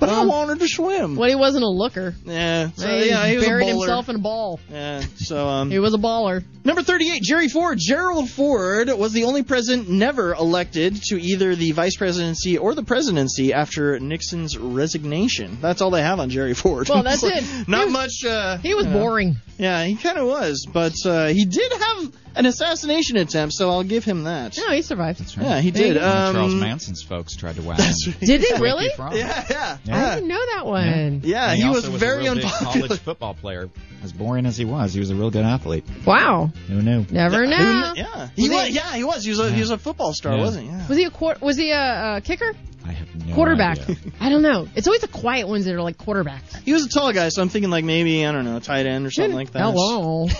[SPEAKER 5] but I
[SPEAKER 3] Um,
[SPEAKER 5] wanted to swim.
[SPEAKER 3] Well, he wasn't a looker.
[SPEAKER 5] Yeah, so,
[SPEAKER 3] he
[SPEAKER 5] yeah, he was a
[SPEAKER 3] buried
[SPEAKER 5] bowler.
[SPEAKER 3] himself in a ball.
[SPEAKER 5] Yeah, so um,
[SPEAKER 3] He was a baller.
[SPEAKER 5] Number 38, Jerry Ford. Gerald Ford was the only president never elected to either the vice presidency or the presidency after Nixon's resignation. That's all they have on Jerry Ford.
[SPEAKER 3] Well, that's
[SPEAKER 5] It's
[SPEAKER 3] it.
[SPEAKER 5] Not
[SPEAKER 3] He was-
[SPEAKER 5] much. Uh,
[SPEAKER 3] He was
[SPEAKER 5] you know.
[SPEAKER 3] boring.
[SPEAKER 5] Yeah, he kind of was, but uh, he did have an assassination attempt, so I'll give him that.
[SPEAKER 3] No, he survived.
[SPEAKER 6] That's right.
[SPEAKER 5] Yeah, he did.
[SPEAKER 6] One of
[SPEAKER 5] Um,
[SPEAKER 6] Charles Manson's folks tried to wow. him.
[SPEAKER 3] Did he really?
[SPEAKER 6] From.
[SPEAKER 5] Yeah, yeah,
[SPEAKER 3] I
[SPEAKER 5] yeah.
[SPEAKER 3] didn't know that one.
[SPEAKER 5] Yeah,
[SPEAKER 6] And
[SPEAKER 5] he, was
[SPEAKER 6] also a
[SPEAKER 5] very
[SPEAKER 6] real big
[SPEAKER 5] unpopular.
[SPEAKER 6] College football player, as boring as he was, he was a real good athlete.
[SPEAKER 3] Wow.
[SPEAKER 6] Who knew?
[SPEAKER 3] Never know.
[SPEAKER 5] Yeah, he
[SPEAKER 3] Was
[SPEAKER 5] was.
[SPEAKER 3] he-
[SPEAKER 5] Yeah, he was. He was a, he was a football star,
[SPEAKER 6] Yeah.
[SPEAKER 5] wasn't he? Yeah.
[SPEAKER 3] Was he a quar- was he a uh, kicker?
[SPEAKER 6] I have no
[SPEAKER 3] Quarterback.
[SPEAKER 6] idea.
[SPEAKER 3] I don't know. It's always the quiet ones that are like quarterbacks.
[SPEAKER 5] He was a tall guy, so I'm thinking like maybe I don't know, tight end or something like that.
[SPEAKER 3] Hello.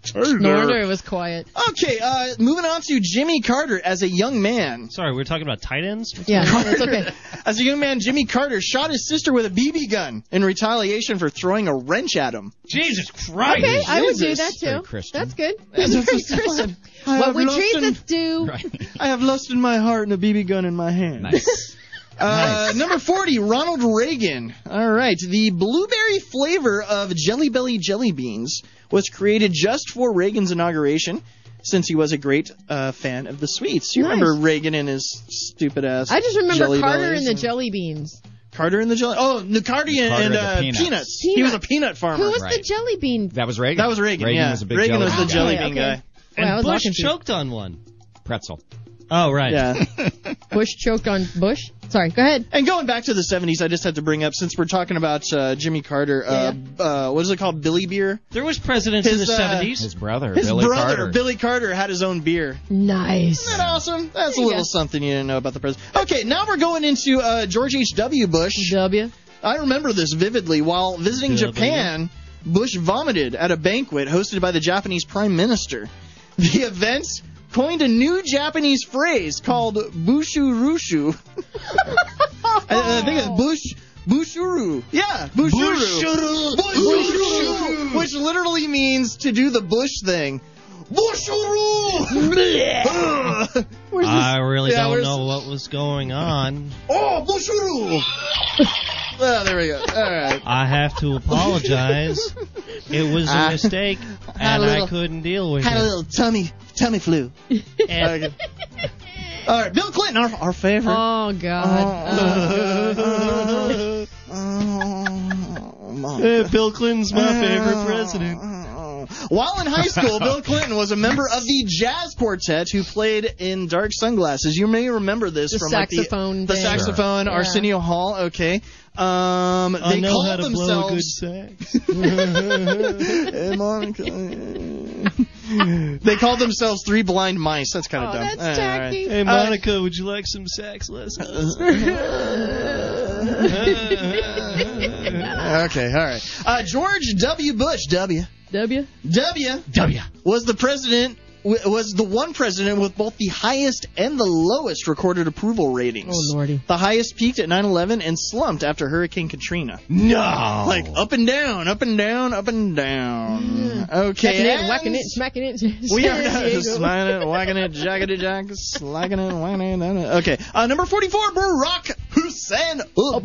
[SPEAKER 5] Hey, hey
[SPEAKER 3] No wonder it was quiet.
[SPEAKER 5] Okay, uh, moving on to Jimmy Carter as a young man.
[SPEAKER 4] Sorry, we were talking about tight ends.
[SPEAKER 3] Yeah, it's okay.
[SPEAKER 5] As a young man, Jimmy Carter shot his sister with a BB gun in retaliation for throwing a wrench at him.
[SPEAKER 4] Jesus Christ!
[SPEAKER 3] Okay, I would do
[SPEAKER 5] Jesus.
[SPEAKER 3] that
[SPEAKER 6] Very
[SPEAKER 3] too.
[SPEAKER 6] Christian.
[SPEAKER 3] That's good.
[SPEAKER 5] uh, That's
[SPEAKER 3] Very
[SPEAKER 5] what she said.
[SPEAKER 3] Christian.
[SPEAKER 5] I
[SPEAKER 3] What
[SPEAKER 5] have
[SPEAKER 3] we
[SPEAKER 5] lost an-
[SPEAKER 3] Jesus do.
[SPEAKER 6] Right.
[SPEAKER 5] I have lust in my heart and a BB gun in my hand.
[SPEAKER 6] Nice.
[SPEAKER 5] Uh, number 40, Ronald Reagan. All right. The blueberry flavor of Jelly Belly jelly beans was created just for Reagan's inauguration since he was a great uh, fan of the sweets. You
[SPEAKER 3] Nice.
[SPEAKER 5] remember Reagan and his stupid ass.
[SPEAKER 3] I just remember
[SPEAKER 5] Jelly
[SPEAKER 3] Carter
[SPEAKER 5] Bellies
[SPEAKER 3] and the
[SPEAKER 5] and-
[SPEAKER 3] jelly beans.
[SPEAKER 5] Carter and the jelly. Oh, Nicardi and,
[SPEAKER 6] Carter
[SPEAKER 5] and
[SPEAKER 6] and the
[SPEAKER 5] uh, peanuts.
[SPEAKER 6] Peanuts.
[SPEAKER 5] He was a peanut farmer.
[SPEAKER 3] Who was the
[SPEAKER 6] Right.
[SPEAKER 3] jelly bean?
[SPEAKER 6] That was Reagan.
[SPEAKER 5] that was Reagan.
[SPEAKER 6] Reagan
[SPEAKER 5] yeah,
[SPEAKER 6] was a big
[SPEAKER 5] Reagan
[SPEAKER 6] jelly
[SPEAKER 5] was the
[SPEAKER 6] guy.
[SPEAKER 5] jelly
[SPEAKER 3] Okay,
[SPEAKER 5] bean
[SPEAKER 3] okay.
[SPEAKER 5] guy.
[SPEAKER 4] And
[SPEAKER 3] Wow, I was all
[SPEAKER 4] Bush
[SPEAKER 3] confused.
[SPEAKER 4] choked on one.
[SPEAKER 6] pretzel.
[SPEAKER 4] Oh right.
[SPEAKER 5] Yeah.
[SPEAKER 3] Bush choked on Bush. Sorry, go ahead.
[SPEAKER 5] and going back to the 70s, I just had to bring up since we're talking about uh, Jimmy Carter. Uh, uh, what is it called? Billy beer.
[SPEAKER 4] There was presidents in
[SPEAKER 5] His,
[SPEAKER 4] the
[SPEAKER 5] uh,
[SPEAKER 4] seventies.
[SPEAKER 6] His brother,
[SPEAKER 5] His
[SPEAKER 6] Billy
[SPEAKER 5] brother,
[SPEAKER 6] Carter.
[SPEAKER 5] Billy Carter, had his own beer.
[SPEAKER 3] Nice.
[SPEAKER 5] Isn't that awesome? That's a
[SPEAKER 3] you
[SPEAKER 5] little
[SPEAKER 3] go.
[SPEAKER 5] something you didn't know about the president. Okay, now we're going into uh, George H.W. Bush.
[SPEAKER 3] W.
[SPEAKER 5] I remember this vividly. While visiting
[SPEAKER 4] W.
[SPEAKER 5] Japan, Bush vomited at a banquet hosted by the Japanese prime minister. The event coined a new Japanese phrase called bushurushu. I, I think it's bush. Bushuru. Yeah, bushuru. Bushuru. Which literally means to do the bush thing. Bushuru! Where's this-
[SPEAKER 4] I really
[SPEAKER 5] Yeah,
[SPEAKER 4] don't
[SPEAKER 5] where's-
[SPEAKER 4] know what was going on.
[SPEAKER 5] Oh, Bushuru! oh, there we go. All right.
[SPEAKER 4] I have to apologize. It was
[SPEAKER 5] I-
[SPEAKER 4] a mistake,
[SPEAKER 5] Ah. had
[SPEAKER 4] and
[SPEAKER 5] a little-
[SPEAKER 4] I couldn't deal with
[SPEAKER 5] Had a
[SPEAKER 4] it.
[SPEAKER 5] little tummy tummy flu.
[SPEAKER 4] And-
[SPEAKER 5] Okay. All right, Bill Clinton, our, our favorite.
[SPEAKER 3] Oh
[SPEAKER 5] Oh.
[SPEAKER 3] God.
[SPEAKER 4] Eh, Bill Clinton's my favorite president.
[SPEAKER 5] While in high school, Bill Clinton was a member of the jazz quartet who played in Dark Sunglasses. You may remember this
[SPEAKER 3] The
[SPEAKER 5] from
[SPEAKER 3] saxophone
[SPEAKER 5] like the, the
[SPEAKER 3] thing.
[SPEAKER 5] saxophone,
[SPEAKER 3] Sure.
[SPEAKER 5] Arsenio Hall. Okay, um, they
[SPEAKER 4] I know
[SPEAKER 5] called
[SPEAKER 4] how to blow a good
[SPEAKER 5] themselves.
[SPEAKER 4] sax.
[SPEAKER 5] Hey, Monica. they called themselves Three Blind Mice. That's kind of
[SPEAKER 3] Oh,
[SPEAKER 5] dumb.
[SPEAKER 3] that's
[SPEAKER 5] All right, all right.
[SPEAKER 3] tacky.
[SPEAKER 4] Hey Monica, would you like some sax lessons?
[SPEAKER 5] Okay, all right. Uh, George W. Bush, W.
[SPEAKER 3] W.
[SPEAKER 5] W.
[SPEAKER 4] W.
[SPEAKER 5] was the president w- was the one president with both the highest and the lowest recorded approval ratings.
[SPEAKER 3] Oh lordy.
[SPEAKER 5] The highest peaked at 9/11 and slumped after Hurricane Katrina.
[SPEAKER 4] No.
[SPEAKER 5] Like up and down, up and down, up and down.
[SPEAKER 3] Mm.
[SPEAKER 5] Okay.
[SPEAKER 3] Smacking it,
[SPEAKER 5] and
[SPEAKER 3] whacking it, smacking it.
[SPEAKER 5] We are
[SPEAKER 3] San
[SPEAKER 5] now
[SPEAKER 3] Diego.
[SPEAKER 5] smacking it, whacking it, jacking it, jack, slacking it, whacking it. and- Okay. Uh, number 44, Barack Hussein Obama.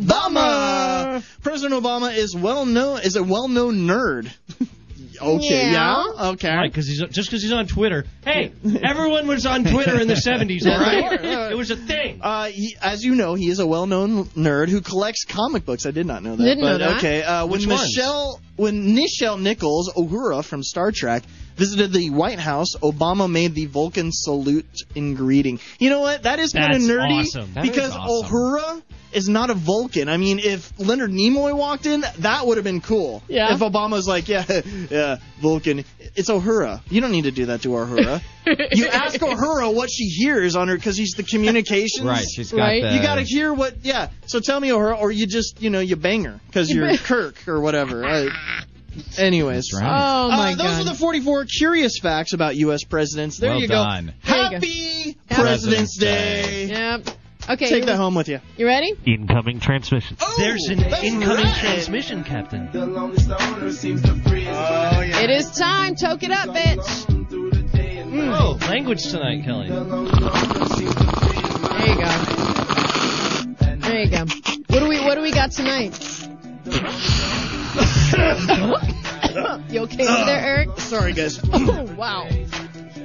[SPEAKER 3] Obama.
[SPEAKER 5] President Obama is well known is a well-known nerd. okay. Yeah.
[SPEAKER 3] Yeah.
[SPEAKER 5] Okay.
[SPEAKER 4] Right, because he's just because he's on Twitter. Hey, everyone was on Twitter in the '70s, all right? It was a thing.
[SPEAKER 5] Uh, he, as you know, he is a well-known nerd who collects comic books. I did not know that.
[SPEAKER 3] Didn't
[SPEAKER 5] but
[SPEAKER 3] know that.
[SPEAKER 5] okay, uh, when
[SPEAKER 4] Which ones?
[SPEAKER 5] Michelle, when Nichelle Nichols Uhura from Star Trek visited the White House, Obama made the Vulcan salute in greeting. You know what? That is kind of
[SPEAKER 4] That's
[SPEAKER 5] nerdy
[SPEAKER 4] awesome. That
[SPEAKER 6] is
[SPEAKER 5] because
[SPEAKER 6] awesome.
[SPEAKER 5] Uhura is not a Vulcan. I mean, if Leonard Nimoy walked in, that would have been cool.
[SPEAKER 3] Yeah.
[SPEAKER 5] If Obama's like, yeah, yeah, Vulcan, it's Uhura. You don't need to do that to Uhura. you ask Uhura what she hears on her because he's the communications.
[SPEAKER 6] Right, she's got
[SPEAKER 3] Right.
[SPEAKER 6] the.
[SPEAKER 5] You gotta hear what, yeah. So tell me, or, or you just, you know, you bang her because you're Kirk or whatever. I, Anyways.
[SPEAKER 6] That's right.
[SPEAKER 3] Oh my
[SPEAKER 5] Uh, those
[SPEAKER 3] god.
[SPEAKER 5] are the 44 curious facts about U.S. presidents. There
[SPEAKER 8] well
[SPEAKER 5] you go.
[SPEAKER 8] done.
[SPEAKER 3] There you go.
[SPEAKER 5] Happy
[SPEAKER 3] Happy
[SPEAKER 5] President's
[SPEAKER 8] President's
[SPEAKER 5] Day.
[SPEAKER 3] Yep. Okay.
[SPEAKER 5] Take
[SPEAKER 3] you,
[SPEAKER 5] that home with you.
[SPEAKER 3] you ready?
[SPEAKER 7] Incoming transmission.
[SPEAKER 5] Oh,
[SPEAKER 4] There's an
[SPEAKER 5] that's
[SPEAKER 4] incoming
[SPEAKER 5] right.
[SPEAKER 4] transmission, Captain.
[SPEAKER 5] Oh, yeah.
[SPEAKER 3] It is time. Toke it up, bitch.
[SPEAKER 4] Oh, language tonight, Kelly.
[SPEAKER 3] There you go. There you go. What do we What do we got tonight? you okay over there, Eric?
[SPEAKER 5] Sorry, guys.
[SPEAKER 3] Oh, wow.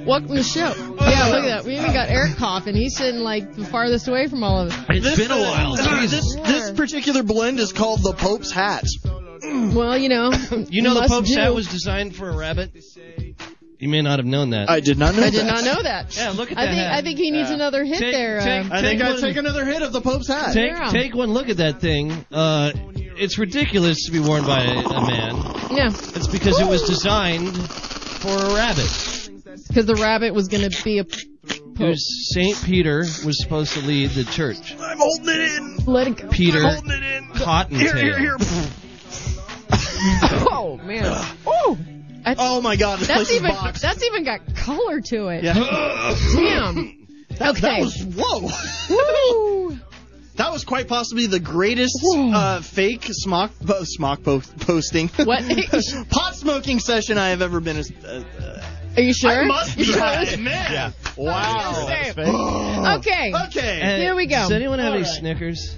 [SPEAKER 3] Welcome to the show. Yeah, look at that. We even got Eric coughing. He's sitting like the farthest away from all of us.
[SPEAKER 4] It's been a while.
[SPEAKER 5] this, this particular blend is called the Pope's Hat.
[SPEAKER 3] Well, you know.
[SPEAKER 4] You know the
[SPEAKER 3] must
[SPEAKER 4] Pope's
[SPEAKER 3] do.
[SPEAKER 4] hat was designed for a rabbit? You may not have known that.
[SPEAKER 5] I did not know
[SPEAKER 3] I did
[SPEAKER 5] that.
[SPEAKER 3] not know that.
[SPEAKER 4] Yeah, look at
[SPEAKER 3] I
[SPEAKER 4] that
[SPEAKER 3] think
[SPEAKER 4] hat.
[SPEAKER 3] I think he needs
[SPEAKER 4] Yeah.
[SPEAKER 3] another hit
[SPEAKER 4] Take-
[SPEAKER 3] there.
[SPEAKER 4] take-
[SPEAKER 3] uh,
[SPEAKER 5] I think
[SPEAKER 4] Take
[SPEAKER 5] I
[SPEAKER 4] one-
[SPEAKER 5] take another hit of the Pope's Hat.
[SPEAKER 4] take,
[SPEAKER 3] Yeah.
[SPEAKER 4] take one look at that thing. Uh, it's ridiculous to be worn by a, a man.
[SPEAKER 3] yeah,
[SPEAKER 4] It's because it was designed for a rabbit.
[SPEAKER 3] because the rabbit was going to be a.
[SPEAKER 4] It was Saint Peter was supposed to lead the church.
[SPEAKER 5] I'm holding it in.
[SPEAKER 3] Let it go.
[SPEAKER 4] Peter
[SPEAKER 5] Holding it in. Here, here,
[SPEAKER 4] Cottontail.
[SPEAKER 5] here.
[SPEAKER 3] Oh man. Oh. That's,
[SPEAKER 5] Oh my God, this
[SPEAKER 3] that's
[SPEAKER 5] place
[SPEAKER 3] even
[SPEAKER 5] is boxed.
[SPEAKER 3] that's even got color to it.
[SPEAKER 5] Yeah.
[SPEAKER 3] Damn. Okay.
[SPEAKER 5] That was whoa.
[SPEAKER 3] Woo.
[SPEAKER 5] That was quite possibly the greatest uh, fake smock po- smock po- posting.
[SPEAKER 3] What?
[SPEAKER 5] pot smoking session I have ever been. a- Uh, uh,
[SPEAKER 3] Are you sure?
[SPEAKER 5] I must
[SPEAKER 3] You
[SPEAKER 5] be
[SPEAKER 3] sure?
[SPEAKER 5] high, man. Wow.
[SPEAKER 3] Okay.
[SPEAKER 5] Okay.
[SPEAKER 4] And
[SPEAKER 3] Here we go.
[SPEAKER 4] Does anyone have any Snickers?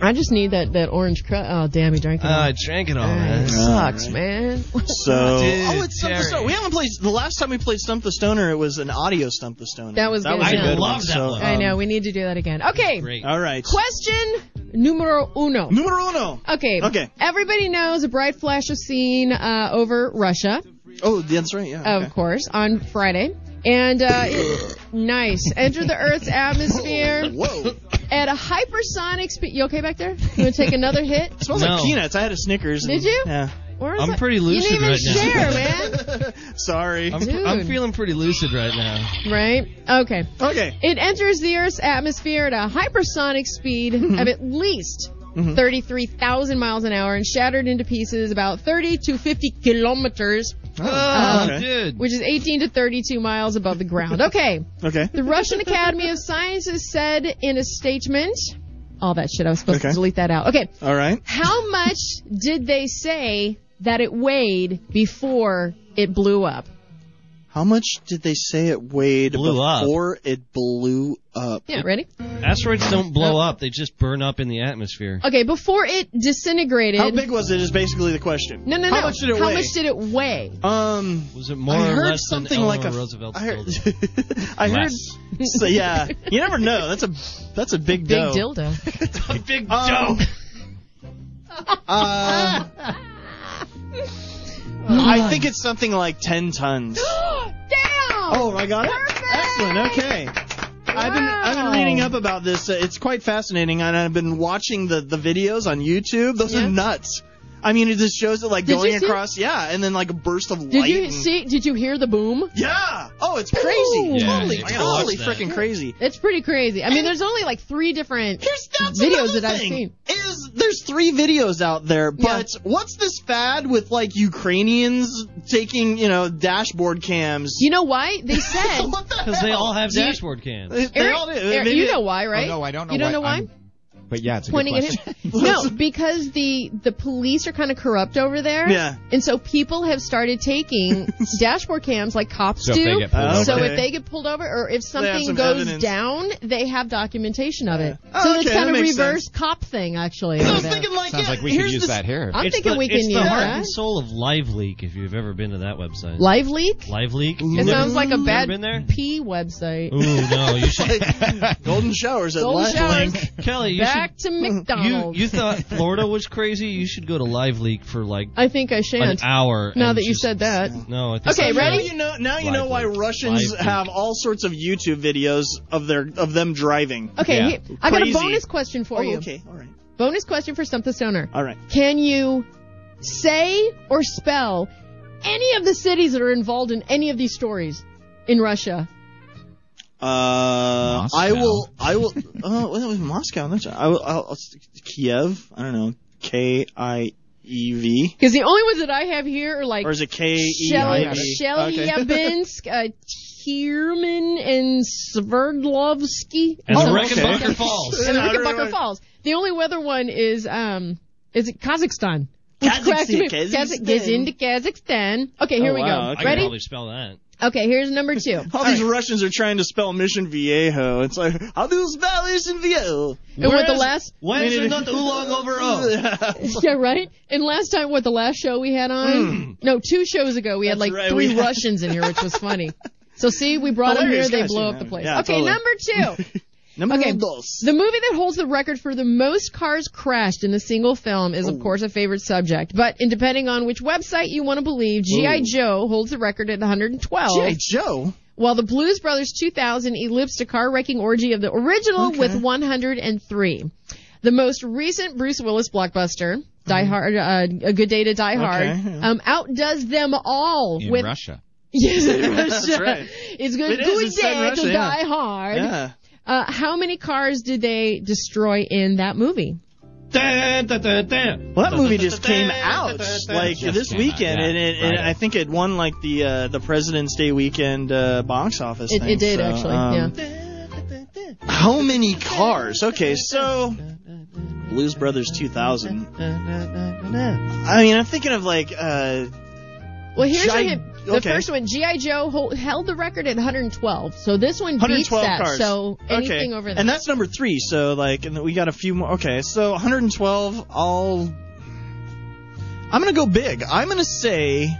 [SPEAKER 3] I just need that that orange crust. Oh damn, he drank it.
[SPEAKER 4] Uh,
[SPEAKER 3] all.
[SPEAKER 4] I drank it all.
[SPEAKER 3] That
[SPEAKER 4] man.
[SPEAKER 3] sucks, man.
[SPEAKER 4] Dude,
[SPEAKER 5] So. oh, it's Stump the
[SPEAKER 4] Terry.
[SPEAKER 5] Stoner. We haven't played the last time we played Stump the Stoner. It was an audio Stump the Stoner.
[SPEAKER 3] That was good.
[SPEAKER 5] a
[SPEAKER 3] I
[SPEAKER 4] love
[SPEAKER 5] good one, Uh,
[SPEAKER 4] that
[SPEAKER 5] so,
[SPEAKER 4] one.
[SPEAKER 3] I
[SPEAKER 5] um,
[SPEAKER 3] know. We need to do that again. Okay.
[SPEAKER 4] Great.
[SPEAKER 5] All right.
[SPEAKER 3] Question numero uno.
[SPEAKER 5] Numero uno.
[SPEAKER 3] Okay.
[SPEAKER 5] Okay.
[SPEAKER 3] Everybody knows a bright flash was seen uh, over Russia,
[SPEAKER 5] Oh, that's right. Yeah.
[SPEAKER 3] of
[SPEAKER 5] okay.
[SPEAKER 3] course, on Friday. And uh, it- nice. Entered the Earth's atmosphere
[SPEAKER 5] Whoa.
[SPEAKER 3] at a hypersonic speed. You okay back there? You want to take another hit?
[SPEAKER 5] It smells like
[SPEAKER 4] No.
[SPEAKER 5] peanuts. I had a Snickers. and-
[SPEAKER 3] Did you?
[SPEAKER 5] Yeah.
[SPEAKER 3] Where is
[SPEAKER 4] I'm
[SPEAKER 3] it?
[SPEAKER 4] pretty lucid
[SPEAKER 3] You didn't even
[SPEAKER 4] right now.
[SPEAKER 3] share, man.
[SPEAKER 5] Sorry.
[SPEAKER 4] I'm, pr- I'm
[SPEAKER 3] Dude.
[SPEAKER 4] feeling pretty lucid right now.
[SPEAKER 3] Right? Okay.
[SPEAKER 5] Okay.
[SPEAKER 3] It enters the Earth's atmosphere at a hypersonic speed
[SPEAKER 4] Mm-hmm.
[SPEAKER 3] of at least 33,000 miles an hour and shattered into pieces about 30 to 50 kilometers,
[SPEAKER 4] Oh,
[SPEAKER 5] okay.
[SPEAKER 4] dude.
[SPEAKER 3] which is 18 to 32 miles above the ground. Okay.
[SPEAKER 5] Okay.
[SPEAKER 3] The Russian Academy of Sciences said in a statement, all that shit, I was supposed
[SPEAKER 5] Okay.
[SPEAKER 3] to delete that out. Okay.
[SPEAKER 5] All right.
[SPEAKER 3] How much did they say that it weighed before it blew up?
[SPEAKER 5] How much did they say it weighed
[SPEAKER 4] Blew up.
[SPEAKER 5] before it blew up?
[SPEAKER 3] Yeah, ready?
[SPEAKER 4] Asteroids don't blow up; they just burn up in the atmosphere.
[SPEAKER 3] Okay, before it disintegrated.
[SPEAKER 5] How big was it? Is basically the question.
[SPEAKER 3] no, no, no.
[SPEAKER 5] How much did it
[SPEAKER 3] How
[SPEAKER 5] weigh?
[SPEAKER 3] much did it weigh?
[SPEAKER 5] um,
[SPEAKER 4] Was it more
[SPEAKER 5] I
[SPEAKER 4] or
[SPEAKER 5] heard
[SPEAKER 4] less
[SPEAKER 5] something
[SPEAKER 4] than
[SPEAKER 5] like
[SPEAKER 4] Eleanor
[SPEAKER 5] a.
[SPEAKER 4] Roosevelt's
[SPEAKER 5] I heard.
[SPEAKER 4] dildo?
[SPEAKER 5] I heard
[SPEAKER 4] Less.
[SPEAKER 5] so yeah, you never know. That's a that's a big
[SPEAKER 3] Big
[SPEAKER 5] dough.
[SPEAKER 3] dildo.
[SPEAKER 4] a big
[SPEAKER 5] Um,
[SPEAKER 4] dope.
[SPEAKER 5] Uh, I think it's something like ten tons.
[SPEAKER 3] Damn!
[SPEAKER 5] Oh, I got it.
[SPEAKER 3] Perfect!
[SPEAKER 5] Excellent. Okay. I've been I've been
[SPEAKER 3] Wow.
[SPEAKER 5] reading up about this. Uh, it's quite fascinating, and I've been watching the the videos on YouTube. Those
[SPEAKER 3] Yeah.
[SPEAKER 5] are nuts. I mean, it just shows it like
[SPEAKER 3] Did
[SPEAKER 5] going
[SPEAKER 3] you see-
[SPEAKER 5] across, yeah, and then like a burst of
[SPEAKER 3] Did
[SPEAKER 5] light.
[SPEAKER 3] you
[SPEAKER 5] and-
[SPEAKER 3] see? Did you hear the boom?
[SPEAKER 5] Yeah. Oh, it's crazy.
[SPEAKER 8] Yeah,
[SPEAKER 5] totally,
[SPEAKER 8] I gotta watch
[SPEAKER 5] totally
[SPEAKER 8] that.
[SPEAKER 5] freaking crazy.
[SPEAKER 3] It's pretty crazy. I mean, there's only like three different.
[SPEAKER 5] Here's that's
[SPEAKER 3] Videos
[SPEAKER 5] another
[SPEAKER 3] that I've
[SPEAKER 5] thing,
[SPEAKER 3] seen.
[SPEAKER 5] Is there's three videos out there, but what's this fad with like Ukrainians taking you know dashboard cams?
[SPEAKER 3] You know why? They said.
[SPEAKER 5] what the
[SPEAKER 4] Because they
[SPEAKER 5] hell?
[SPEAKER 4] all have
[SPEAKER 5] Do you-
[SPEAKER 4] dashboard cams.
[SPEAKER 5] They, they
[SPEAKER 3] Eric-
[SPEAKER 5] all do.
[SPEAKER 3] Eric,
[SPEAKER 5] Maybe
[SPEAKER 3] you
[SPEAKER 5] it-
[SPEAKER 3] know why, right?
[SPEAKER 6] Oh, no, I don't know.
[SPEAKER 3] You don't
[SPEAKER 6] why.
[SPEAKER 3] know why?
[SPEAKER 6] I'm- but yeah, it's a
[SPEAKER 3] Pointing
[SPEAKER 6] good
[SPEAKER 3] at
[SPEAKER 6] question.
[SPEAKER 3] him. no, because the the police are kind of corrupt over there.
[SPEAKER 5] Yeah.
[SPEAKER 3] And so people have started taking dashboard cams like cops
[SPEAKER 6] So
[SPEAKER 3] do.
[SPEAKER 6] if they get pulled
[SPEAKER 5] Uh,
[SPEAKER 6] over.
[SPEAKER 3] So
[SPEAKER 5] Okay.
[SPEAKER 3] if they get pulled over or if something
[SPEAKER 5] some
[SPEAKER 3] goes
[SPEAKER 5] evidence.
[SPEAKER 3] down, they have documentation of it.
[SPEAKER 5] Oh,
[SPEAKER 3] so
[SPEAKER 5] okay,
[SPEAKER 3] it's
[SPEAKER 5] that
[SPEAKER 3] kind of
[SPEAKER 5] makes
[SPEAKER 3] reverse cop thing actually.
[SPEAKER 5] I
[SPEAKER 3] over
[SPEAKER 5] was
[SPEAKER 3] there.
[SPEAKER 5] thinking like
[SPEAKER 6] Sounds
[SPEAKER 5] yeah,
[SPEAKER 6] like we
[SPEAKER 5] here's
[SPEAKER 6] could use
[SPEAKER 5] this,
[SPEAKER 6] that here.
[SPEAKER 3] I'm
[SPEAKER 4] It's
[SPEAKER 3] thinking
[SPEAKER 4] the,
[SPEAKER 3] we can
[SPEAKER 4] it's
[SPEAKER 3] use
[SPEAKER 4] the heart
[SPEAKER 3] that.
[SPEAKER 4] and soul of Live Leak. If you've ever been to that website,
[SPEAKER 3] Live leak.
[SPEAKER 4] Live Leak.
[SPEAKER 3] It sounds like a bad
[SPEAKER 4] been there?
[SPEAKER 3] P website.
[SPEAKER 4] Ooh no, you should.
[SPEAKER 5] Golden showers at
[SPEAKER 3] Golden showers.
[SPEAKER 5] LifeLink.
[SPEAKER 4] Kelly, you
[SPEAKER 3] Back to
[SPEAKER 4] should. You
[SPEAKER 3] McDonald's.
[SPEAKER 4] you thought Florida was crazy? You should go to Live Leak for like
[SPEAKER 3] I think I
[SPEAKER 4] an
[SPEAKER 3] shan't.
[SPEAKER 4] hour.
[SPEAKER 3] Now
[SPEAKER 4] and
[SPEAKER 3] that you
[SPEAKER 4] just-
[SPEAKER 3] said that.
[SPEAKER 4] No, I think
[SPEAKER 3] Okay,
[SPEAKER 4] so.
[SPEAKER 5] Now
[SPEAKER 3] ready?
[SPEAKER 5] you know, now you know why
[SPEAKER 4] Lively.
[SPEAKER 5] Russians
[SPEAKER 4] Lively.
[SPEAKER 5] have all sorts of YouTube videos of their of them driving.
[SPEAKER 3] Okay,
[SPEAKER 4] Yeah.
[SPEAKER 3] here- I got a
[SPEAKER 5] Crazy.
[SPEAKER 3] bonus question for
[SPEAKER 5] Oh,
[SPEAKER 3] you.
[SPEAKER 5] okay, all right,
[SPEAKER 3] Bonus question for Stump the Stoner.
[SPEAKER 5] all right.
[SPEAKER 3] Can you say or spell any of the cities that are involved in any of these stories in Russia?
[SPEAKER 5] Uh,
[SPEAKER 6] Moscow.
[SPEAKER 5] I will. I will. Oh, well, that was Moscow. That's, I will. I'll, I'll, Kiev. I don't know. K I Evie.
[SPEAKER 3] Because the only ones that I have here are like
[SPEAKER 5] Or is it K E I
[SPEAKER 3] Shel-
[SPEAKER 5] V?
[SPEAKER 3] Shelyabinsk, uh, Tierman, and Sverdlovsky.
[SPEAKER 4] And
[SPEAKER 3] Oh,
[SPEAKER 4] Rickenbacker
[SPEAKER 3] okay.
[SPEAKER 4] Falls.
[SPEAKER 3] And
[SPEAKER 5] Yeah, I
[SPEAKER 3] Rickenbacker
[SPEAKER 5] remember.
[SPEAKER 3] Falls. The only weather one is um, is it Kazakhstan? Which
[SPEAKER 5] Kazakhstan,
[SPEAKER 3] cracks me-
[SPEAKER 5] Kazakhstan.
[SPEAKER 3] Gets into Kazakhstan. Okay, here
[SPEAKER 5] Oh,
[SPEAKER 3] we
[SPEAKER 5] wow,
[SPEAKER 3] go.
[SPEAKER 5] okay.
[SPEAKER 4] I can
[SPEAKER 3] Ready?
[SPEAKER 4] probably spell that.
[SPEAKER 3] Okay, here's number two.
[SPEAKER 5] All these Russians are trying to spell Mission Viejo. It's like, how do you spell Mission Viejo?
[SPEAKER 3] And what the
[SPEAKER 4] Whereas-
[SPEAKER 3] last?
[SPEAKER 4] Why is there not oolong over o?
[SPEAKER 3] Yeah, right. And last time, what the last show we had on? No, two shows ago we had
[SPEAKER 5] Hmm. That's
[SPEAKER 3] like
[SPEAKER 5] right,
[SPEAKER 3] three
[SPEAKER 5] we had-
[SPEAKER 3] Russians in here, which was funny. So see, we brought
[SPEAKER 5] Hilarious
[SPEAKER 3] them here,
[SPEAKER 5] guys,
[SPEAKER 3] they blow
[SPEAKER 5] you
[SPEAKER 3] up
[SPEAKER 5] know.
[SPEAKER 3] the place.
[SPEAKER 5] Yeah,
[SPEAKER 3] okay,
[SPEAKER 5] totally.
[SPEAKER 3] number two.
[SPEAKER 5] Number
[SPEAKER 3] Okay.
[SPEAKER 5] dos.
[SPEAKER 3] The movie that holds the record for the most cars crashed in a single film is, of course, a favorite subject. But in depending on which website you want to believe, G.I. Joe holds the record at 112,
[SPEAKER 5] G.I. Joe?
[SPEAKER 3] while the Blues Brothers 2000 ellipsed a car wrecking orgy of the original
[SPEAKER 5] Okay.
[SPEAKER 3] with 103. The most recent Bruce Willis blockbuster, Die Hard, uh, A Good Day to Die Hard,
[SPEAKER 5] Mm-hmm. yeah.
[SPEAKER 3] um, outdoes them all
[SPEAKER 8] in
[SPEAKER 3] with
[SPEAKER 8] Russia.
[SPEAKER 3] yes, in Russia.
[SPEAKER 5] right.
[SPEAKER 3] It's good,
[SPEAKER 5] It is,
[SPEAKER 3] good
[SPEAKER 5] it's set in
[SPEAKER 3] day to
[SPEAKER 5] Russia, yeah.
[SPEAKER 3] Die Hard.
[SPEAKER 5] Yeah.
[SPEAKER 3] Uh, how many cars did they destroy in that movie?
[SPEAKER 4] Dun, dun, dun, dun.
[SPEAKER 5] Well, that movie just came out like
[SPEAKER 8] Just
[SPEAKER 5] this
[SPEAKER 8] came
[SPEAKER 5] weekend,
[SPEAKER 8] out, yeah.
[SPEAKER 5] and, it, and
[SPEAKER 8] Friday.
[SPEAKER 5] I think it won like the uh, the President's Day weekend uh, box office.
[SPEAKER 3] It,
[SPEAKER 5] thing,
[SPEAKER 3] it did
[SPEAKER 5] so,
[SPEAKER 3] actually.
[SPEAKER 5] um,
[SPEAKER 3] yeah.
[SPEAKER 5] How many cars? Okay, so Blues Brothers 2000. I mean, I'm thinking of like uh,
[SPEAKER 3] Well, here's
[SPEAKER 5] Gi-
[SPEAKER 3] a hint. The
[SPEAKER 5] okay.
[SPEAKER 3] first one, GI Joe hol- held the record at 112. So this one beats
[SPEAKER 5] 112
[SPEAKER 3] that.
[SPEAKER 5] cars.
[SPEAKER 3] So anything
[SPEAKER 5] okay.
[SPEAKER 3] over that.
[SPEAKER 5] and that's number three. So like, and we got a few more. Okay, so 112. I'll. I'm gonna go big. I'm gonna say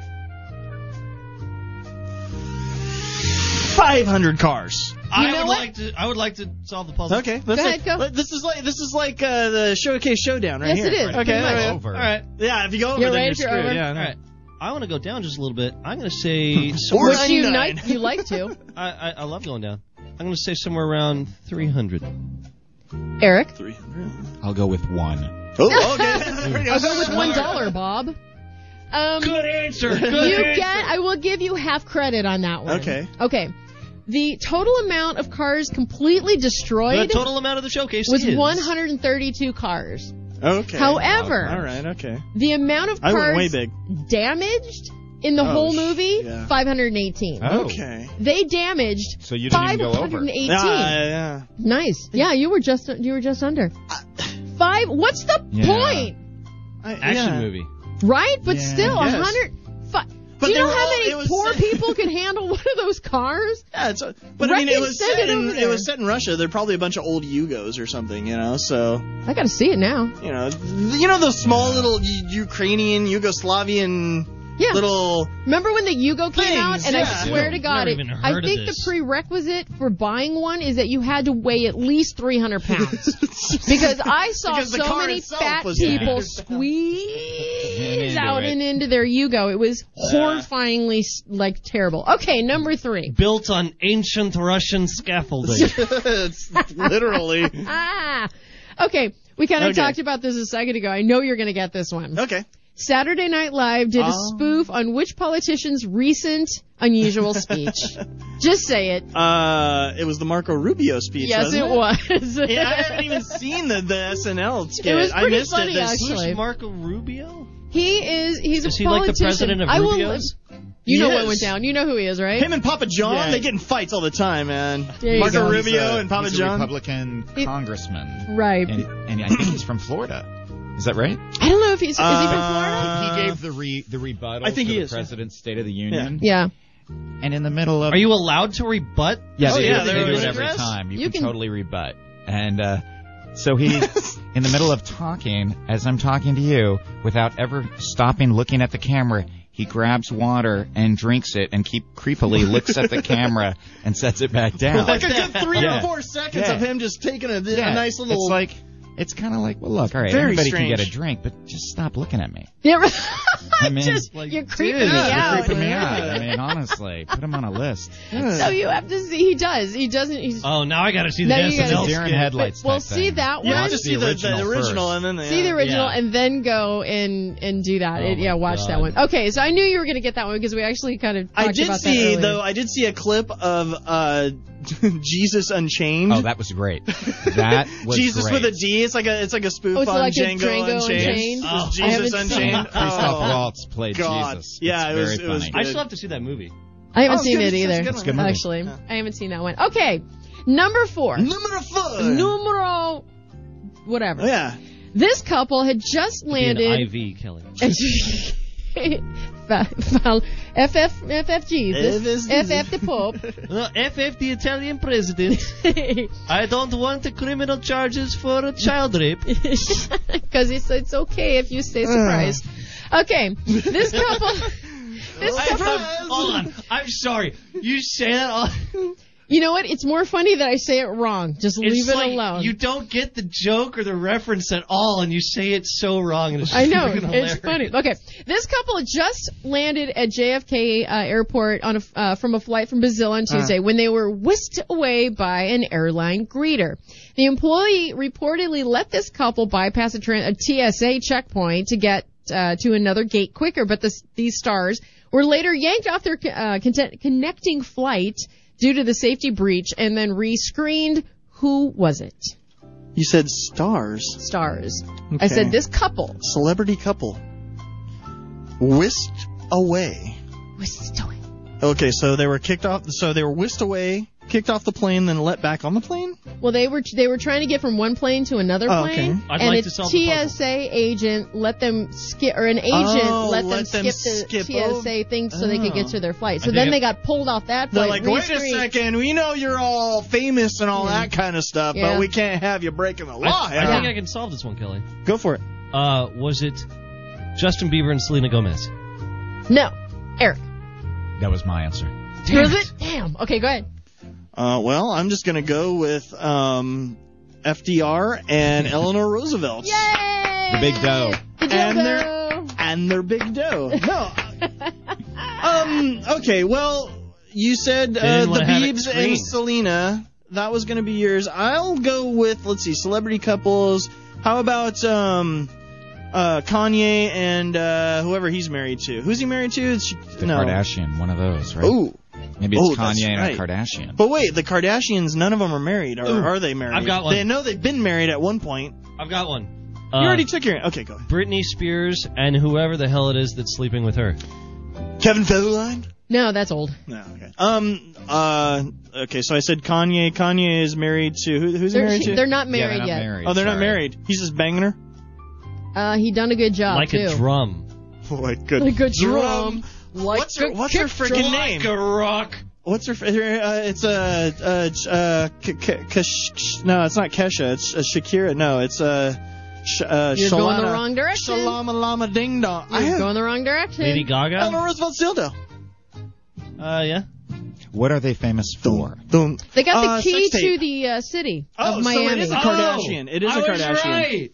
[SPEAKER 5] 500 cars.
[SPEAKER 4] I
[SPEAKER 3] know
[SPEAKER 4] would
[SPEAKER 3] what?
[SPEAKER 4] like to. I would like to solve the puzzle.
[SPEAKER 5] Okay, that's
[SPEAKER 3] Go
[SPEAKER 5] it.
[SPEAKER 3] ahead, go.
[SPEAKER 5] Let- This is like this is like uh, the showcase showdown right
[SPEAKER 3] Yes,
[SPEAKER 5] here.
[SPEAKER 3] it is,
[SPEAKER 5] Okay,
[SPEAKER 3] pretty much.
[SPEAKER 5] all right.
[SPEAKER 8] Over.
[SPEAKER 4] All right.
[SPEAKER 5] yeah. If you go over,
[SPEAKER 3] You're
[SPEAKER 5] then
[SPEAKER 3] right,
[SPEAKER 5] you're
[SPEAKER 3] if you're
[SPEAKER 5] screwed.
[SPEAKER 3] over.
[SPEAKER 5] Yeah,
[SPEAKER 4] All
[SPEAKER 5] no.
[SPEAKER 4] right. I want to go down just a little bit. I'm going to say somewhere.
[SPEAKER 5] Or
[SPEAKER 3] Which you
[SPEAKER 5] 99.
[SPEAKER 3] like, you like to.
[SPEAKER 4] I, I, I love going down. I'm going to say somewhere around 300.
[SPEAKER 3] Eric,
[SPEAKER 5] 300.
[SPEAKER 8] I'll go with one.
[SPEAKER 5] Oh, okay. There you go.
[SPEAKER 3] go with one dollar, Bob. Um,
[SPEAKER 4] Good answer. Good
[SPEAKER 3] you
[SPEAKER 4] answer.
[SPEAKER 3] get. I will give you half credit on that one.
[SPEAKER 5] Okay.
[SPEAKER 3] Okay. The total amount of cars completely
[SPEAKER 4] The
[SPEAKER 3] destroyed
[SPEAKER 4] total amount of the showcase
[SPEAKER 3] was
[SPEAKER 4] is
[SPEAKER 3] 132 cars.
[SPEAKER 5] Okay.
[SPEAKER 3] However,
[SPEAKER 5] all right. Okay.
[SPEAKER 3] the amount of
[SPEAKER 5] I went way
[SPEAKER 3] cars
[SPEAKER 5] big.
[SPEAKER 3] damaged in the
[SPEAKER 5] Oh,
[SPEAKER 3] whole
[SPEAKER 5] sh-
[SPEAKER 3] movie,
[SPEAKER 5] yeah.
[SPEAKER 3] 518.
[SPEAKER 6] Oh.
[SPEAKER 5] Okay.
[SPEAKER 3] They damaged
[SPEAKER 6] So you didn't even go over.
[SPEAKER 3] 518.
[SPEAKER 5] Yeah, yeah.
[SPEAKER 3] Nice. Yeah, you were just you were just under. Five. What's the
[SPEAKER 6] Yeah.
[SPEAKER 3] point?
[SPEAKER 5] I-
[SPEAKER 4] action
[SPEAKER 5] yeah.
[SPEAKER 4] movie.
[SPEAKER 3] Right? But
[SPEAKER 5] Yeah,
[SPEAKER 3] still, a
[SPEAKER 5] yes.
[SPEAKER 3] hundred. Fi-
[SPEAKER 5] But
[SPEAKER 3] Do you
[SPEAKER 5] they
[SPEAKER 3] know
[SPEAKER 5] were
[SPEAKER 3] how
[SPEAKER 5] all- it
[SPEAKER 3] many
[SPEAKER 5] was-
[SPEAKER 3] poor people could handle one of those cars?
[SPEAKER 5] Yeah, it's, but I mean,
[SPEAKER 3] Reckon
[SPEAKER 5] it was
[SPEAKER 3] send
[SPEAKER 5] set
[SPEAKER 3] it
[SPEAKER 5] in
[SPEAKER 3] over
[SPEAKER 5] it
[SPEAKER 3] there.
[SPEAKER 5] was set in Russia. They're probably a bunch of old Yugos or something, you know. So
[SPEAKER 3] I gotta see it now.
[SPEAKER 5] you know, th- you know those small little U- Ukrainian, Yugoslavian
[SPEAKER 3] Yeah.
[SPEAKER 5] little.
[SPEAKER 3] Remember when the Yugo came
[SPEAKER 5] Things,
[SPEAKER 3] out? And
[SPEAKER 5] yeah.
[SPEAKER 3] I swear to God,
[SPEAKER 4] Never
[SPEAKER 3] it,
[SPEAKER 4] even
[SPEAKER 3] I
[SPEAKER 4] heard of
[SPEAKER 3] think the
[SPEAKER 4] this.
[SPEAKER 3] prerequisite for buying one is that you had to weigh at least 300 pounds. because I saw
[SPEAKER 5] Because the
[SPEAKER 3] so
[SPEAKER 5] car
[SPEAKER 3] many
[SPEAKER 5] itself
[SPEAKER 3] fat
[SPEAKER 5] was
[SPEAKER 3] people
[SPEAKER 5] 300
[SPEAKER 3] squeeze
[SPEAKER 8] into
[SPEAKER 3] out
[SPEAKER 8] it.
[SPEAKER 3] and into their Yugo. It was horrifyingly s like terrible. Okay, number three.
[SPEAKER 4] Built on ancient Russian scaffolding.
[SPEAKER 5] it's literally
[SPEAKER 3] Ah, okay. We kind of
[SPEAKER 5] Okay.
[SPEAKER 3] talked about this a second ago. I know you're going to get this one.
[SPEAKER 5] okay.
[SPEAKER 3] Saturday Night Live did a
[SPEAKER 5] Oh.
[SPEAKER 3] spoof on which politician's recent unusual speech. Just say it.
[SPEAKER 5] Uh, it was the Marco Rubio speech.
[SPEAKER 3] Yes,
[SPEAKER 5] wasn't
[SPEAKER 3] it was.
[SPEAKER 5] Yeah, I haven't even seen the, the SNL skit.
[SPEAKER 3] was
[SPEAKER 5] I
[SPEAKER 3] pretty
[SPEAKER 5] missed
[SPEAKER 3] funny,
[SPEAKER 5] it. This-
[SPEAKER 3] actually.
[SPEAKER 4] Who's Marco Rubio?
[SPEAKER 3] he is. He's
[SPEAKER 4] Is
[SPEAKER 3] a
[SPEAKER 4] he like the
[SPEAKER 3] politician.
[SPEAKER 4] president of
[SPEAKER 3] I will.
[SPEAKER 4] Rubio's?
[SPEAKER 3] You know
[SPEAKER 5] Yes.
[SPEAKER 3] what went down. You know who he is, right?
[SPEAKER 5] Him and Papa John,
[SPEAKER 3] Yeah.
[SPEAKER 5] they get in fights all the time, man.
[SPEAKER 3] There you
[SPEAKER 5] Marco
[SPEAKER 3] go.
[SPEAKER 5] Rubio and Papa
[SPEAKER 6] he's a
[SPEAKER 5] John.
[SPEAKER 6] Republican
[SPEAKER 3] He-
[SPEAKER 6] congressman,
[SPEAKER 3] right.
[SPEAKER 6] and, and I think he's from Florida. Is that right?
[SPEAKER 3] I don't know if he's. Is he from
[SPEAKER 5] Uh,
[SPEAKER 3] Florida?
[SPEAKER 5] Uh,
[SPEAKER 6] he gave the re, the rebuttal
[SPEAKER 5] I think
[SPEAKER 6] to
[SPEAKER 5] he
[SPEAKER 6] the
[SPEAKER 5] is, yeah.
[SPEAKER 6] president's State of the Union,
[SPEAKER 3] Yeah.
[SPEAKER 6] and in the middle of
[SPEAKER 4] Are you allowed to rebut?
[SPEAKER 6] Yeah,
[SPEAKER 5] Oh,
[SPEAKER 6] they,
[SPEAKER 5] yeah,
[SPEAKER 6] do, they
[SPEAKER 5] they're
[SPEAKER 6] do it
[SPEAKER 5] always
[SPEAKER 6] every
[SPEAKER 5] dressed.
[SPEAKER 6] time. You,
[SPEAKER 3] You
[SPEAKER 6] can,
[SPEAKER 3] can-
[SPEAKER 6] totally rebut. And uh, so he, in the middle of talking, as I'm talking to you, without ever stopping looking at the camera, he grabs water and drinks it and keep creepily looks at the camera and sets it back down.
[SPEAKER 5] Like a good three
[SPEAKER 6] Yeah.
[SPEAKER 5] or four seconds
[SPEAKER 6] Yeah.
[SPEAKER 5] of him just taking a, a
[SPEAKER 6] Yeah,
[SPEAKER 5] nice little.
[SPEAKER 6] It's like it's kind of like, well, look, all right,
[SPEAKER 5] Very
[SPEAKER 6] everybody
[SPEAKER 5] strange.
[SPEAKER 6] can get a drink, but just stop looking at me.
[SPEAKER 3] Yeah.
[SPEAKER 6] I mean,
[SPEAKER 3] Just
[SPEAKER 4] like,
[SPEAKER 3] you're creeping
[SPEAKER 4] dude,
[SPEAKER 3] me
[SPEAKER 5] you're
[SPEAKER 3] out.
[SPEAKER 6] you're creeping me
[SPEAKER 5] yeah.
[SPEAKER 6] out. I mean, honestly, put him on a list.
[SPEAKER 3] So you have to see. He does. He doesn't. He's.
[SPEAKER 4] Oh, now I got to see the
[SPEAKER 3] Now you
[SPEAKER 4] SNL
[SPEAKER 3] gotta
[SPEAKER 6] It's a deer in
[SPEAKER 4] skit.
[SPEAKER 6] headlights.
[SPEAKER 3] well,
[SPEAKER 6] type
[SPEAKER 3] see
[SPEAKER 6] thing.
[SPEAKER 3] that
[SPEAKER 5] you
[SPEAKER 3] one.
[SPEAKER 5] have to see the,
[SPEAKER 6] the
[SPEAKER 5] the
[SPEAKER 6] original
[SPEAKER 5] original
[SPEAKER 6] first.
[SPEAKER 5] and then the,
[SPEAKER 3] See the original
[SPEAKER 4] Yeah.
[SPEAKER 3] and then go and and do that.
[SPEAKER 4] Oh
[SPEAKER 3] It- yeah,
[SPEAKER 4] my
[SPEAKER 3] watch that
[SPEAKER 4] God.
[SPEAKER 3] one. Okay, so I knew you were gonna get that one because we actually kind of talked
[SPEAKER 5] I did
[SPEAKER 3] about that
[SPEAKER 5] see
[SPEAKER 3] earlier.
[SPEAKER 5] though. I did see a clip of uh, Jesus Unchained.
[SPEAKER 6] Oh, that was great. That was
[SPEAKER 5] Jesus
[SPEAKER 6] great.
[SPEAKER 5] with a D. It's like a it's like a spoof
[SPEAKER 3] Oh, it's
[SPEAKER 5] on
[SPEAKER 3] like a
[SPEAKER 5] Django,
[SPEAKER 3] Django Unchained?
[SPEAKER 5] Unchained. It was
[SPEAKER 4] Oh.
[SPEAKER 3] I
[SPEAKER 5] Jesus
[SPEAKER 3] haven't seen
[SPEAKER 5] Unchained.
[SPEAKER 3] it.
[SPEAKER 6] Christoph
[SPEAKER 5] Oh.
[SPEAKER 6] Waltz played
[SPEAKER 5] God.
[SPEAKER 6] Jesus.
[SPEAKER 5] Yeah,
[SPEAKER 6] It's
[SPEAKER 5] it was-
[SPEAKER 6] very
[SPEAKER 5] it was
[SPEAKER 6] funny.
[SPEAKER 5] good.
[SPEAKER 4] I still have to see that movie.
[SPEAKER 3] I haven't
[SPEAKER 5] Oh,
[SPEAKER 3] seen
[SPEAKER 5] good.
[SPEAKER 3] it
[SPEAKER 5] It's- it's a
[SPEAKER 3] either.
[SPEAKER 5] good one.
[SPEAKER 6] good movie.
[SPEAKER 3] Actually, I haven't seen that one. Okay, number four,
[SPEAKER 5] Number four.
[SPEAKER 3] numero, whatever.
[SPEAKER 5] Oh, yeah.
[SPEAKER 3] This couple had just landed.
[SPEAKER 4] Be an IV, Kelly.
[SPEAKER 3] FF FFG.
[SPEAKER 5] F is
[SPEAKER 3] This,
[SPEAKER 5] the-
[SPEAKER 3] FF the Pope.
[SPEAKER 4] No, FF, the Italian president. I don't want the criminal charges for a child rape.
[SPEAKER 3] Because it's it's okay if you stay surprised.
[SPEAKER 5] Ah.
[SPEAKER 3] Okay, this couple. This
[SPEAKER 4] I-
[SPEAKER 3] couple.
[SPEAKER 4] I'm- hold on. I'm sorry. You say that all.
[SPEAKER 3] You know what? It's more funny that I say it wrong. Just leave
[SPEAKER 4] It's
[SPEAKER 3] it
[SPEAKER 4] like
[SPEAKER 3] alone.
[SPEAKER 4] You don't get the joke or the reference at all, and you say it so wrong. And it's
[SPEAKER 3] I know.
[SPEAKER 4] freaking
[SPEAKER 3] It's
[SPEAKER 4] hilarious.
[SPEAKER 3] funny. Okay. This couple had just landed at JFK uh, airport on a, f- uh, from a flight from Brazil on
[SPEAKER 4] Uh-huh.
[SPEAKER 3] Tuesday when they were whisked away by an airline greeter. The employee reportedly let this couple bypass a, tran a TSA checkpoint to get uh, to another gate quicker, but this, these stars were later yanked off their uh, content- connecting flight due to the safety breach and then re-screened. Who was it?
[SPEAKER 5] You said stars.
[SPEAKER 3] Stars. I
[SPEAKER 5] Okay.
[SPEAKER 3] said this couple.
[SPEAKER 5] Celebrity couple. Whisked away.
[SPEAKER 3] Whisked away.
[SPEAKER 5] Okay, so they were kicked off. So they were whisked away, kicked off the plane, then let back on the plane.
[SPEAKER 3] Well, they were they were trying to get from one plane to another
[SPEAKER 5] Oh,
[SPEAKER 3] plane,
[SPEAKER 5] okay.
[SPEAKER 4] I'd
[SPEAKER 3] and
[SPEAKER 4] like
[SPEAKER 3] a
[SPEAKER 4] to solve the puzzle.
[SPEAKER 3] TSA agent let them skip, or an agent
[SPEAKER 5] Oh,
[SPEAKER 3] let,
[SPEAKER 5] let
[SPEAKER 3] them
[SPEAKER 5] them
[SPEAKER 3] skip the
[SPEAKER 5] skip Oh.
[SPEAKER 3] TSA thing so they could get to their flight. So
[SPEAKER 4] I
[SPEAKER 3] then
[SPEAKER 4] think
[SPEAKER 3] they
[SPEAKER 4] it-
[SPEAKER 3] got pulled off that
[SPEAKER 5] They're
[SPEAKER 3] flight.
[SPEAKER 5] like, wait a
[SPEAKER 3] re-screened.
[SPEAKER 5] second, we know you're all famous and all that kind of stuff,
[SPEAKER 3] Yeah.
[SPEAKER 5] but we can't have you breaking the
[SPEAKER 4] I,
[SPEAKER 5] law.
[SPEAKER 4] I
[SPEAKER 5] here."
[SPEAKER 4] think I can solve this one, Kelly.
[SPEAKER 5] Go for it.
[SPEAKER 4] Uh, was it Justin Bieber and Selena Gomez?
[SPEAKER 3] No, Eric,
[SPEAKER 6] That was my answer.
[SPEAKER 3] was it? Damn. Okay, go ahead.
[SPEAKER 5] Uh, well, I'm just gonna go with um, FDR and Eleanor Roosevelt
[SPEAKER 3] Yay!
[SPEAKER 6] The big dough.
[SPEAKER 3] The
[SPEAKER 5] And
[SPEAKER 3] dildo.
[SPEAKER 5] they're- and their big dough. No. uh, um. Okay. Well, you said uh,
[SPEAKER 4] didn't
[SPEAKER 5] the
[SPEAKER 4] wanna have it
[SPEAKER 5] Biebs and
[SPEAKER 4] screened.
[SPEAKER 5] Selena. That was gonna be yours. I'll go with let's see, celebrity couples. How about um, uh, Kanye and uh, whoever he's married to? Who's he married to? It's,
[SPEAKER 6] The
[SPEAKER 5] no.
[SPEAKER 6] Kardashian, one of those, right?
[SPEAKER 5] Ooh.
[SPEAKER 6] Maybe it's
[SPEAKER 5] Oh, that's
[SPEAKER 6] Kanye
[SPEAKER 5] right.
[SPEAKER 6] and a Kardashian.
[SPEAKER 5] But wait, the Kardashians, none of them are married, or are they married?
[SPEAKER 4] I've got one.
[SPEAKER 5] They know they've been married at one point.
[SPEAKER 4] I've got one.
[SPEAKER 5] You
[SPEAKER 4] Uh,
[SPEAKER 5] already took your. Okay, go ahead.
[SPEAKER 4] Britney Spears and whoever the hell it is that's sleeping with her.
[SPEAKER 5] Kevin Federline?
[SPEAKER 3] No, that's old.
[SPEAKER 5] No, okay. Um, uh, okay, so I said Kanye. Kanye is married to. Who, who's he
[SPEAKER 3] They're,
[SPEAKER 5] married
[SPEAKER 3] she-
[SPEAKER 5] to?
[SPEAKER 3] they're not
[SPEAKER 6] yeah,
[SPEAKER 3] married
[SPEAKER 6] they're not
[SPEAKER 3] yet.
[SPEAKER 6] married.
[SPEAKER 5] oh, they're not
[SPEAKER 6] sorry.
[SPEAKER 5] married. He's just banging her?
[SPEAKER 3] Uh, he done a good job
[SPEAKER 4] like
[SPEAKER 3] too.
[SPEAKER 4] a drum.
[SPEAKER 5] Boy, good.
[SPEAKER 3] Like a
[SPEAKER 5] Drum.
[SPEAKER 3] drum. Like
[SPEAKER 5] What's her,
[SPEAKER 3] a
[SPEAKER 5] what's her
[SPEAKER 3] kick
[SPEAKER 5] freaking name?
[SPEAKER 4] Like a rock.
[SPEAKER 5] What's her. fr- Uh, it's, uh, uh, ch- uh, K- K- Kesh- no, it's not Kesha. It's uh, Shakira. No, it's, uh, sh- uh,
[SPEAKER 3] You're going the
[SPEAKER 5] Shalana-
[SPEAKER 3] wrong direction.
[SPEAKER 5] Shalama Lama Ding Dong. I
[SPEAKER 3] You're
[SPEAKER 5] have
[SPEAKER 3] going the wrong direction.
[SPEAKER 4] Lady Gaga.
[SPEAKER 5] Eleanor Roosevelt Dildo.
[SPEAKER 4] Uh, yeah.
[SPEAKER 6] What are they famous for?
[SPEAKER 5] Boom.
[SPEAKER 3] They got
[SPEAKER 5] Uh,
[SPEAKER 3] the key
[SPEAKER 5] sex tape.
[SPEAKER 3] to the uh, city
[SPEAKER 5] Oh,
[SPEAKER 3] of Miami.
[SPEAKER 5] so it is a Kardashian. it is
[SPEAKER 4] I
[SPEAKER 5] a
[SPEAKER 4] was
[SPEAKER 5] Kardashian.
[SPEAKER 4] right.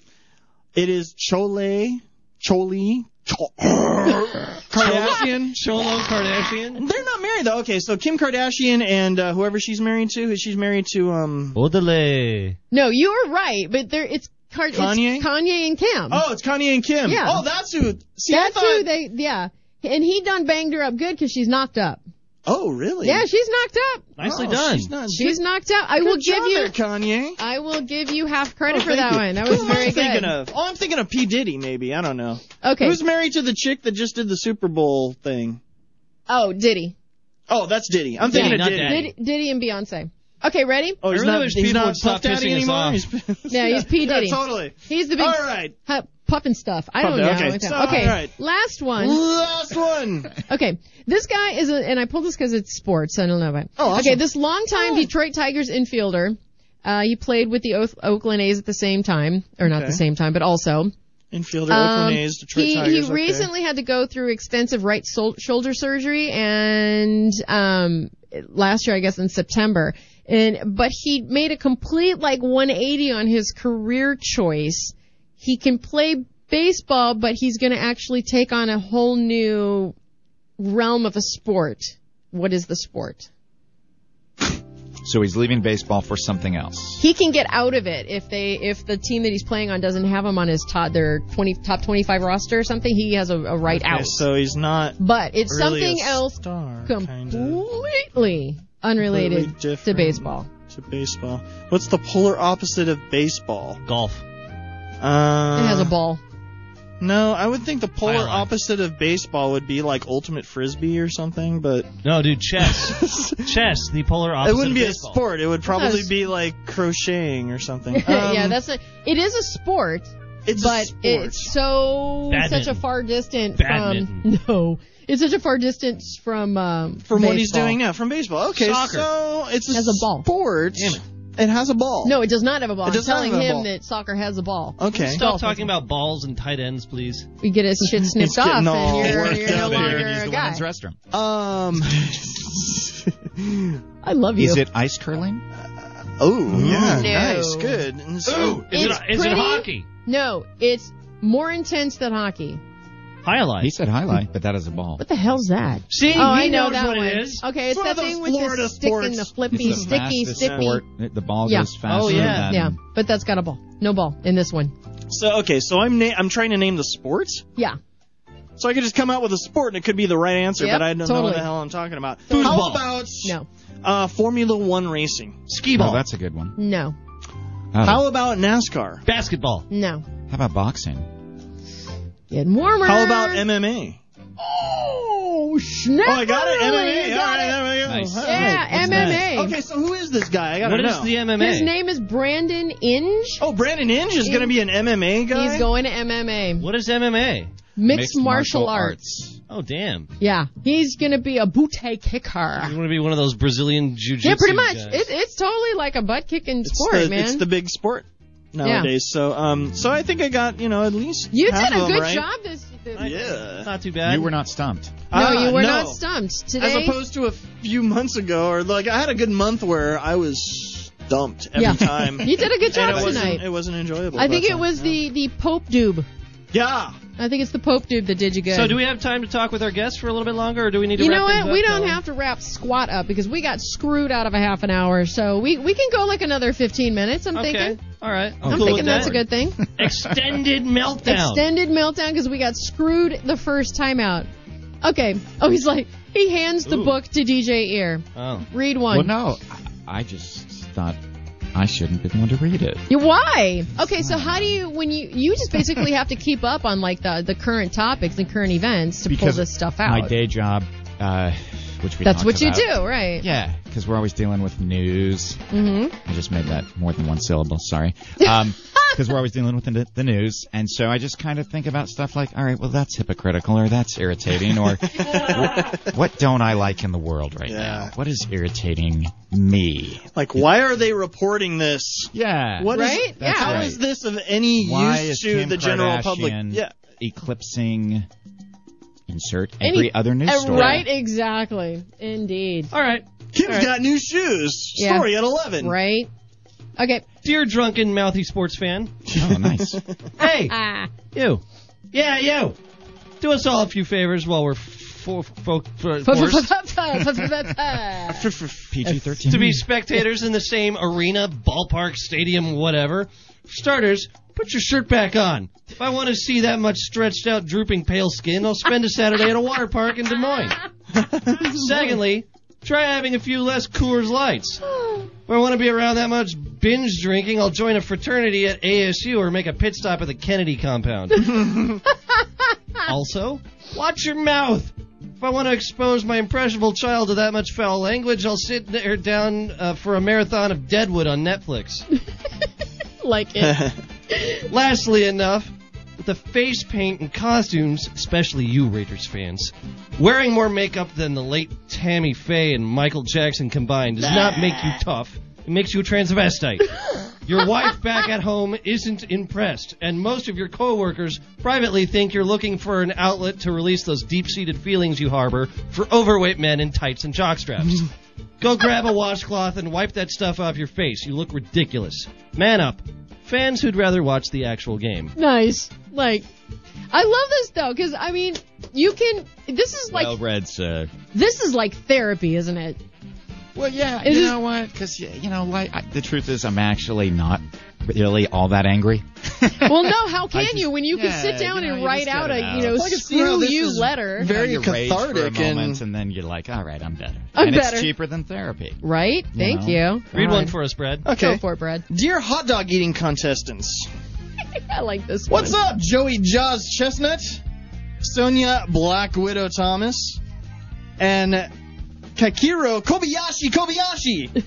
[SPEAKER 5] It is Chole, Chole, Cho- Kardashian.
[SPEAKER 4] Cholo Kardashian.
[SPEAKER 5] They're not married though. Okay, so Kim Kardashian and uh, whoever she's married to, she's married to. Um.
[SPEAKER 4] Odele.
[SPEAKER 3] No, you were right, but there it's, Card-
[SPEAKER 5] Kanye?
[SPEAKER 3] it's Kanye and Kim.
[SPEAKER 5] Oh, it's Kanye and Kim.
[SPEAKER 3] Yeah.
[SPEAKER 5] Oh, that's who. See,
[SPEAKER 3] that's
[SPEAKER 5] I thought,
[SPEAKER 3] who they. Yeah, and he done banged her up good because she's knocked up.
[SPEAKER 5] Oh, really?
[SPEAKER 3] Yeah, she's knocked up.
[SPEAKER 4] Nicely
[SPEAKER 5] Oh,
[SPEAKER 4] done.
[SPEAKER 5] She's not.
[SPEAKER 3] She's knocked up. I
[SPEAKER 5] Good
[SPEAKER 3] will
[SPEAKER 5] job
[SPEAKER 3] give you.
[SPEAKER 5] there, Kanye.
[SPEAKER 3] I will give you half credit
[SPEAKER 5] Oh,
[SPEAKER 3] for that
[SPEAKER 5] thank you.
[SPEAKER 3] one. That
[SPEAKER 5] Who
[SPEAKER 3] was
[SPEAKER 5] am
[SPEAKER 3] very
[SPEAKER 5] I
[SPEAKER 3] good.
[SPEAKER 5] thinking of? Oh, I'm thinking of P Diddy. Maybe I don't know.
[SPEAKER 3] Okay.
[SPEAKER 5] Who's married to the chick that just did the Super Bowl thing?
[SPEAKER 3] oh, Diddy.
[SPEAKER 5] Oh, that's Diddy. I'm thinking
[SPEAKER 4] Diddy,
[SPEAKER 5] of
[SPEAKER 4] not
[SPEAKER 5] Diddy.
[SPEAKER 4] Daddy.
[SPEAKER 3] Diddy. Diddy and Beyonce. Okay, ready?
[SPEAKER 5] Oh, he's
[SPEAKER 4] I really
[SPEAKER 5] not,
[SPEAKER 4] wish
[SPEAKER 5] he's
[SPEAKER 4] people
[SPEAKER 5] not
[SPEAKER 4] would stop
[SPEAKER 5] Puff Daddy
[SPEAKER 4] pissing us
[SPEAKER 5] anymore.
[SPEAKER 4] off.
[SPEAKER 5] He's,
[SPEAKER 3] Yeah, he's P. Diddy.
[SPEAKER 5] Yeah, totally.
[SPEAKER 3] He's the big
[SPEAKER 5] All right.
[SPEAKER 3] hu- puffin' stuff. I don't
[SPEAKER 5] Puffin',
[SPEAKER 3] know.
[SPEAKER 5] okay.
[SPEAKER 3] It's-
[SPEAKER 5] So, all right.
[SPEAKER 3] Last one.
[SPEAKER 5] Last one.
[SPEAKER 3] Okay, this guy is, a, and I pulled this because it's sports. I don't know about.
[SPEAKER 5] Oh, awesome.
[SPEAKER 3] Okay, this longtime Detroit Tigers infielder. Uh, he played with the Oath- Oakland A's at the same time, or not
[SPEAKER 5] Okay.
[SPEAKER 3] the same time, but also.
[SPEAKER 5] Infielder,
[SPEAKER 3] Um,
[SPEAKER 5] Oakland A's, Detroit
[SPEAKER 3] he,
[SPEAKER 5] Tigers.
[SPEAKER 3] he
[SPEAKER 5] okay.
[SPEAKER 3] recently had to go through extensive right sol- shoulder surgery, and um, last year, I guess, in September. And but he made a complete like 180 on his career choice. He can play baseball, but he's going to actually take on a whole new realm of a sport. What is the sport?
[SPEAKER 6] So he's leaving baseball for something else.
[SPEAKER 3] He can get out of it if they if the team that he's playing on doesn't have him on his top their 20 top 25 roster or something. He has a, a right
[SPEAKER 5] Okay,
[SPEAKER 3] out.
[SPEAKER 5] so he's not
[SPEAKER 3] But it's
[SPEAKER 5] really
[SPEAKER 3] something
[SPEAKER 5] a
[SPEAKER 3] else
[SPEAKER 5] Star, kinda.
[SPEAKER 3] completely unrelated
[SPEAKER 5] Completely different
[SPEAKER 3] to baseball.
[SPEAKER 5] To baseball. What's the polar opposite of baseball?
[SPEAKER 4] Golf.
[SPEAKER 5] Uh,
[SPEAKER 3] it has a ball.
[SPEAKER 5] No, I would think the polar
[SPEAKER 4] Violin.
[SPEAKER 5] opposite of baseball would be like ultimate frisbee or something, but
[SPEAKER 4] No, dude, chess. chess, the polar opposite.
[SPEAKER 5] it wouldn't
[SPEAKER 4] of
[SPEAKER 5] be a
[SPEAKER 4] baseball.
[SPEAKER 5] sport. It would probably
[SPEAKER 3] Yes.
[SPEAKER 5] be like crocheting or something.
[SPEAKER 3] yeah,
[SPEAKER 5] Um,
[SPEAKER 3] that's a. It is a sport,
[SPEAKER 5] it's a
[SPEAKER 3] but
[SPEAKER 5] sport.
[SPEAKER 3] it's so
[SPEAKER 4] Badminton.
[SPEAKER 3] such a far distance
[SPEAKER 4] Badminton.
[SPEAKER 3] from. No, it's such a far distance from. Um,
[SPEAKER 5] from what he's
[SPEAKER 3] baseball.
[SPEAKER 5] doing now, from baseball. Okay,
[SPEAKER 4] Soccer.
[SPEAKER 5] so it's a,
[SPEAKER 3] Has a ball.
[SPEAKER 5] sport.
[SPEAKER 4] Damn it.
[SPEAKER 5] It has a ball.
[SPEAKER 3] No, it does not have a ball.
[SPEAKER 5] It
[SPEAKER 3] I'm
[SPEAKER 5] does not
[SPEAKER 3] telling
[SPEAKER 5] have a
[SPEAKER 3] him
[SPEAKER 5] ball. Oh.
[SPEAKER 3] that soccer has a ball.
[SPEAKER 5] Okay.
[SPEAKER 3] Stop.
[SPEAKER 4] Stop talking about balls and tight ends, please.
[SPEAKER 3] We get his shit snipped
[SPEAKER 5] It's
[SPEAKER 3] off,
[SPEAKER 5] getting all
[SPEAKER 3] and you're,
[SPEAKER 5] worked
[SPEAKER 3] you're no
[SPEAKER 5] up there.
[SPEAKER 3] longer
[SPEAKER 6] You're gonna use
[SPEAKER 3] a
[SPEAKER 6] the
[SPEAKER 3] guy.
[SPEAKER 6] women's restroom.
[SPEAKER 5] Um.
[SPEAKER 3] I love you.
[SPEAKER 6] Is it ice curling?
[SPEAKER 5] oh, yeah.
[SPEAKER 3] No.
[SPEAKER 5] Nice. Good. And so-
[SPEAKER 4] Is
[SPEAKER 3] It's
[SPEAKER 4] it, is it
[SPEAKER 3] pretty-
[SPEAKER 4] hockey?
[SPEAKER 3] No, it's more intense than hockey.
[SPEAKER 4] Highlight.
[SPEAKER 6] He said highlight, but that is a ball.
[SPEAKER 3] What the hell's that?
[SPEAKER 4] See,
[SPEAKER 3] oh,
[SPEAKER 4] he
[SPEAKER 3] I know
[SPEAKER 4] knows
[SPEAKER 3] that
[SPEAKER 4] what
[SPEAKER 3] one.
[SPEAKER 4] it is.
[SPEAKER 3] Okay, it's,
[SPEAKER 5] It's one
[SPEAKER 3] that
[SPEAKER 5] of those
[SPEAKER 3] thing with
[SPEAKER 5] Florida
[SPEAKER 3] the stick and the
[SPEAKER 5] sports.
[SPEAKER 3] flippy,
[SPEAKER 6] It's the
[SPEAKER 3] sticky,
[SPEAKER 6] fastest
[SPEAKER 3] stippy.
[SPEAKER 6] sport. The ball
[SPEAKER 3] Yeah.
[SPEAKER 6] goes faster
[SPEAKER 4] yeah.
[SPEAKER 6] than
[SPEAKER 3] Yeah, but that's got a ball. No ball in this one.
[SPEAKER 5] so okay, so I'm na- I'm trying to name the sport.
[SPEAKER 3] Yeah.
[SPEAKER 5] So I could just come out with a sport and it could be the right answer,
[SPEAKER 3] Yep,
[SPEAKER 5] but I don't know
[SPEAKER 3] totally.
[SPEAKER 5] what the hell I'm talking about.
[SPEAKER 4] Foosball.
[SPEAKER 5] How about
[SPEAKER 3] No.
[SPEAKER 5] uh, Formula One racing?
[SPEAKER 4] Ski
[SPEAKER 6] Oh,
[SPEAKER 4] ball.
[SPEAKER 6] that's a good one.
[SPEAKER 3] No.
[SPEAKER 6] Oh,
[SPEAKER 5] How about NASCAR?
[SPEAKER 4] Basketball.
[SPEAKER 3] No.
[SPEAKER 6] how about boxing?
[SPEAKER 3] Getting warmer.
[SPEAKER 5] How about MMA?
[SPEAKER 3] Oh, snap.
[SPEAKER 5] Oh, I got it. MMA.
[SPEAKER 3] You
[SPEAKER 5] All
[SPEAKER 3] got
[SPEAKER 5] right,
[SPEAKER 3] it.
[SPEAKER 5] there we go.
[SPEAKER 6] Nice.
[SPEAKER 5] All right.
[SPEAKER 3] Yeah, MMA.
[SPEAKER 5] Okay, so who is this guy? I gotta
[SPEAKER 4] What
[SPEAKER 5] know.
[SPEAKER 4] is the MMA?
[SPEAKER 3] His name is Brandon Inge.
[SPEAKER 5] Oh, Brandon Inge is gonna be an MMA guy.
[SPEAKER 3] He's going to MMA.
[SPEAKER 4] What is MMA?
[SPEAKER 3] Mixed, martial, arts.
[SPEAKER 4] Oh, damn.
[SPEAKER 3] Yeah. He's going to be a butte kicker.
[SPEAKER 4] You want to be one of those Brazilian jiu-jitsu
[SPEAKER 3] Yeah, pretty much.
[SPEAKER 4] guys.
[SPEAKER 3] It, it's totally like a butt kicking
[SPEAKER 5] It's
[SPEAKER 3] sport,
[SPEAKER 5] the,
[SPEAKER 3] man.
[SPEAKER 5] It's the big sport nowadays. So, um, so I think I got you know at least
[SPEAKER 3] you
[SPEAKER 5] half
[SPEAKER 3] did a
[SPEAKER 5] of 'em
[SPEAKER 3] good
[SPEAKER 5] right.
[SPEAKER 3] job this. this
[SPEAKER 5] Yeah.
[SPEAKER 4] Not too bad.
[SPEAKER 6] You were not stumped.
[SPEAKER 5] Ah,
[SPEAKER 3] no, you were
[SPEAKER 5] no.
[SPEAKER 3] not stumped
[SPEAKER 5] As
[SPEAKER 3] today.
[SPEAKER 5] opposed to a few months ago, or like I had a good month where I was dumped every
[SPEAKER 3] Yeah.
[SPEAKER 5] time.
[SPEAKER 3] you did a good
[SPEAKER 5] and
[SPEAKER 3] job
[SPEAKER 5] it wasn't,
[SPEAKER 3] tonight.
[SPEAKER 5] it wasn't enjoyable.
[SPEAKER 3] I think
[SPEAKER 5] that
[SPEAKER 3] it
[SPEAKER 5] time.
[SPEAKER 3] was the the Pope Dube.
[SPEAKER 5] yeah.
[SPEAKER 3] I think it's the Pope Dube that did you good.
[SPEAKER 4] So do we have time to talk with our guests for a little bit longer, or do we need to
[SPEAKER 3] You
[SPEAKER 4] wrap
[SPEAKER 3] know
[SPEAKER 4] things
[SPEAKER 3] what?
[SPEAKER 4] up,
[SPEAKER 3] We don't
[SPEAKER 4] Colin?
[SPEAKER 3] have to wrap squat up because we got screwed out of a half an hour. So we we can go like another 15 minutes. I'm
[SPEAKER 4] Okay.
[SPEAKER 3] thinking.
[SPEAKER 4] All right.
[SPEAKER 3] I'm
[SPEAKER 4] cool
[SPEAKER 3] thinking
[SPEAKER 4] with
[SPEAKER 3] that's
[SPEAKER 4] that.
[SPEAKER 3] a good thing.
[SPEAKER 4] Extended meltdown.
[SPEAKER 3] Extended meltdown because we got screwed the first time out. Okay. Oh, he's like he hands the
[SPEAKER 4] Ooh.
[SPEAKER 3] book to DJ Ear.
[SPEAKER 4] oh.
[SPEAKER 3] Read one.
[SPEAKER 6] Well, no, I, I just thought I shouldn't be the one to read it.
[SPEAKER 3] Yeah, Why? Okay, so how do you when you you just basically have to keep up on like the the current topics and current events to pull
[SPEAKER 6] Because
[SPEAKER 3] this stuff out.
[SPEAKER 6] My day job, uh, which we
[SPEAKER 3] That's
[SPEAKER 6] talked
[SPEAKER 3] what you
[SPEAKER 6] about-
[SPEAKER 3] do, right?
[SPEAKER 6] Yeah, because we're always dealing with news.
[SPEAKER 3] Mm-hmm.
[SPEAKER 6] I just made that more than one syllable. Sorry. Because we're always dealing with the, the news, and so I just kind of think about stuff like, all right, well that's hypocritical, or that's irritating, or what, what don't I like in the world right
[SPEAKER 5] Yeah.
[SPEAKER 6] now? What is irritating me?
[SPEAKER 5] Like, why are they reporting this?
[SPEAKER 6] Yeah.
[SPEAKER 5] What is-
[SPEAKER 3] Right?
[SPEAKER 6] That's
[SPEAKER 3] yeah.
[SPEAKER 5] How
[SPEAKER 6] right.
[SPEAKER 5] is this of any
[SPEAKER 6] Why
[SPEAKER 5] use
[SPEAKER 6] is
[SPEAKER 5] to
[SPEAKER 6] Kim
[SPEAKER 5] the general public?
[SPEAKER 6] Kardashian
[SPEAKER 5] Yeah.
[SPEAKER 6] eclipsing insert
[SPEAKER 3] Any-
[SPEAKER 6] every other news
[SPEAKER 3] Uh,
[SPEAKER 6] story.
[SPEAKER 3] Right, exactly. Indeed.
[SPEAKER 4] All right.
[SPEAKER 5] Kim's
[SPEAKER 3] Alright.
[SPEAKER 5] got new shoes.
[SPEAKER 3] Yeah.
[SPEAKER 5] Story at 11.
[SPEAKER 3] Right. Okay.
[SPEAKER 4] Dear drunken mouthy sports fan.
[SPEAKER 6] Oh, nice.
[SPEAKER 4] Hey,
[SPEAKER 3] Ah.
[SPEAKER 4] you. Yeah, you. Do us all a few favors while we're fo- fo- fo- forced
[SPEAKER 3] All
[SPEAKER 6] PG thirteen.
[SPEAKER 4] to be spectators in the same arena, ballpark, stadium, whatever. For starters, put your shirt back on. If I want to see that much stretched out, drooping, pale skin, I'll spend a Saturday at a water park in Des Moines. Secondly, try having a few less Coors Lights. If I want to be around that much binge drinking, I'll join a fraternity at ASU or make a pit stop at the Kennedy compound. also, watch your mouth. If I want to expose my impressionable child to that much foul language, I'll sit her down uh, for a marathon of Deadwood on Netflix.
[SPEAKER 3] like it.
[SPEAKER 4] Lastly, enough with the face paint and costumes, especially you Raiders fans. Wearing more makeup than the late Tammy Faye and Michael Jackson combined does not make you tough. It makes you a transvestite. Your wife back at home isn't impressed, and most of your coworkers privately think you're looking for an outlet to release those deep-seated feelings you harbor for overweight men in tights and jockstraps. Go grab a washcloth and wipe that stuff off your face. You look ridiculous. Man up. Fans who'd rather watch the actual game.
[SPEAKER 3] nice. Like I love this though cuz I mean, you can this is like
[SPEAKER 6] well read, sir.
[SPEAKER 3] this is like therapy, isn't it?
[SPEAKER 6] Well, yeah.
[SPEAKER 3] It
[SPEAKER 6] you
[SPEAKER 3] is-
[SPEAKER 6] know what? Because you know, like I, the truth is, I'm actually not really all that angry?
[SPEAKER 3] Well, no, how can
[SPEAKER 6] just-
[SPEAKER 3] you when you can
[SPEAKER 6] Yeah,
[SPEAKER 3] sit down
[SPEAKER 6] you know,
[SPEAKER 3] and
[SPEAKER 6] you
[SPEAKER 3] write
[SPEAKER 6] just
[SPEAKER 3] out
[SPEAKER 6] gotta
[SPEAKER 3] a
[SPEAKER 6] know.
[SPEAKER 3] you know
[SPEAKER 6] It's
[SPEAKER 5] like it's-
[SPEAKER 3] screw
[SPEAKER 5] you know, this
[SPEAKER 3] you
[SPEAKER 5] is
[SPEAKER 3] letter,
[SPEAKER 5] very-
[SPEAKER 6] You rage for a
[SPEAKER 5] cathartic and-
[SPEAKER 6] moment, and then you're like, all right, I'm better.
[SPEAKER 3] I'm
[SPEAKER 6] and
[SPEAKER 3] better.
[SPEAKER 6] it's cheaper than therapy.
[SPEAKER 3] right? Thank
[SPEAKER 6] know.
[SPEAKER 3] you.
[SPEAKER 4] Read one for us, Brad.
[SPEAKER 3] Go
[SPEAKER 5] Okay.
[SPEAKER 3] for it, Brad.
[SPEAKER 5] Dear hot dog eating contestants,
[SPEAKER 3] I like this.
[SPEAKER 5] what's
[SPEAKER 3] one.
[SPEAKER 5] up, Joey Jaws Chestnut, Sonia Black Widow Thomas, and Kakiro Kobayashi Kobayashi?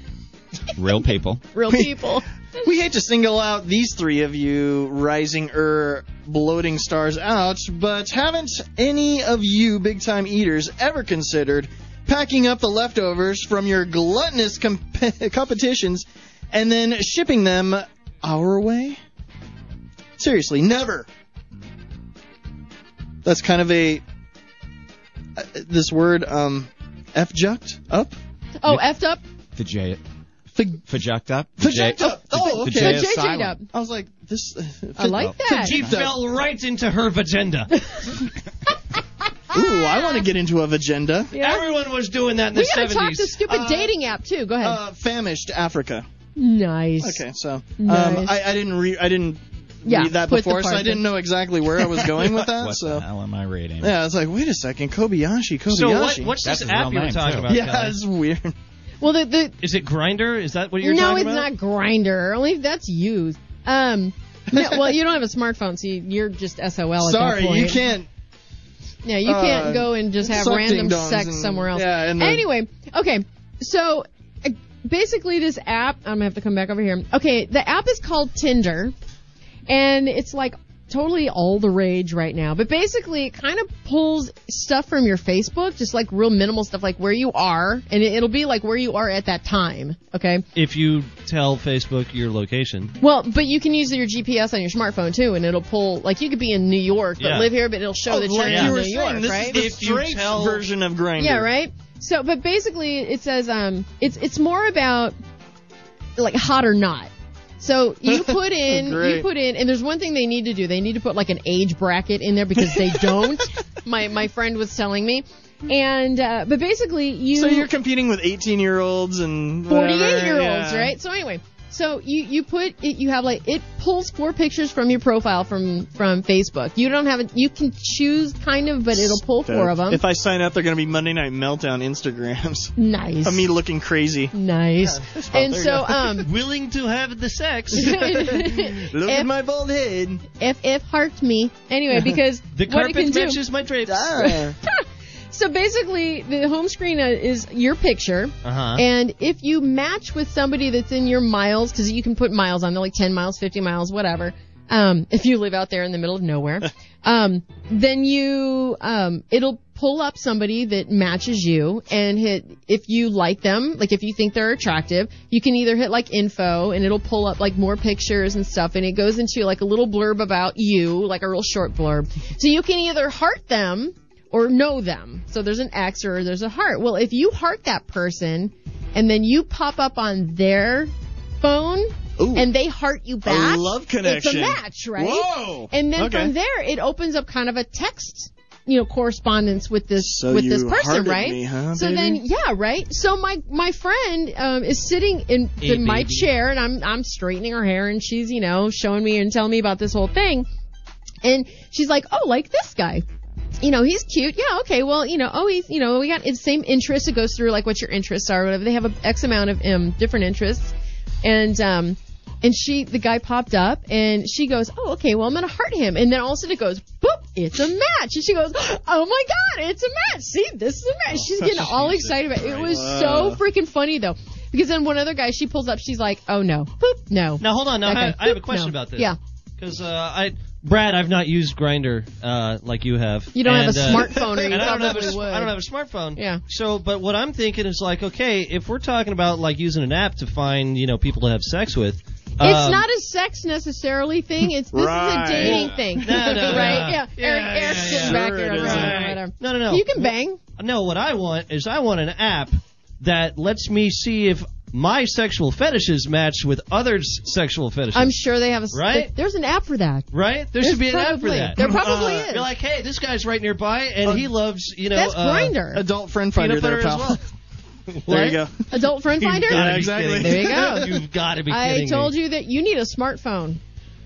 [SPEAKER 8] Real people.
[SPEAKER 3] Real people.
[SPEAKER 5] we hate to single out these three of you rising er bloating stars out, but haven't any of you big time eaters ever considered packing up the leftovers from your gluttonous comp- competitions and then shipping them our way? Seriously, never. That's kind of a uh, this word um f jucked up
[SPEAKER 3] Oh, effed up.
[SPEAKER 6] The J,
[SPEAKER 5] Fig-
[SPEAKER 6] fajucked up.
[SPEAKER 5] Fajucked up. Oh,
[SPEAKER 6] the
[SPEAKER 5] okay.
[SPEAKER 6] J is
[SPEAKER 3] JJ
[SPEAKER 6] silent.
[SPEAKER 3] up.
[SPEAKER 5] I was like this. Uh,
[SPEAKER 3] I like that.
[SPEAKER 4] He fell right into her vagina.
[SPEAKER 5] Ooh, I want to get into a agenda.
[SPEAKER 3] Yeah.
[SPEAKER 4] Everyone was doing that in
[SPEAKER 3] We
[SPEAKER 4] the
[SPEAKER 3] gotta talk
[SPEAKER 4] 70s.
[SPEAKER 3] to stupid dating app too. Go ahead.
[SPEAKER 5] Uh, famished Africa.
[SPEAKER 3] nice.
[SPEAKER 5] Okay, so um,
[SPEAKER 3] Nice.
[SPEAKER 5] I, I didn't re- I didn't
[SPEAKER 3] Yeah,
[SPEAKER 5] read that
[SPEAKER 3] put the
[SPEAKER 5] before, so
[SPEAKER 3] part
[SPEAKER 5] I didn't
[SPEAKER 3] in.
[SPEAKER 5] know exactly where I was going with that.
[SPEAKER 6] What
[SPEAKER 5] so
[SPEAKER 6] the hell am I reading?
[SPEAKER 5] yeah, I was like, wait a second, Kobayashi, Kobayashi.
[SPEAKER 4] so what, what's
[SPEAKER 6] That's
[SPEAKER 4] this
[SPEAKER 6] his real
[SPEAKER 4] app you were
[SPEAKER 6] name,
[SPEAKER 4] talking
[SPEAKER 6] too.
[SPEAKER 4] about?
[SPEAKER 5] yeah,
[SPEAKER 4] Kelly?
[SPEAKER 5] it's weird.
[SPEAKER 3] Well, the the
[SPEAKER 4] Is it Grinder? Is that what you're
[SPEAKER 3] no,
[SPEAKER 4] talking
[SPEAKER 3] it's
[SPEAKER 4] about?
[SPEAKER 3] not grinder. Only that's used. Um, no, well, you don't have a smartphone, so you- you're just SOL. At
[SPEAKER 5] Sorry,
[SPEAKER 3] that point.
[SPEAKER 5] you can't.
[SPEAKER 3] Yeah, you can't
[SPEAKER 5] uh,
[SPEAKER 3] go and just have
[SPEAKER 5] suck
[SPEAKER 3] random
[SPEAKER 5] ding-dongs
[SPEAKER 3] sex
[SPEAKER 5] and-
[SPEAKER 3] somewhere else.
[SPEAKER 5] yeah, and the-
[SPEAKER 3] anyway, okay, so uh, basically, this app. I'm gonna have to come back over here. Okay, the app is called Tinder, and it's like totally all the rage right now. But basically, it kind of pulls stuff from your Facebook, just like real minimal stuff, like where you are, and it, it'll be like where you are at that time. Okay.
[SPEAKER 4] If you tell Facebook your location,
[SPEAKER 3] Well, but you can use your GPS on your smartphone too, and it'll pull. Like you could be in New York, but
[SPEAKER 4] Yeah.
[SPEAKER 3] live here, but it'll show that you're
[SPEAKER 5] Oh, like
[SPEAKER 3] in
[SPEAKER 5] you were
[SPEAKER 3] Oh, New
[SPEAKER 5] saying,
[SPEAKER 3] York,
[SPEAKER 5] this
[SPEAKER 3] right?
[SPEAKER 5] is the
[SPEAKER 4] If you
[SPEAKER 5] straight
[SPEAKER 4] tell-
[SPEAKER 5] version of Grindr.
[SPEAKER 3] Yeah, right. So, but basically, it says um, it's it's more about like hot or not. So you put in, you
[SPEAKER 5] Oh, Great.
[SPEAKER 3] put in, and there's one thing they need to do. They need to put like an age bracket in there because they don't. my my friend was telling me, and uh, but basically you
[SPEAKER 5] So you're competing with 18 year olds and whatever,
[SPEAKER 3] 48 year olds,
[SPEAKER 5] yeah.
[SPEAKER 3] right? So anyway, so you you put it, you have like it pulls four pictures from your profile from from Facebook. You don't have it. You can choose kind of, but it'll pull four of them.
[SPEAKER 5] If I sign up, they're gonna be Monday Night Meltdown Instagrams
[SPEAKER 3] nice. Mm.
[SPEAKER 5] of me looking crazy.
[SPEAKER 3] Nice. and
[SPEAKER 5] there you
[SPEAKER 3] so
[SPEAKER 5] go.
[SPEAKER 3] um
[SPEAKER 4] willing to have the sex.
[SPEAKER 5] Look
[SPEAKER 3] F,
[SPEAKER 5] at my bald head.
[SPEAKER 3] F F heart me. Anyway, because
[SPEAKER 4] The
[SPEAKER 3] what it can
[SPEAKER 4] carpet
[SPEAKER 3] do.
[SPEAKER 4] matches my drapes.
[SPEAKER 5] Ah.
[SPEAKER 3] So basically, the home screen uh, is your picture,
[SPEAKER 4] Uh-huh.
[SPEAKER 3] and if you match with somebody that's in your miles, because you can put miles on there, like 10 miles, 50 miles, whatever. Um, if you live out there in the middle of nowhere, um, then you um, it'll pull up somebody that matches you and hit if you like them, like if you think they're attractive, you can either hit like info and it'll pull up like more pictures and stuff, and it goes into like a little blurb about you, like a real short blurb. So you can either heart them or know them. So there's an X or there's a heart. Well, if you heart that person and then you pop up on their phone
[SPEAKER 5] Ooh.
[SPEAKER 3] and they heart you back,
[SPEAKER 5] I love
[SPEAKER 3] it's
[SPEAKER 5] connection.
[SPEAKER 3] a match, right?
[SPEAKER 5] Whoa.
[SPEAKER 3] And then
[SPEAKER 5] Okay.
[SPEAKER 3] from there, it opens up kind of a text, you know, correspondence with this
[SPEAKER 5] So
[SPEAKER 3] with this
[SPEAKER 5] you
[SPEAKER 3] person,
[SPEAKER 5] hearted
[SPEAKER 3] right?
[SPEAKER 5] me, huh,
[SPEAKER 3] so
[SPEAKER 5] baby?
[SPEAKER 3] then, yeah, right. So my my friend um, is sitting in,
[SPEAKER 4] Hey,
[SPEAKER 3] in my
[SPEAKER 4] baby.
[SPEAKER 3] chair, and I'm I'm straightening her hair, and she's you know showing me and telling me about this whole thing, and she's like, oh, like this guy. You know, he's cute. Yeah, okay. Well, you know, oh, he's, you know, we got the same interests. It goes through like what your interests are, whatever. They have a X amount of um, different interests. And, um, and she, the guy popped up and she goes, Oh, okay, well, I'm going to hurt him. And then all of a sudden it goes, Boop, it's a match. And she goes, Oh my God, it's a match. See, this is a match. She's getting all excited about it. It was so freaking funny though. Because then one other guy she pulls up, she's like, Oh no, boop, no.
[SPEAKER 4] Now hold on. Now
[SPEAKER 3] That
[SPEAKER 4] I,
[SPEAKER 3] guy,
[SPEAKER 4] I have a
[SPEAKER 3] boop,
[SPEAKER 4] question
[SPEAKER 3] no.
[SPEAKER 4] about this.
[SPEAKER 3] Yeah.
[SPEAKER 4] Because uh, I, Brad, I've not used Grinder uh, like you have.
[SPEAKER 3] You don't have
[SPEAKER 4] And,
[SPEAKER 3] a
[SPEAKER 4] uh,
[SPEAKER 3] smartphone or you
[SPEAKER 4] and I don't have a,
[SPEAKER 3] probably
[SPEAKER 4] s-
[SPEAKER 3] would.
[SPEAKER 4] I don't have a smartphone.
[SPEAKER 3] Yeah.
[SPEAKER 4] So, but what I'm thinking is like, okay, if we're talking about like using an app to find you know people to have sex with, um,
[SPEAKER 3] It's not a sex necessarily thing. It's this
[SPEAKER 5] Right.
[SPEAKER 3] is a dating thing,
[SPEAKER 4] No, no, no.
[SPEAKER 3] right? Yeah,
[SPEAKER 4] Yeah,
[SPEAKER 3] Eric,
[SPEAKER 4] yeah,
[SPEAKER 3] Eric's
[SPEAKER 4] yeah.
[SPEAKER 3] sitting back
[SPEAKER 5] Sure
[SPEAKER 3] there.
[SPEAKER 5] it
[SPEAKER 3] I'm
[SPEAKER 5] isn't.
[SPEAKER 3] like, whatever.
[SPEAKER 4] No, no, no.
[SPEAKER 3] You can bang.
[SPEAKER 4] No, what I want is I want an app that lets me see if my sexual fetishes match with others' sexual fetishes.
[SPEAKER 3] I'm sure they have a.
[SPEAKER 4] Right?
[SPEAKER 3] There's an app for that.
[SPEAKER 4] right? There
[SPEAKER 3] There's
[SPEAKER 4] should be an app for
[SPEAKER 3] probably-
[SPEAKER 4] that.
[SPEAKER 3] There probably is. Um,
[SPEAKER 4] You're like, hey, this guy's right nearby, and he loves you know.
[SPEAKER 3] That's
[SPEAKER 4] uh,
[SPEAKER 3] Grinder.
[SPEAKER 5] Adult friend
[SPEAKER 4] Peanut
[SPEAKER 5] finder there,
[SPEAKER 4] butter as
[SPEAKER 5] pal.
[SPEAKER 4] well.
[SPEAKER 5] There you go.
[SPEAKER 3] Adult friend finder.
[SPEAKER 5] Yeah,
[SPEAKER 4] Gotta be
[SPEAKER 5] exactly.
[SPEAKER 4] kidding.
[SPEAKER 3] There you go.
[SPEAKER 4] You've got to be
[SPEAKER 3] I
[SPEAKER 4] kidding
[SPEAKER 3] told
[SPEAKER 4] me.
[SPEAKER 3] you that you need a smartphone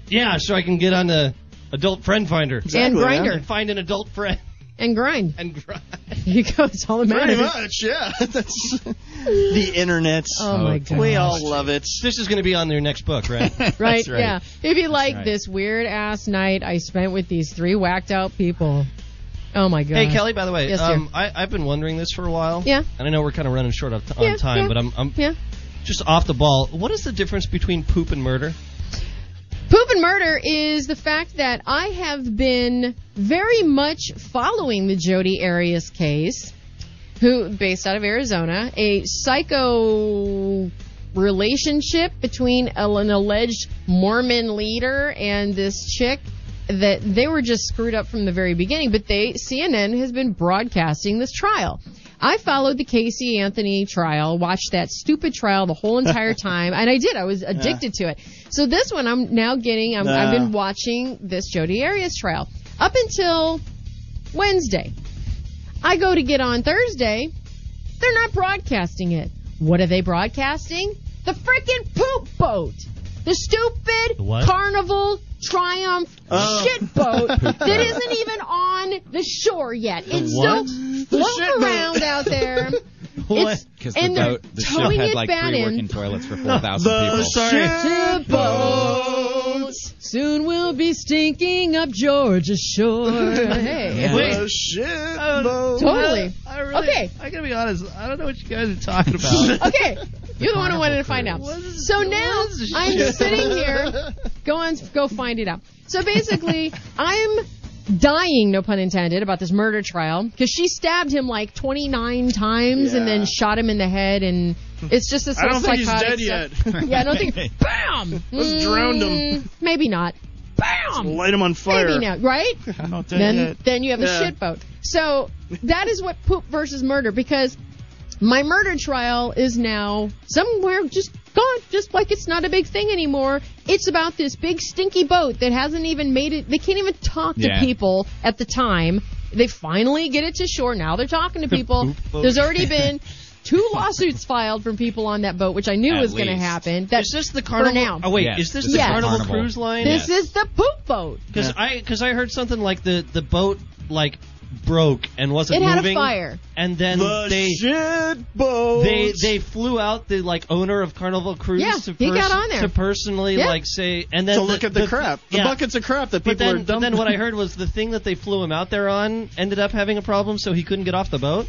[SPEAKER 4] Yeah, so I can get on the adult friend finder
[SPEAKER 3] and
[SPEAKER 5] Exactly, yeah.
[SPEAKER 3] grinder
[SPEAKER 4] and find an adult friend
[SPEAKER 3] and grind.
[SPEAKER 4] and grind.
[SPEAKER 3] You go. It's all that
[SPEAKER 5] Pretty
[SPEAKER 3] matters.
[SPEAKER 5] much, yeah. That's the internet.
[SPEAKER 3] Oh my god.
[SPEAKER 5] we all love it.
[SPEAKER 4] This is going to be on their next book, right?
[SPEAKER 3] Right,
[SPEAKER 6] That's right.
[SPEAKER 3] Yeah. If you like
[SPEAKER 6] right.
[SPEAKER 3] this weird ass night I spent with these three whacked out people. Oh my god.
[SPEAKER 4] Hey Kelly, by the way,
[SPEAKER 3] Yes,
[SPEAKER 4] um, I, I've been wondering this for a while.
[SPEAKER 3] Yeah.
[SPEAKER 4] and I know we're kind of running short of t- on
[SPEAKER 3] Yeah,
[SPEAKER 4] time,
[SPEAKER 3] yeah.
[SPEAKER 4] but I'm, I'm
[SPEAKER 3] Yeah.
[SPEAKER 4] just off the ball. What is the difference between poop and murder?
[SPEAKER 3] Poop and murder is the fact that I have been very much following the Jodi Arias case, who based out of Arizona, a psycho relationship between a- an alleged Mormon leader and this chick that they were just screwed up from the very beginning, but they CNN has been broadcasting this trial. I followed the Casey Anthony trial, watched that stupid trial the whole entire time, and I did. I was addicted to it. So this one, I'm now getting. I'm, I've been watching this Jodi Arias trial up until Wednesday. I go to get on Thursday. They're not broadcasting it. What are they broadcasting? The frickin' poop boat. The stupid
[SPEAKER 4] The what?
[SPEAKER 3] carnival triumph
[SPEAKER 5] Oh.
[SPEAKER 3] shit boat that isn't even on the shore yet. it's
[SPEAKER 4] what?
[SPEAKER 3] still floating
[SPEAKER 5] shit boat.
[SPEAKER 3] around out there. It's
[SPEAKER 6] Because
[SPEAKER 3] and
[SPEAKER 6] the
[SPEAKER 3] they're
[SPEAKER 6] boat, the ship
[SPEAKER 3] towing
[SPEAKER 6] had
[SPEAKER 3] it
[SPEAKER 6] like
[SPEAKER 3] back
[SPEAKER 6] three
[SPEAKER 3] in.
[SPEAKER 6] working toilets for 4,000
[SPEAKER 5] The
[SPEAKER 6] people.
[SPEAKER 5] shit.
[SPEAKER 3] ship boat. Soon we'll be stinking up Georgia shore. Hey.
[SPEAKER 4] Wait.
[SPEAKER 5] The shit. boat.
[SPEAKER 3] Totally.
[SPEAKER 4] I really,
[SPEAKER 3] Okay.
[SPEAKER 4] I gotta be honest. I don't know what you guys are talking about.
[SPEAKER 3] Okay. You're the one who wanted to find out. So now I'm sitting here. Go on, go find it out. So basically, I'm dying, no pun intended, about this murder trial because she stabbed him like 29 times and then
[SPEAKER 5] Yeah.
[SPEAKER 3] shot him in the head, and it's just this.
[SPEAKER 5] I don't
[SPEAKER 3] little
[SPEAKER 5] think he's
[SPEAKER 3] psychotic
[SPEAKER 5] dead
[SPEAKER 3] stuff.
[SPEAKER 5] yet.
[SPEAKER 3] Yeah, I don't think. Bam.
[SPEAKER 5] Let's drown him.
[SPEAKER 3] Mm, Maybe not. Bam.
[SPEAKER 5] Light him on fire.
[SPEAKER 3] Maybe not. Right?
[SPEAKER 5] I'm not dead
[SPEAKER 3] then
[SPEAKER 5] yet.
[SPEAKER 3] then you have a
[SPEAKER 5] Yeah.
[SPEAKER 3] shit boat. So that is what poop versus murder because my murder trial is now somewhere just gone, just like it's not a big thing anymore. It's about this big stinky boat that hasn't even made it. They can't even talk to
[SPEAKER 6] Yeah.
[SPEAKER 3] people at the time. They finally get it to shore. Now they're talking to people.
[SPEAKER 4] poop boat.
[SPEAKER 3] There's already been two lawsuits filed from people on that boat, which I knew
[SPEAKER 6] At
[SPEAKER 3] was going to
[SPEAKER 6] least.
[SPEAKER 3] happen. That
[SPEAKER 4] is this the carnival?
[SPEAKER 3] now.
[SPEAKER 4] Oh wait,
[SPEAKER 6] Yes,
[SPEAKER 4] is this
[SPEAKER 6] this
[SPEAKER 4] the
[SPEAKER 3] is the
[SPEAKER 4] carnival,
[SPEAKER 6] Carnival.
[SPEAKER 4] cruise line?
[SPEAKER 3] this is the poop boat.
[SPEAKER 4] Because I because I heard something like the the boat like broke and wasn't
[SPEAKER 3] It had a
[SPEAKER 4] moving.
[SPEAKER 3] fire.
[SPEAKER 4] And then
[SPEAKER 5] The
[SPEAKER 4] they
[SPEAKER 5] shit boat.
[SPEAKER 4] they they flew out the like owner of Carnival Cruise
[SPEAKER 3] Yeah,
[SPEAKER 4] to,
[SPEAKER 3] he got on there.
[SPEAKER 4] to personally
[SPEAKER 3] Yeah.
[SPEAKER 4] like say and then
[SPEAKER 5] to look at the, crap. The
[SPEAKER 4] yeah.
[SPEAKER 5] buckets of crap that people
[SPEAKER 4] But then,
[SPEAKER 5] are
[SPEAKER 4] but
[SPEAKER 5] dumping.
[SPEAKER 4] then what I heard was the thing that they flew him out there on ended up having a problem, so he couldn't get off the boat.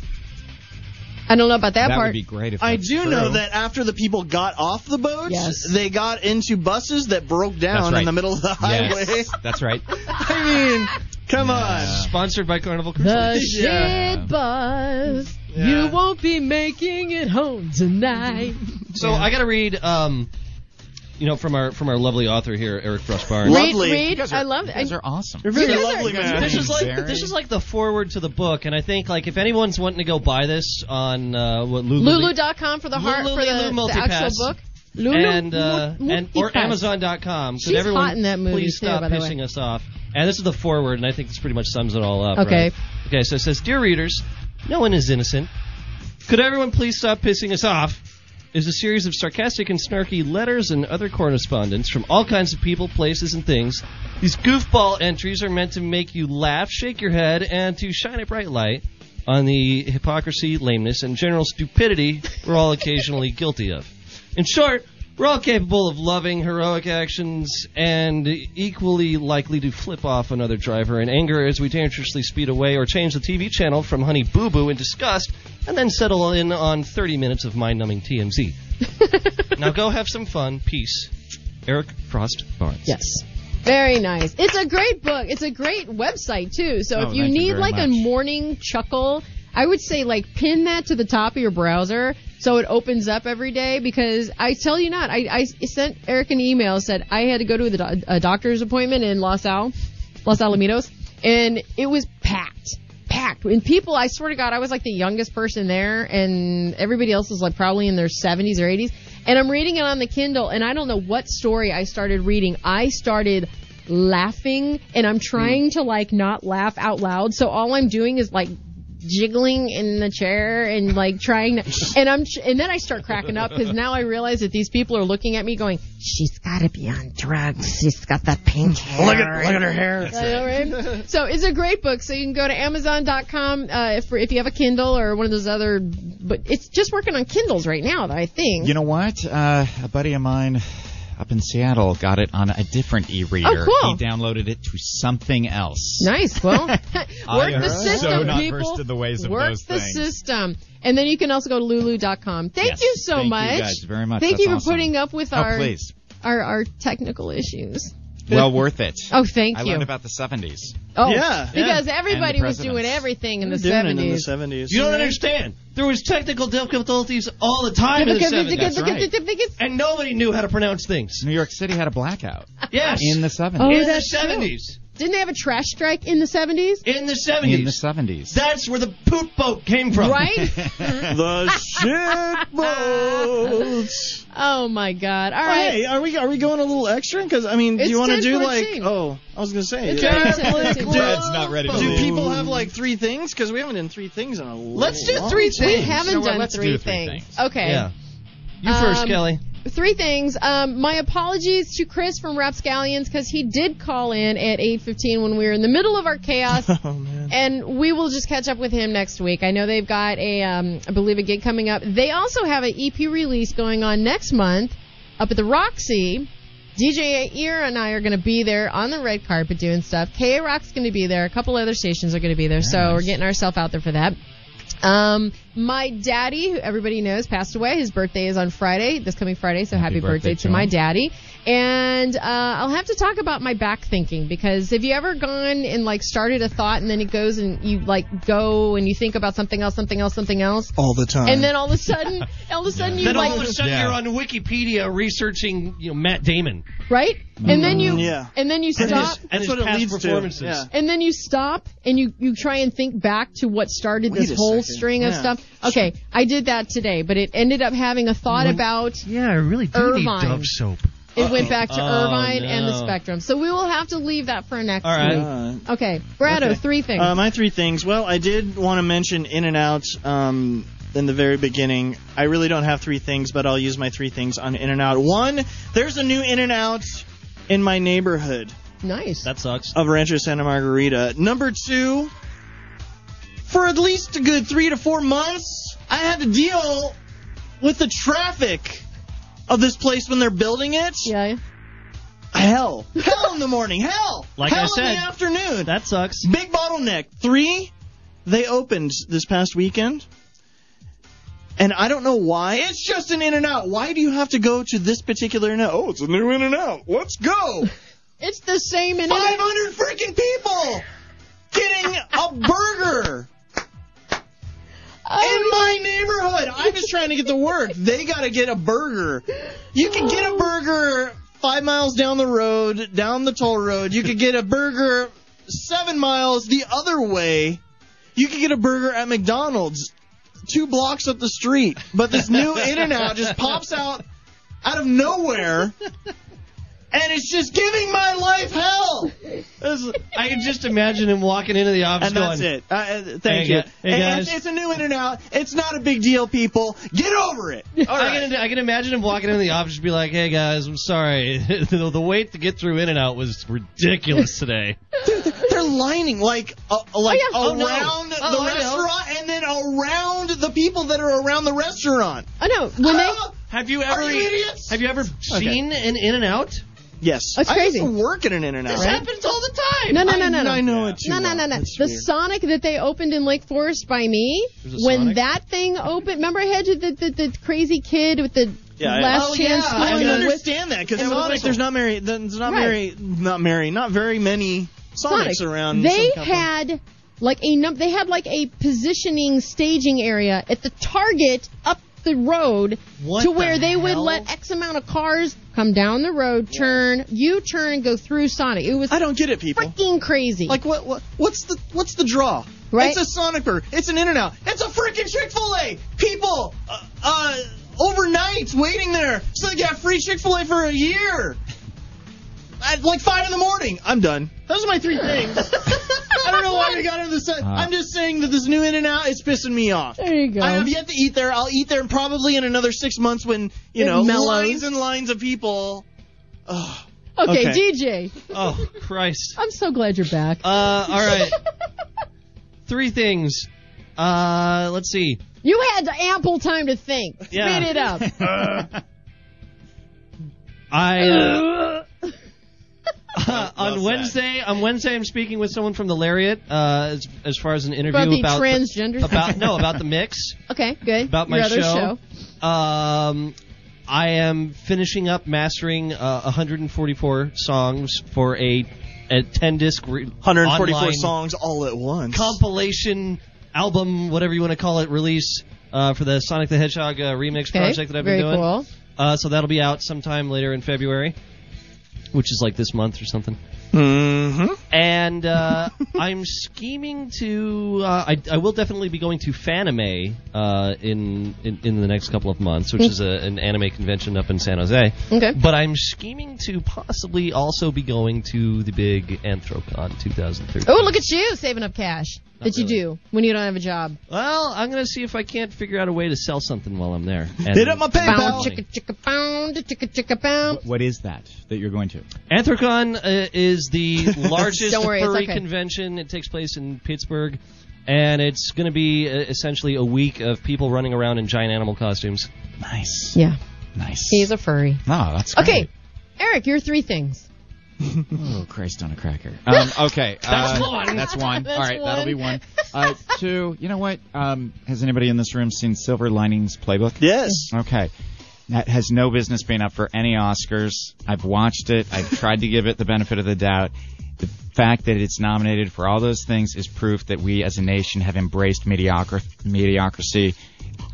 [SPEAKER 3] I don't know about that,
[SPEAKER 6] That
[SPEAKER 3] part.
[SPEAKER 6] would be great if
[SPEAKER 5] I
[SPEAKER 6] that's
[SPEAKER 5] do
[SPEAKER 6] true.
[SPEAKER 5] know that after the people got off the boats,
[SPEAKER 3] Yes.
[SPEAKER 5] they got into buses that broke down
[SPEAKER 6] That's right.
[SPEAKER 5] in the middle of the highway.
[SPEAKER 6] Yes, that's right.
[SPEAKER 5] I mean, come on.
[SPEAKER 4] Sponsored by Carnival Cruise.
[SPEAKER 3] The
[SPEAKER 4] Line.
[SPEAKER 5] Yeah.
[SPEAKER 3] shit buzz.
[SPEAKER 5] Yeah.
[SPEAKER 3] You won't be making it home tonight.
[SPEAKER 4] So I got to read, um, you know, from our from our lovely author here, Eric Frostbarn.
[SPEAKER 5] Lo-
[SPEAKER 3] Read,
[SPEAKER 5] Lovely. You
[SPEAKER 3] read.
[SPEAKER 6] guys are-
[SPEAKER 3] I love
[SPEAKER 6] You guys
[SPEAKER 3] it.
[SPEAKER 6] are awesome.
[SPEAKER 5] You're very
[SPEAKER 3] You guys are-
[SPEAKER 5] lovely, man.
[SPEAKER 4] this is like
[SPEAKER 6] Very-
[SPEAKER 4] this is like the forward to the book, and I think like if anyone's wanting to go buy this on uh, what Lulu
[SPEAKER 3] Lulu.com for the heart for the,
[SPEAKER 4] Lulu
[SPEAKER 3] the
[SPEAKER 4] multipass.
[SPEAKER 3] actual book. Lulu
[SPEAKER 4] and uh,
[SPEAKER 3] mul-
[SPEAKER 4] and or
[SPEAKER 3] multipass.
[SPEAKER 4] Amazon.com. Could
[SPEAKER 3] She's
[SPEAKER 4] everyone
[SPEAKER 3] hot in that movie
[SPEAKER 4] please
[SPEAKER 3] too,
[SPEAKER 4] stop
[SPEAKER 3] by the way.
[SPEAKER 4] pissing us off. And this is the foreword, and I think this pretty much sums it all up.
[SPEAKER 3] Okay.
[SPEAKER 4] right? Okay. So it says, "Dear readers, no one is innocent. Could everyone please stop pissing us off?" Is a series of sarcastic and snarky letters and other correspondence from all kinds of people, places, and things. These goofball entries are meant to make you laugh, shake your head, and to shine a bright light on the hypocrisy, lameness, and general stupidity we're all occasionally guilty of. In short, we're all capable of loving heroic actions and equally likely to flip off another driver in anger as we dangerously speed away or change the TV channel from Honey Boo Boo in disgust and then settle in on 30 minutes of mind numbing TMZ. now go have some fun. Peace. Eric Frost Barnes.
[SPEAKER 3] Yes. Very nice. It's a great book. It's a great website too. So
[SPEAKER 6] Oh,
[SPEAKER 3] if you
[SPEAKER 6] thank you
[SPEAKER 3] need
[SPEAKER 6] very
[SPEAKER 3] like a
[SPEAKER 6] much.
[SPEAKER 3] morning chuckle, I would say like pin that to the top of your browser so it opens up every day because I tell you not, I, I sent Eric an email said I had to go to the do- a doctor's appointment in Los Al, Los Alamitos, and it was packed. Packed. And people, I swear to God, I was like the youngest person there, and everybody else was like probably in their 70s or 80s. And I'm reading it on the Kindle, and I don't know what story I started reading. I started
[SPEAKER 5] Hmm.
[SPEAKER 3] laughing, and I'm trying to like not laugh out loud. So all I'm doing is like jiggling in the chair and like trying to, and I'm, and then I start cracking up because now I realize that these people are looking at me going, she's got to be on drugs. She's got that pink hair.
[SPEAKER 5] Look at look at her hair.
[SPEAKER 3] I know, right? so it's a great book. So you can go to Amazon.com uh, if if you have a Kindle or one of those other. But it's just working on Kindles right now, I think.
[SPEAKER 6] You know what? Uh, a buddy of mine up in Seattle got it on a different e-reader.
[SPEAKER 3] Oh, cool.
[SPEAKER 6] He downloaded it to something else.
[SPEAKER 3] nice. Well, work
[SPEAKER 6] I am
[SPEAKER 3] the system,
[SPEAKER 6] so not
[SPEAKER 3] people.
[SPEAKER 6] versed in the ways of
[SPEAKER 3] work
[SPEAKER 6] those
[SPEAKER 3] the
[SPEAKER 6] things.
[SPEAKER 3] system, and then you can also go to Lulu.com. Thank
[SPEAKER 6] Yes.
[SPEAKER 3] you so
[SPEAKER 6] Thank you
[SPEAKER 3] much.
[SPEAKER 6] guys very much.
[SPEAKER 3] Thank
[SPEAKER 6] That's
[SPEAKER 3] you for
[SPEAKER 6] awesome.
[SPEAKER 3] putting up with
[SPEAKER 6] Oh,
[SPEAKER 3] our,
[SPEAKER 6] please.
[SPEAKER 3] our our technical issues.
[SPEAKER 6] Well worth it.
[SPEAKER 3] Oh, thank
[SPEAKER 6] I
[SPEAKER 3] you.
[SPEAKER 6] learned about the 70s.
[SPEAKER 3] oh,
[SPEAKER 5] Yeah, yeah.
[SPEAKER 3] Because everybody
[SPEAKER 6] And the
[SPEAKER 3] was doing
[SPEAKER 6] presidents.
[SPEAKER 3] everything in the
[SPEAKER 5] Doing it in the
[SPEAKER 3] seventies.
[SPEAKER 5] 70s.
[SPEAKER 4] You don't understand. There was technical difficulties all the time in the 70s.
[SPEAKER 6] That's right.
[SPEAKER 4] And nobody knew how to pronounce things.
[SPEAKER 6] New York City had a blackout
[SPEAKER 4] Yes.
[SPEAKER 6] in the 70s.
[SPEAKER 3] Oh,
[SPEAKER 4] in the
[SPEAKER 3] that's true.
[SPEAKER 4] 70s.
[SPEAKER 3] Didn't they have a trash strike in the seventies?
[SPEAKER 4] In the 70s.
[SPEAKER 6] in the 70s.
[SPEAKER 4] That's where the poop boat came from.
[SPEAKER 3] Right?
[SPEAKER 5] The ship boats.
[SPEAKER 3] oh my God! All right.
[SPEAKER 5] Hey, are we are we going a little extra? Because I mean, do
[SPEAKER 3] It's
[SPEAKER 5] you want to do like?
[SPEAKER 3] 10:14.
[SPEAKER 5] Oh, I was gonna say.
[SPEAKER 3] It's
[SPEAKER 5] yeah.
[SPEAKER 3] Carefully
[SPEAKER 5] Do-
[SPEAKER 3] close.
[SPEAKER 8] Brad's not ready to
[SPEAKER 5] Do
[SPEAKER 8] leave.
[SPEAKER 5] people have like three things? Because we haven't done three things in a
[SPEAKER 4] Let's do
[SPEAKER 5] long
[SPEAKER 4] three
[SPEAKER 3] We
[SPEAKER 4] things.
[SPEAKER 3] haven't
[SPEAKER 6] So, well,
[SPEAKER 3] done
[SPEAKER 6] let's do
[SPEAKER 3] three,
[SPEAKER 6] three
[SPEAKER 3] things.
[SPEAKER 6] things.
[SPEAKER 3] Okay.
[SPEAKER 4] Yeah. You first,
[SPEAKER 3] Um,
[SPEAKER 4] Kelly.
[SPEAKER 3] Three things. Um, my apologies to Chris from Rapscallions because he did call in at 8.15 when we were in the middle of our chaos.
[SPEAKER 5] Oh man.
[SPEAKER 3] and we will just catch up with him next week. I know they've got a, um, I believe, a gig coming up. They also have an EP release going on next month up at the Roxy. DJ Ear and I are going to be there on the red carpet doing stuff. KA Rock's going to be there. A couple other stations are going to be there. So we're getting ourselves out there for that. Um, my daddy, who everybody knows, passed away. His birthday is on Friday, this coming Friday. So happy, birthday,
[SPEAKER 6] birthday
[SPEAKER 3] to
[SPEAKER 6] to
[SPEAKER 3] my
[SPEAKER 6] him.
[SPEAKER 3] daddy. And uh, I'll have to talk about my back thinking because have you ever gone and like started a thought and then it goes and you like go and you think about something else, something else, something else,
[SPEAKER 5] All the time.
[SPEAKER 3] and then all of a sudden, all of a sudden you
[SPEAKER 4] Then
[SPEAKER 3] like
[SPEAKER 4] all of a sudden
[SPEAKER 6] Yeah.
[SPEAKER 4] you're on Wikipedia researching, you know, Matt Damon
[SPEAKER 3] right, and then you
[SPEAKER 5] Mm-hmm. Yeah.
[SPEAKER 3] and then you
[SPEAKER 5] And
[SPEAKER 3] stop.
[SPEAKER 5] it's-
[SPEAKER 4] and his
[SPEAKER 5] what it
[SPEAKER 4] past
[SPEAKER 5] leads to.
[SPEAKER 4] performances.
[SPEAKER 5] Yeah.
[SPEAKER 3] and then you stop and you you try and think back to what started
[SPEAKER 5] Wait
[SPEAKER 3] this
[SPEAKER 5] a
[SPEAKER 3] whole
[SPEAKER 5] second.
[SPEAKER 3] string of
[SPEAKER 5] Yeah.
[SPEAKER 3] stuff. Okay, I did that today, but it ended up having a thought about
[SPEAKER 7] Yeah, I really do
[SPEAKER 3] Irvine.
[SPEAKER 7] need Dove soap.
[SPEAKER 3] it went back to
[SPEAKER 4] Oh,
[SPEAKER 3] Irvine and the
[SPEAKER 4] no.
[SPEAKER 3] spectrum. So we will have to leave that for next
[SPEAKER 4] All right.
[SPEAKER 3] week.
[SPEAKER 5] Uh,
[SPEAKER 3] Okay, Brado,
[SPEAKER 5] Okay.
[SPEAKER 3] three things.
[SPEAKER 5] Uh, my three things. Well, I did want to mention In and Out um, in the very beginning. I really don't have three things, but I'll use my three things on In and Out. One, there's a new In and Out in my neighborhood
[SPEAKER 3] nice.
[SPEAKER 4] That sucks.
[SPEAKER 5] of Rancho Santa Margarita. Number two, for at least a good three to four months, I had to deal with the traffic of this place when they're building it.
[SPEAKER 3] yeah.
[SPEAKER 5] Hell, hell in the morning, hell,
[SPEAKER 4] Like
[SPEAKER 5] hell
[SPEAKER 4] I
[SPEAKER 5] in
[SPEAKER 4] said,
[SPEAKER 5] the afternoon.
[SPEAKER 4] That sucks.
[SPEAKER 5] Big bottleneck. Three, they opened this past weekend. And I don't know why. It's just an in and out. Why do you have to go to this particular in and out? Oh, it's a new in and out. Let's go.
[SPEAKER 3] It's the same in
[SPEAKER 5] 500 freaking people getting a burger in
[SPEAKER 3] Oh,
[SPEAKER 5] my neighborhood. I'm just trying to get to work. They got to get a burger. You can get a burger five miles down the road, down the toll road. You could get a burger seven miles the other way. You could get a burger at McDonald's two blocks up the street. But this new In and Out just pops out out of nowhere. And it's just giving my life hell. This-
[SPEAKER 4] I can just imagine him walking into the office
[SPEAKER 5] and
[SPEAKER 4] going,
[SPEAKER 5] that's it. Uh, Uh, thank
[SPEAKER 4] Hey,
[SPEAKER 5] you.
[SPEAKER 4] gu- hey,
[SPEAKER 5] And
[SPEAKER 4] guys.
[SPEAKER 5] it's, it's a new in and out. It's not a big deal, people. Get over it. All
[SPEAKER 4] I
[SPEAKER 5] right.
[SPEAKER 4] can, I can imagine him walking into the office and be like, "Hey guys, I'm sorry. the, the wait to get through In and Out was ridiculous today.
[SPEAKER 5] They're lining like uh, uh, like
[SPEAKER 3] yeah. Oh,
[SPEAKER 5] around
[SPEAKER 3] no.
[SPEAKER 5] the
[SPEAKER 4] Oh, I know.
[SPEAKER 5] restaurant and then around the people that are around the restaurant.
[SPEAKER 3] no. When they,
[SPEAKER 5] Ah,
[SPEAKER 4] Have you ever
[SPEAKER 5] are you idiots?
[SPEAKER 4] have you ever seen an In and Out?
[SPEAKER 5] yes.
[SPEAKER 3] That's crazy.
[SPEAKER 5] I used to work in an in and out.
[SPEAKER 4] This happens all the time.
[SPEAKER 3] no, no, no, no, no.
[SPEAKER 5] I know it too.
[SPEAKER 3] No, no,
[SPEAKER 5] well.
[SPEAKER 3] no, no.
[SPEAKER 5] That's
[SPEAKER 3] The
[SPEAKER 5] weird.
[SPEAKER 3] Sonic that they opened in Lake Forest by me,
[SPEAKER 4] There's a
[SPEAKER 3] when
[SPEAKER 4] Sonic?
[SPEAKER 3] that thing opened, remember I had you the, the, the crazy kid with the
[SPEAKER 5] Yeah, I-
[SPEAKER 3] last
[SPEAKER 5] oh,
[SPEAKER 3] chance
[SPEAKER 4] yeah,
[SPEAKER 5] I
[SPEAKER 3] saloon
[SPEAKER 5] can
[SPEAKER 4] know.
[SPEAKER 3] and with-
[SPEAKER 5] understand that because
[SPEAKER 4] And with a
[SPEAKER 5] Sonic,
[SPEAKER 4] whistle.
[SPEAKER 5] there's not very, there's not
[SPEAKER 3] Right.
[SPEAKER 5] very, not very, not very many Sonics
[SPEAKER 3] Sonic.
[SPEAKER 5] around.
[SPEAKER 3] They
[SPEAKER 5] some couple.
[SPEAKER 3] had like a num- they had like a positioning staging area at the Target up the road
[SPEAKER 4] What
[SPEAKER 3] to
[SPEAKER 4] the
[SPEAKER 3] where they would
[SPEAKER 4] hell?
[SPEAKER 3] let X amount of cars come down the road, turn, U turn, go through Sonic. It was
[SPEAKER 5] I don't get it, people.
[SPEAKER 3] freaking crazy.
[SPEAKER 5] Like what, what? What's the what's the draw?
[SPEAKER 3] Right.
[SPEAKER 5] It's a Sonic burger. It's an In and Out. It's a freaking Chick Fil A. People, uh, uh, overnight waiting there so they got free Chick Fil A for a year. At like five in the morning. I'm done. Those are my three things. I don't know know why we got into the set. I'm just saying that this new In and Out is pissing me off.
[SPEAKER 3] There you go.
[SPEAKER 5] I have yet to eat there. I'll eat there probably in another six months when you
[SPEAKER 3] It
[SPEAKER 5] know
[SPEAKER 3] mellows.
[SPEAKER 5] lines and lines of people. Ugh.
[SPEAKER 3] okay,
[SPEAKER 4] Okay.
[SPEAKER 3] DJ.
[SPEAKER 4] Oh Christ.
[SPEAKER 3] I'm so glad you're back.
[SPEAKER 4] Uh, all right. Three things. Uh, let's see.
[SPEAKER 3] You had ample time to think.
[SPEAKER 4] Yeah.
[SPEAKER 3] Speed it up.
[SPEAKER 4] I uh,
[SPEAKER 8] Love
[SPEAKER 4] on
[SPEAKER 8] that.
[SPEAKER 4] Wednesday. On Wednesday, I'm speaking with someone from the Lariat. Uh, as, as far as an interview
[SPEAKER 3] About the
[SPEAKER 4] about
[SPEAKER 3] transgender
[SPEAKER 4] about no about the mix.
[SPEAKER 3] okay, good.
[SPEAKER 4] About my
[SPEAKER 3] Your other
[SPEAKER 4] show. Um, I am finishing up mastering uh, 144 songs for a a 10 disc re-
[SPEAKER 5] 144
[SPEAKER 4] online
[SPEAKER 5] songs all at once.
[SPEAKER 4] compilation album, whatever you want to call it, release uh, for the Sonic the Hedgehog uh, remix
[SPEAKER 3] Okay,
[SPEAKER 4] project that I've
[SPEAKER 3] very
[SPEAKER 4] been doing.
[SPEAKER 3] cool.
[SPEAKER 4] Uh, so that'll be out sometime later in February, which is like this month or something.
[SPEAKER 5] Mm-hmm.
[SPEAKER 4] And uh, I'm scheming to. Uh, I, I will definitely be going to Fanime uh, in, in in the next couple of months, which is a, an anime convention up in San Jose.
[SPEAKER 3] Hmm. Okay.
[SPEAKER 4] But I'm scheming to possibly also be going to the big Anthrocon 2013.
[SPEAKER 3] Oh, look at you saving up cash that you
[SPEAKER 4] really.
[SPEAKER 3] do when you don't have a job.
[SPEAKER 4] Well, I'm gonna see if I can't figure out a way to sell something while I'm there. And
[SPEAKER 5] Hit up my PayPal.
[SPEAKER 3] Bound, chicka, chicka, bound, chicka, chicka, bound.
[SPEAKER 6] What is that that you're going to?
[SPEAKER 4] Anthrocon uh, is the largest
[SPEAKER 3] Don't worry, it's
[SPEAKER 4] furry
[SPEAKER 3] okay.
[SPEAKER 4] convention. It takes place in Pittsburgh, and it's gonna be uh, essentially a week of people running around in giant animal costumes.
[SPEAKER 6] Nice.
[SPEAKER 3] Yeah,
[SPEAKER 6] Nice.
[SPEAKER 3] he's a furry.
[SPEAKER 6] oh, that's great.
[SPEAKER 3] Okay, Eric, your three things.
[SPEAKER 6] Oh, Christ on a cracker. Um, okay.
[SPEAKER 4] That's
[SPEAKER 6] uh,
[SPEAKER 4] one.
[SPEAKER 6] That's one.
[SPEAKER 3] That's
[SPEAKER 6] All right,
[SPEAKER 3] one.
[SPEAKER 6] that'll be one. Uh, two, you know what? Um, has anybody in this room seen Silver Linings Playbook?
[SPEAKER 5] Yes.
[SPEAKER 6] Okay. That has no business being up for any Oscars. I've watched it. I've tried to give it the benefit of the doubt. The fact that it's nominated for all those things is proof that we as a nation have embraced mediocre- mediocrity.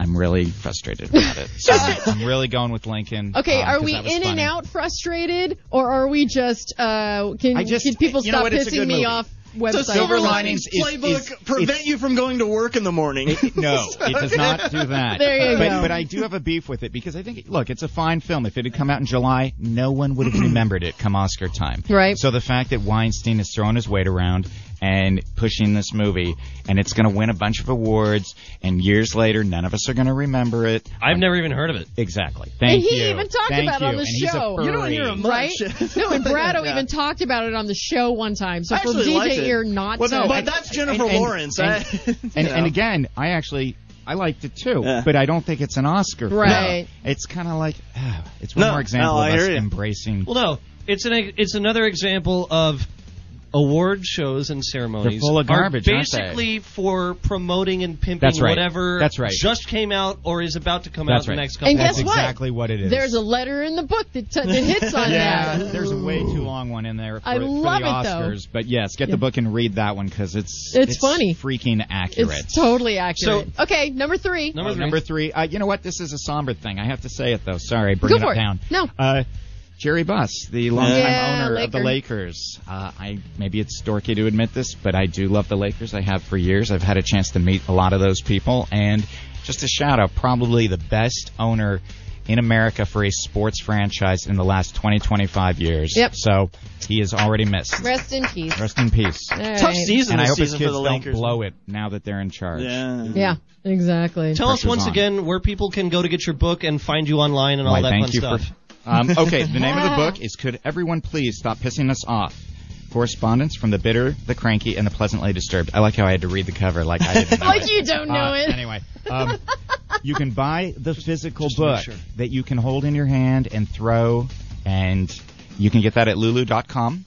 [SPEAKER 6] I'm really frustrated about it. So I'm really going with Lincoln.
[SPEAKER 3] Okay,
[SPEAKER 6] um,
[SPEAKER 3] are
[SPEAKER 6] 'cause
[SPEAKER 3] we
[SPEAKER 6] that was
[SPEAKER 3] in and
[SPEAKER 6] funny.
[SPEAKER 3] out frustrated, or are we just uh? Can,
[SPEAKER 6] I just-
[SPEAKER 3] can people
[SPEAKER 6] you know
[SPEAKER 3] stop
[SPEAKER 6] what, it's a
[SPEAKER 3] pissing
[SPEAKER 6] good
[SPEAKER 3] me
[SPEAKER 6] movie.
[SPEAKER 3] off?
[SPEAKER 5] So
[SPEAKER 3] Website.
[SPEAKER 5] Silver Linings
[SPEAKER 6] Linings is-
[SPEAKER 5] Playbook
[SPEAKER 6] is-
[SPEAKER 5] prevent you from going to work in the morning.
[SPEAKER 6] No, it does not do that.
[SPEAKER 3] There you
[SPEAKER 6] but,
[SPEAKER 3] go.
[SPEAKER 6] but I do have a beef with it because I think, look, it's a fine film. If it had come out in July, no one would have remembered it come Oscar time.
[SPEAKER 3] Right.
[SPEAKER 6] So the fact that Weinstein is throwing his weight around and pushing this movie, and it's going to win a bunch of awards, and years later, none of us are going to remember it.
[SPEAKER 4] I've never even heard of it.
[SPEAKER 6] Exactly. Thank
[SPEAKER 3] he
[SPEAKER 6] you.
[SPEAKER 3] even talked
[SPEAKER 6] Thank
[SPEAKER 3] about it on
[SPEAKER 6] you.
[SPEAKER 3] the
[SPEAKER 6] And he's a
[SPEAKER 3] show. You
[SPEAKER 5] don't hear him
[SPEAKER 6] furry.
[SPEAKER 3] Right?
[SPEAKER 5] Much.
[SPEAKER 3] No, and Brado
[SPEAKER 5] Yeah.
[SPEAKER 3] even talked about it on the show one time. So
[SPEAKER 5] I
[SPEAKER 3] for
[SPEAKER 5] actually liked
[SPEAKER 3] DJ
[SPEAKER 5] it.
[SPEAKER 3] ear not
[SPEAKER 5] Well,
[SPEAKER 3] to.
[SPEAKER 5] no, but that's Jennifer
[SPEAKER 6] and-
[SPEAKER 5] Lawrence.
[SPEAKER 6] and-
[SPEAKER 5] I-
[SPEAKER 6] And,
[SPEAKER 5] you know.
[SPEAKER 6] and again, I actually I liked it too,
[SPEAKER 5] Yeah.
[SPEAKER 6] but I don't think it's an Oscar. film.
[SPEAKER 3] Right.
[SPEAKER 6] It's kind of like ah, it's one
[SPEAKER 5] No,
[SPEAKER 6] more example
[SPEAKER 5] no, I
[SPEAKER 6] of us
[SPEAKER 5] hear you.
[SPEAKER 6] embracing.
[SPEAKER 4] Well, no, it's an it's another example of award shows and ceremonies
[SPEAKER 6] They're full of
[SPEAKER 4] are
[SPEAKER 6] garbage, aren't they?
[SPEAKER 4] basically for promoting and pimping
[SPEAKER 6] That's right.
[SPEAKER 4] whatever
[SPEAKER 6] That's right.
[SPEAKER 4] just came out or is about to come
[SPEAKER 6] That's
[SPEAKER 4] out
[SPEAKER 6] right.
[SPEAKER 4] in the next couple
[SPEAKER 3] And
[SPEAKER 4] of
[SPEAKER 3] guess
[SPEAKER 6] That's
[SPEAKER 4] months.
[SPEAKER 3] what?
[SPEAKER 6] exactly what it is.
[SPEAKER 3] There's a letter in the book that, t- that hits on
[SPEAKER 6] yeah,
[SPEAKER 3] that.
[SPEAKER 6] there's a way too long one in there for,
[SPEAKER 3] I
[SPEAKER 6] for
[SPEAKER 3] love it,
[SPEAKER 6] the
[SPEAKER 3] though.
[SPEAKER 6] Oscars. But yes, get the book and read that one because it's,
[SPEAKER 3] It's funny.
[SPEAKER 6] freaking accurate.
[SPEAKER 3] It's totally accurate. okay, number three.
[SPEAKER 4] Number
[SPEAKER 6] Oh,
[SPEAKER 4] three.
[SPEAKER 6] number three. Uh, you know what? This is a somber thing. I have to say it though. Sorry, bring
[SPEAKER 3] Go
[SPEAKER 6] it
[SPEAKER 3] for
[SPEAKER 6] up
[SPEAKER 3] it.
[SPEAKER 6] down.
[SPEAKER 3] No.
[SPEAKER 6] Uh, Jerry Buss, the longtime
[SPEAKER 3] Yeah,
[SPEAKER 6] owner of the
[SPEAKER 3] Laker.
[SPEAKER 6] Lakers. Uh, I maybe it's dorky to admit this, but I do love the Lakers. I have for years. I've had a chance to meet a lot of those people, and just a shout out, probably the best owner in America for a sports franchise in the last 20, 25 years.
[SPEAKER 3] Yep.
[SPEAKER 6] So he is already missed.
[SPEAKER 3] Rest in peace.
[SPEAKER 6] Rest in peace.
[SPEAKER 3] All
[SPEAKER 5] tough
[SPEAKER 3] right.
[SPEAKER 5] season
[SPEAKER 6] And I
[SPEAKER 5] this
[SPEAKER 6] hope his
[SPEAKER 5] season
[SPEAKER 6] kids
[SPEAKER 5] for the
[SPEAKER 6] don't
[SPEAKER 5] Lakers.
[SPEAKER 6] blow it now that they're in charge.
[SPEAKER 5] Yeah.
[SPEAKER 3] Yeah, exactly.
[SPEAKER 4] Tell us
[SPEAKER 6] Pressure's
[SPEAKER 4] once
[SPEAKER 6] on.
[SPEAKER 4] again where people can go to get your book and find you online and all
[SPEAKER 6] Why,
[SPEAKER 4] that
[SPEAKER 6] thank
[SPEAKER 4] fun
[SPEAKER 6] you
[SPEAKER 4] stuff.
[SPEAKER 6] for. Um, okay, the name of the book is "Could Everyone Please Stop Pissing Us Off." Correspondence from the bitter, the cranky, and the pleasantly disturbed. I like how I had to read the cover, like I didn't know
[SPEAKER 3] Like
[SPEAKER 6] it.
[SPEAKER 3] you don't know
[SPEAKER 6] Uh,
[SPEAKER 3] it.
[SPEAKER 6] Anyway, um, you can buy the physical
[SPEAKER 4] to make
[SPEAKER 6] book
[SPEAKER 4] sure.
[SPEAKER 6] that you can hold in your hand and throw, and you can get that at lulu.com,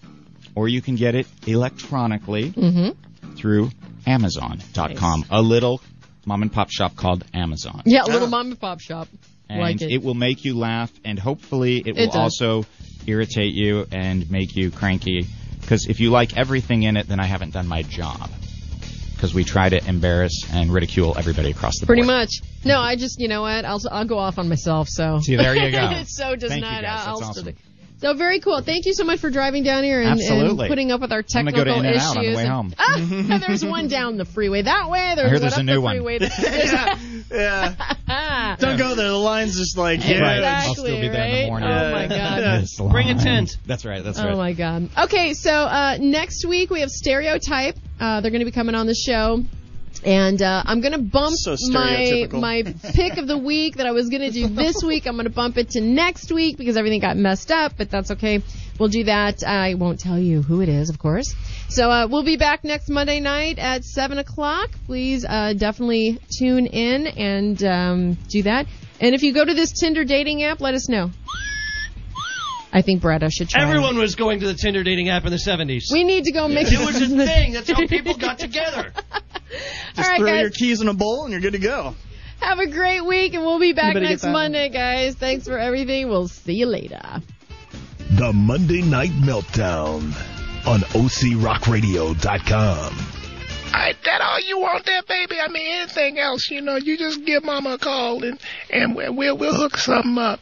[SPEAKER 6] or you can get it electronically
[SPEAKER 4] Mm-hmm.
[SPEAKER 6] through amazon.com, a little mom and pop shop called Amazon
[SPEAKER 3] Yeah, little mom and pop shop.
[SPEAKER 6] and
[SPEAKER 3] like it.
[SPEAKER 6] it. will make you laugh, and hopefully it, will
[SPEAKER 3] does.
[SPEAKER 6] also irritate you and make you cranky. Because if you like everything in it, then I haven't done my job. Because we try to embarrass and ridicule everybody across the
[SPEAKER 3] Pretty
[SPEAKER 6] board.
[SPEAKER 3] much. No, I just you know what? I'll I'll go off on myself. So
[SPEAKER 6] See, there you go.
[SPEAKER 3] it so does
[SPEAKER 6] Thank you,
[SPEAKER 3] not. uh,
[SPEAKER 6] guys.
[SPEAKER 3] I'll
[SPEAKER 6] That's
[SPEAKER 3] still
[SPEAKER 6] awesome.
[SPEAKER 3] do- So very cool. Thank you so much for driving down here and, and
[SPEAKER 6] Absolutely.
[SPEAKER 3] putting up with our
[SPEAKER 6] I'm gonna go
[SPEAKER 3] technical
[SPEAKER 6] to
[SPEAKER 3] issues.
[SPEAKER 6] In-N-Out on the way
[SPEAKER 3] and-
[SPEAKER 6] home.
[SPEAKER 3] Ah, there's one down the freeway that way. There's
[SPEAKER 6] hear
[SPEAKER 3] one
[SPEAKER 6] there's
[SPEAKER 3] up
[SPEAKER 6] a new
[SPEAKER 3] the
[SPEAKER 6] one.
[SPEAKER 3] freeway.
[SPEAKER 5] yeah. Don't go there. The line's just like, yeah.
[SPEAKER 6] Right.
[SPEAKER 3] Exactly,
[SPEAKER 6] I'll still be there in
[SPEAKER 3] right?
[SPEAKER 6] the morning.
[SPEAKER 3] Oh, my God.
[SPEAKER 6] This
[SPEAKER 4] Bring a
[SPEAKER 6] line.
[SPEAKER 4] tent.
[SPEAKER 6] That's right. That's
[SPEAKER 3] Oh
[SPEAKER 6] right.
[SPEAKER 3] my god. Okay, so uh, next week we have Stereotype. Uh, they're going to be coming on the show. And uh, I'm gonna bump
[SPEAKER 5] So
[SPEAKER 3] my
[SPEAKER 5] stereotypical.
[SPEAKER 3] my pick of the week that I was gonna do this week. I'm gonna bump it to next week because everything got messed up, but that's okay. We'll do that. I won't tell you who it is, of course. So uh, we'll be back next Monday night at seven o'clock. Please uh, definitely tune in and um, do that. And if you go to this Tinder dating app, let us know. I think Bretta should try. it.
[SPEAKER 4] Everyone was going to the Tinder dating app in the 70s.
[SPEAKER 3] We need to go make
[SPEAKER 4] it was a thing. That's how people got together.
[SPEAKER 3] All right,
[SPEAKER 5] Throw
[SPEAKER 3] guys.
[SPEAKER 5] your keys in a bowl and you're good to go.
[SPEAKER 3] Have a great week, and we'll be back
[SPEAKER 5] Anybody get
[SPEAKER 3] next
[SPEAKER 5] that?
[SPEAKER 3] Monday, guys. Thanks for everything. We'll see you later.
[SPEAKER 1] The Monday Night Meltdown on OCRockRadio.com.
[SPEAKER 9] I, that all you want there, baby? I mean, anything else, you know, you just give mama a call and, and we- we'll, we'll hook something up.